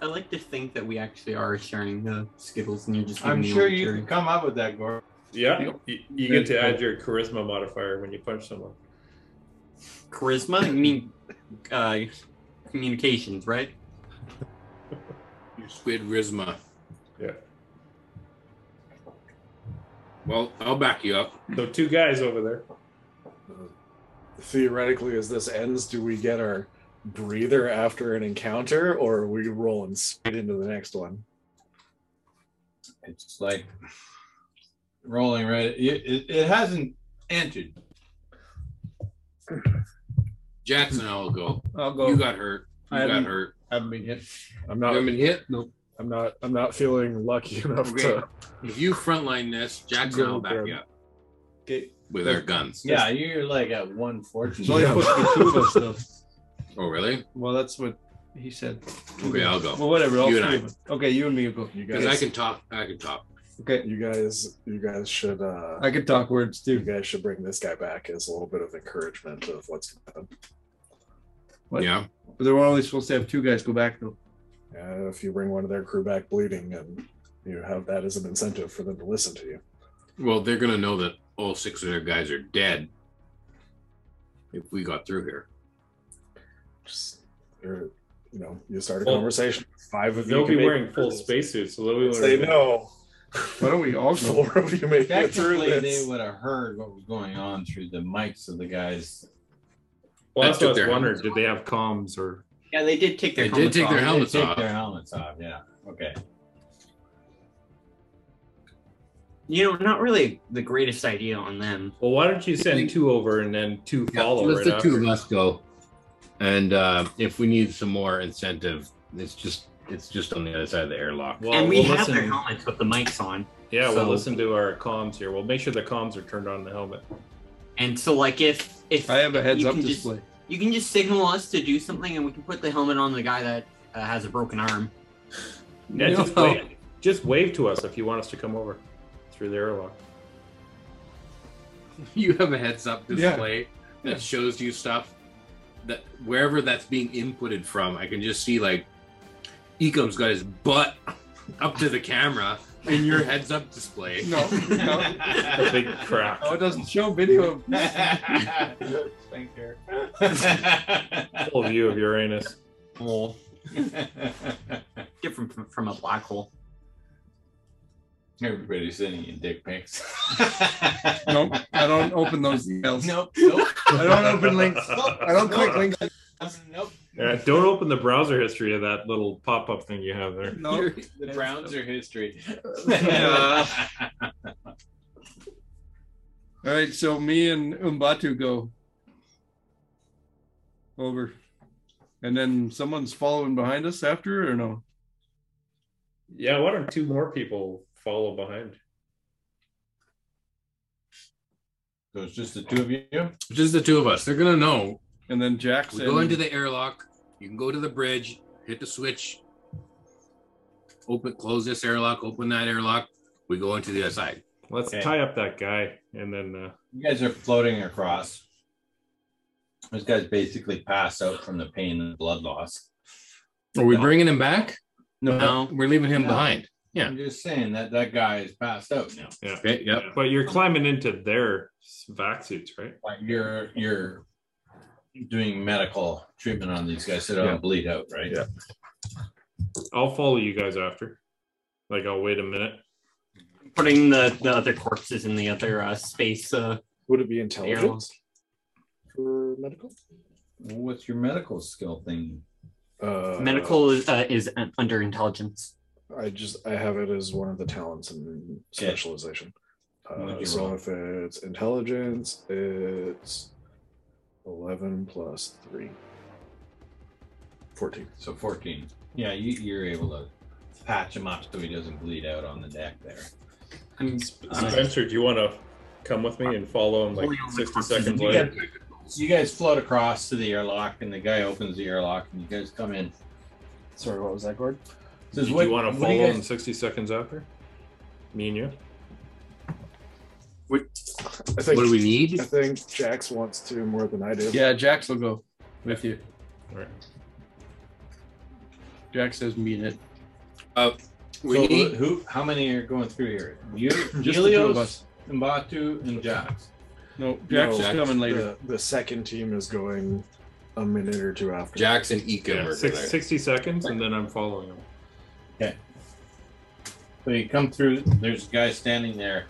I like to think that we actually are sharing the Skittles, and you're just. I'm giving me sure all the you cherry. can come up with that, Gore. Yeah, you, you get to add your charisma modifier when you punch someone. charisma. I mean, uh, communications, right? Your squid risma. Yeah. Well, I'll back you up. So two guys over there. Theoretically, as this ends, do we get our breather after an encounter, or are we rolling straight into the next one? It's like rolling right. It, it, it hasn't entered. Jackson, I'll go. I'll go. You got hurt. You I got haven't- hurt. haven't been hit. I'm You not. haven't been hit. I'm not. I'm not feeling lucky enough Okay. to. If you frontline this, Jackson, I'll back you up Okay. with our guns. Yeah, you're like at one fortune. It's only supposed to be two of us, though. Oh, really? Well, that's what he said. Okay, I'll go. Mm-hmm. Well, whatever. all You and three I. of us. Okay, you and me will go. You Because I guys. can talk. I can talk. Okay. You guys. You guys should. uh I could talk words You too. guys should bring this guy back as a little bit of encouragement of what's going on. What? Yeah. But they were only supposed to have two guys go back, though. Uh, if you bring one of their crew back bleeding, and you have that as an incentive for them to listen to you. Well, they're gonna know that all six of their guys are dead. If we got through here, Just, or, you know, you start a Well, conversation. Five of you. They'll can be make wearing it full through spacesuits, so they'll be this. They wearing- know. Why don't we all go? Four of you make it through Technically, they this. would have heard what was going on through the mics of the guys. Well, that's That took what I was their wondering. Did they have comms or? Yeah, they did take their. They did helmets take their off. hel- helmets They take off. Their helmets off. Yeah. Okay. You know, not really the greatest idea on them. Well, why don't you send two over and then two follow let right the after? two of us go. And uh, if we need some more incentive, it's just it's just on the other side of the airlock. Well, and we we'll have their listen- helmets with the mics on. Yeah, we'll so- listen to our comms here. We'll make sure the comms are turned on in the helmet. And so, like, if if I have a heads you up can just- display. you can just signal us to do something, and we can put the helmet on the guy that uh, has a broken arm. Yeah, No. just, wave, just wave to us if you want us to come over through the airlock. you have a heads up Yeah. display that shows you stuff that wherever that's being inputted from, I can just see like Ecom's got his butt up to the camera in your heads up display. No, no. A big crap. Oh, it doesn't show video. Thank you. Full view of Uranus. Hole. Different from, from a black hole. Everybody's sending you dick pics. Nope, I don't open those emails. Nope, nope. I don't open links. I don't click links. Nope. Yeah, don't open the browser history of that little pop up thing you have there. No. The Browns are history. All right, so me and Umbatu go over, and then someone's following behind us after, or no? Yeah, why don't two more people follow behind? So it's just the two of you? Just the two of us. They're gonna know. And then Jackson. We go into the airlock. You can go to the bridge, hit the switch, open, close this airlock, open that airlock. We go into the other side. Let's Okay. tie up that guy and then uh, You guys are floating across. This guy's basically passed out from the pain and blood loss. Are we bringing him back? No. we're leaving him No. behind. Yeah. I'm just saying that that guy is passed out now. yeah. Okay. Yep. But you're climbing into their vac suits, right? Like you're you're doing medical treatment on these guys so they don't Yeah. bleed out, right? Yeah. I'll follow you guys after. Like I'll wait a minute. Putting the, the other corpses in the other uh, space. Uh, Would it be airlock. intelligence for medical? What's your medical skill thing? Uh, Medical is, uh, is un- under intelligence. I just I have it as one of the talents in Okay. specialization. What'd Uh, you so roll? if it's intelligence, it's eleven plus three. 14. So 14. Yeah, you, you're able to patch him up so he doesn't bleed out on the deck there. I'm Spencer, do you want to come with me and follow him like 60 seconds You later? guys, you guys float across to the airlock, and the guy opens the airlock, and you guys come in. Sorry, what was that, Gord? Says, do "What- you want to what do follow you him guys- 60 seconds after? Me and you? I think What do we I need? think Jax wants to more than I do. Yeah, Jax will go with you. All right. Jax says, "Mean it." We so uh, need who? How many are going through here? You, Just the two of Helios, us. Mbatu, and Jax. No, Jax No, is Jax- coming later. The, the second team is going a minute or two after. Jackson Eco Yeah, yeah, six, 60 seconds and then I'm following him. So you come through. There's a guy standing there.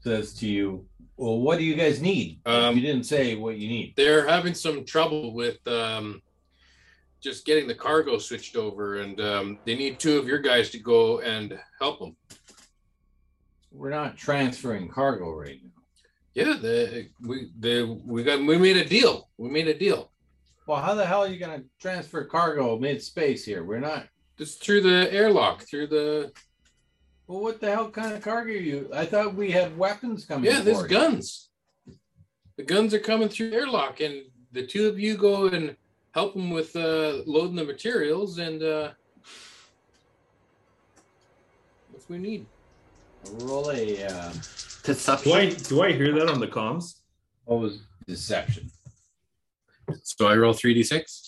Says to you, "Well, what do you guys need? Um, you didn't say what you need." They're having some trouble with um, just getting the cargo switched over, and um, they need two of your guys to go and help them. We're not transferring cargo right now. Yeah, the, we the, we got we made a deal. We made a deal. Well, how the hell are you going to transfer cargo mid space here? We're not Just through the airlock, through the Well, what the hell kind of cargo are you? I thought we had weapons coming. yeah. There's for you. guns. The guns are coming through the airlock, and the two of you go and help them with uh, loading the materials and uh, what we need. Roll a. Uh, Do I, Deception. do I hear that on the comms? what was deception? So I roll three d six.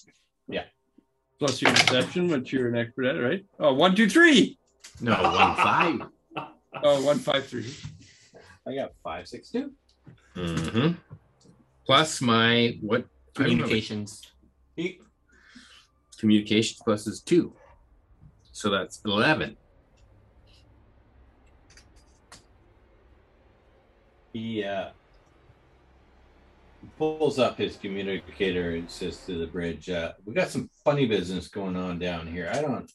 Plus your deception, which you're an expert at, right? Oh, one, two, three. No one five. Oh, one, five, three. I got five, six, two. Mm-hmm. Plus my what? I don't know, Communications. communications plus is two, so that's eleven. He uh, pulls up his communicator and says to the bridge, uh, "We got some funny business going on down here. I don't.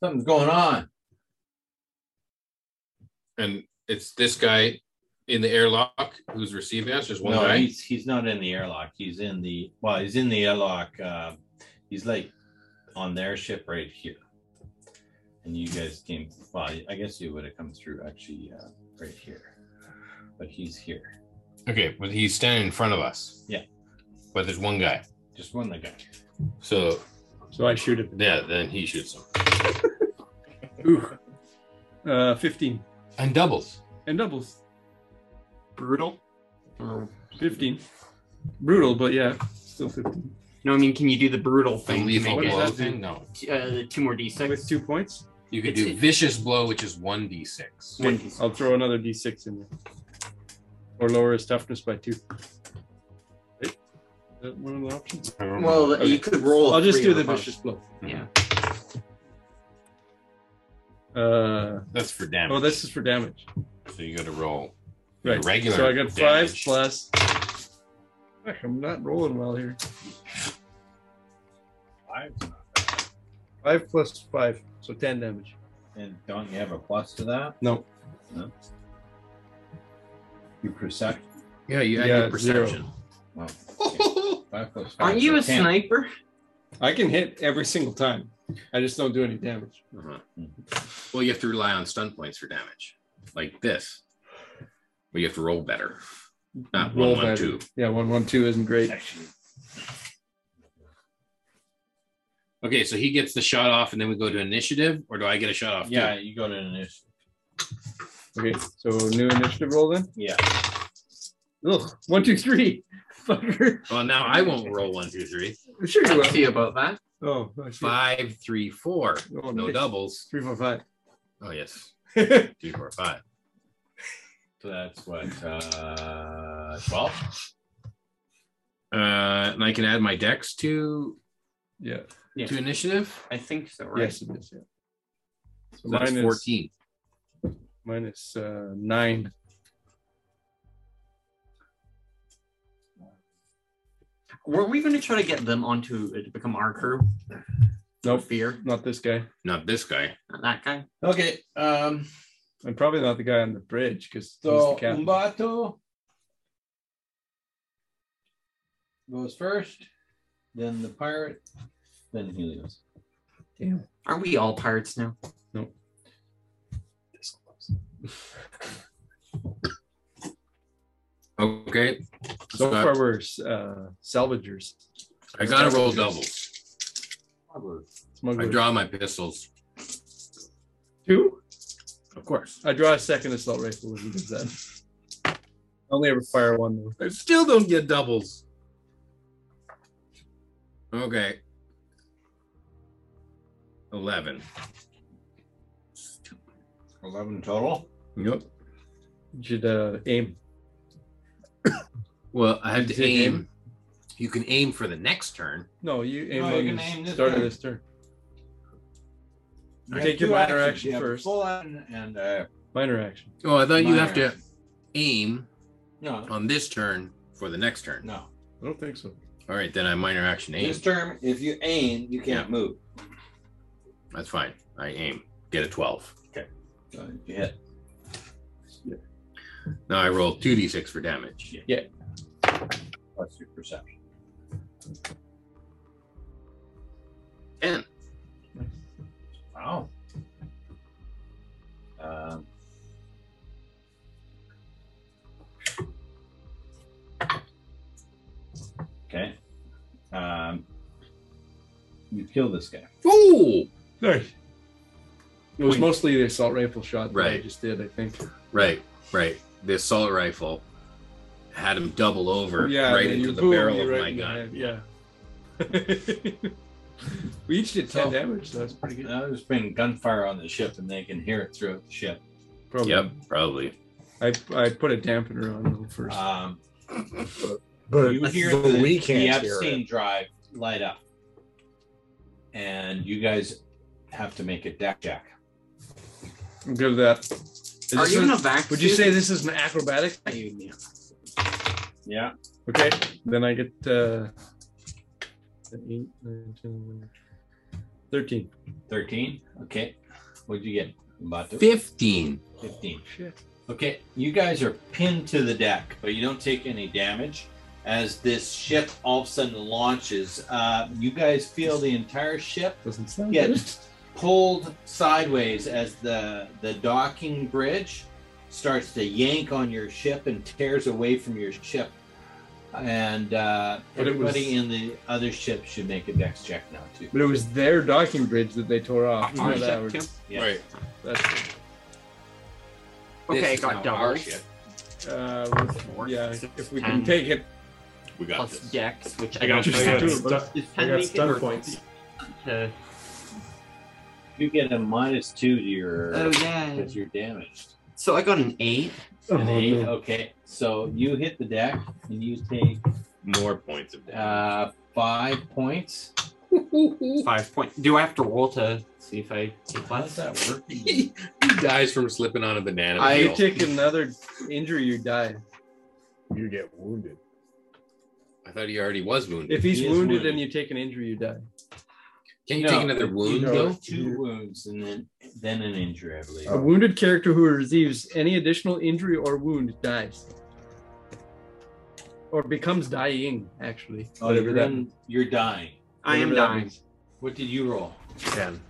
Something's going on." And it's this guy in the airlock who's receiving us. There's one no, guy. he's he's not in the airlock. He's in the well. He's in the airlock. Uh, he's like on their ship right here. And you guys came. Well, I guess you would have come through actually uh, right here, but he's here. Okay, but he's standing in front of us. Yeah. But there's one guy. Just one guy. So So I shoot him. yeah, then he shoots him Ooh, uh, fifteen and doubles. and doubles. brutal? Or 15. Brutal, but yeah, still 15. No, I mean, can you do the brutal thing to lethal make it- blow What does that do? thing? No. Uh, two more d6. With two points? You could It's- do vicious blow, which is one d six. I'll throw another d6 in there. Or lower his toughness by two. Right? Is that one of the options? Well, Okay. you could roll. a I'll just three do or the above. vicious blow. Yeah. Uh, That's oh, for damage. this is for damage. So you got to roll. your Right. Regular. so I got five damage. plus. Fuck, I'm not rolling well here. Five. Five plus five, so ten damage. And don't you have a plus to that? No. No. Your perception. Yeah, you add Yeah, your perception. Wow. Okay. Five plus five, Aren't you a so ten. sniper? I can hit every single time. I just don't do any damage. Uh-huh. Well, you have to rely on stun points for damage, like this. But you have to roll better. Not Roll one one better. two. Yeah, one one two isn't great. Actually, Okay, so he gets the shot off, and then we go to initiative, or do I get a shot off? too? Yeah, you go to initiative. Okay, so new initiative roll then. Yeah. Ugh, one two three, fucker. Well, now I won't roll one, two, three. Sure you I'll will. see about that. Oh, I see. Five, three, four. Oh, No nice. doubles. Three four five. Oh yes, three, four, five. So that's what, uh, 12? Uh, and I can add my dex to yeah. Yeah. to initiative. I think so, right? Yes, it is. Yeah. So So that's mine is- fourteen. minus uh, nine. Were we going to try to get them onto uh, to become our crew? No Nope. fear. Not this guy, Not this guy. Not that guy. Okay. Um, and probably not the guy on the bridge because so he's the captain. Umbato goes first, then the pirate, then Helios. Are we all pirates now? Okay, mm, so far, we're uh, salvagers, I gotta roll doubles. I smugglers. draw my pistols. two. Of course. I draw a second assault rifle if he does that. I only ever fire one though. I still don't get doubles. Okay. 11. 11 total. Yep. You should uh, aim. Well, I have Did to you aim. aim? You can aim for the next turn. No, you aim. No, on you can the aim this start of turn. this turn. You have Take your two minor actions. action You have first. Full action and uh, Minor action. Oh, I thought you minor have to action. aim No, on this turn for the next turn. no. I don't think so. All right, then I minor action aim. This term, if you aim, you can't move. That's fine. I aim. Get a 12. So if you hit. Now I roll 2d6 for damage. Plus your perception. 10. Wow. Um, okay. Um, you kill this guy. Ooh! Nice. It was Wait. mostly the assault rifle shot that I Right. just did, I think. Right, right. The assault rifle had him double over Yeah, right then into you the boom, barrel you of right my in the gun. head, Yeah. we each did 10 So- damage, so that's pretty good. Now there's been gunfire on the ship, and they can hear it throughout the ship. Probably. Yep, probably. I, I put a dampener on them first. Um, But you hear but the, we the can't hear Epstein it. drive light up, and you guys have to make a deck check. I'm good at that. Is Are this you an- in a vacuum? would you say this is an acrobatic? Yeah. Okay, then I get uh, an eight, nine, 10, 11, 13. Thirteen. Okay. What'd you get? About 15. fifteen. Shit. Okay. You guys are pinned to the deck, but you don't take any damage. As this ship all of a sudden launches, uh, you guys feel the entire ship Doesn't sound Yeah. good. Mm-hmm. pulled sideways as the the docking bridge starts to yank on your ship and tears away from your ship. And uh, But it was- everybody in the other ship should make a dex check now too. But it was their docking bridge that they tore off. Our not ship ours. too? Yeah. Right. That's- Okay, This is got now our doubles. ship. Uh, with- yeah, if we can ten. take it. We got plus this. Dex, which I, I got- don't I have. got Does stuck- 10 I got make it, stun or points. to- You get a minus two to your Oh, yeah. because you're damaged. So I got an eight. Oh, An eight. Okay, so you hit the deck and you take More points of damage. uh, five points. Five point. Do I have to roll to see if I take How does less? that work? he dies from slipping on a banana If you peel. take another injury, you die. You get wounded. I thought he already was wounded. If he's He is wounded, wounded. and you take an injury, you die. Can you No, take another wound You though? took two wounds and then then an injury, I believe. A wounded character who receives any additional injury or wound dies. Or becomes dying, actually. Oh, whatever you're, that in- you're dying. I am whatever that dying. means. What did you roll? Ten.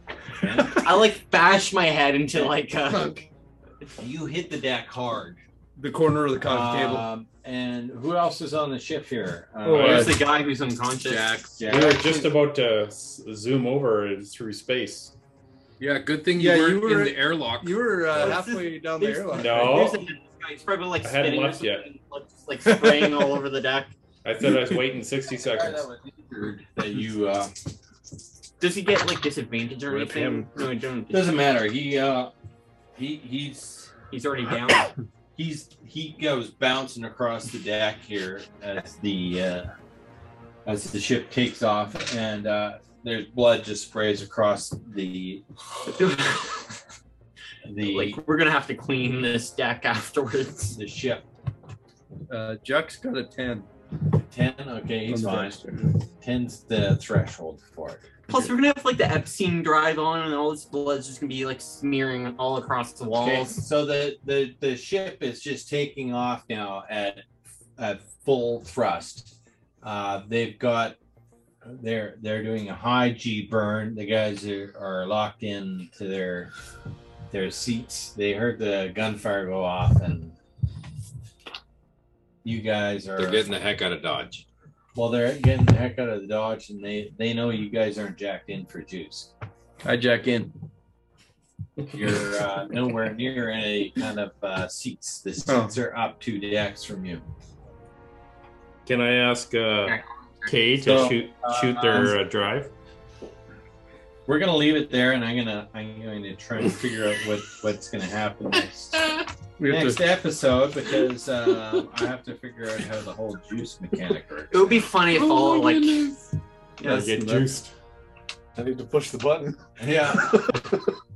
Ken? I like bash my head into like a. you hit the deck hard. The corner of the coffee table. Um, and who else is on the ship here? Uh, Oh, There's uh, the guy who's unconscious. Jack. Jack. We were just about to s- zoom over through space. Yeah, good thing you Yeah, weren't you were- in the airlock. You were uh, There's- halfway down the there's- airlock. No. There's a guy. He's probably like I hadn't spinning or left yet. something, like, Just like spraying all over the deck. I said I was waiting the 60 guy seconds. That was injured that you uh, Does he get like disadvantage or Rip anything? him. No, I don't. doesn't matter. He uh, he he's He's already down. he's he goes bouncing across the deck here as the uh, as the ship takes off and uh, there's blood just sprays across the the like we're gonna have to clean this deck afterwards. the ship. Uh, Jack's got a 10. Ten. Okay, he's On the fine. deck. Ten's the threshold for it. Plus, we're gonna have like the Epstein drive on, and all this blood's just gonna be like smearing all across the Okay, walls. so the, the the ship is just taking off now at at full thrust. Uh, they've got they're they're doing a high G burn. The guys are, are locked in to their their seats. They heard the gunfire go off, and you guys are They're getting the heck out of Dodge. well. They're getting the heck out of the dodge, and they they know you guys aren't jacked in for juice. I jack in. You're uh, nowhere near any kind of uh, seats. The seats are up two decks from you. Can I ask uh, Kay to So, shoot shoot their uh, drive? We're gonna leave it there, and I'm gonna I'm going to try and figure out what what's gonna happen next We have next to, episode because uh, I have to figure out how the whole juice mechanic works. It would be funny if all like Or get juiced? I need to push the button. Yeah,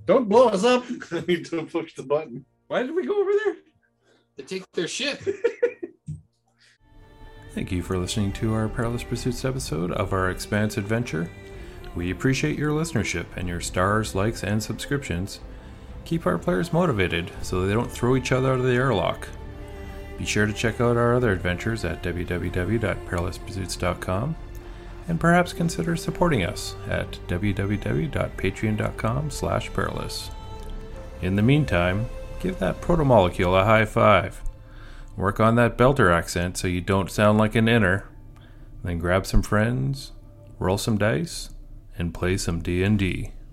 don't blow us up. I need to push the button. Why did we go over there? They take their ship. Thank you for listening to our Perilous Pursuits episode of our Expanse Adventure. We appreciate your listenership and your stars, likes, and subscriptions. Keep our players motivated so they don't throw each other out of the airlock. Be sure to check out our other adventures at www.perilouspursuits.com and perhaps consider supporting us at www.patreon.com slash perilous. In the meantime, give that protomolecule a high five. Work on that belter accent so you don't sound like an inner. Then grab some friends, roll some dice, and play some D&D.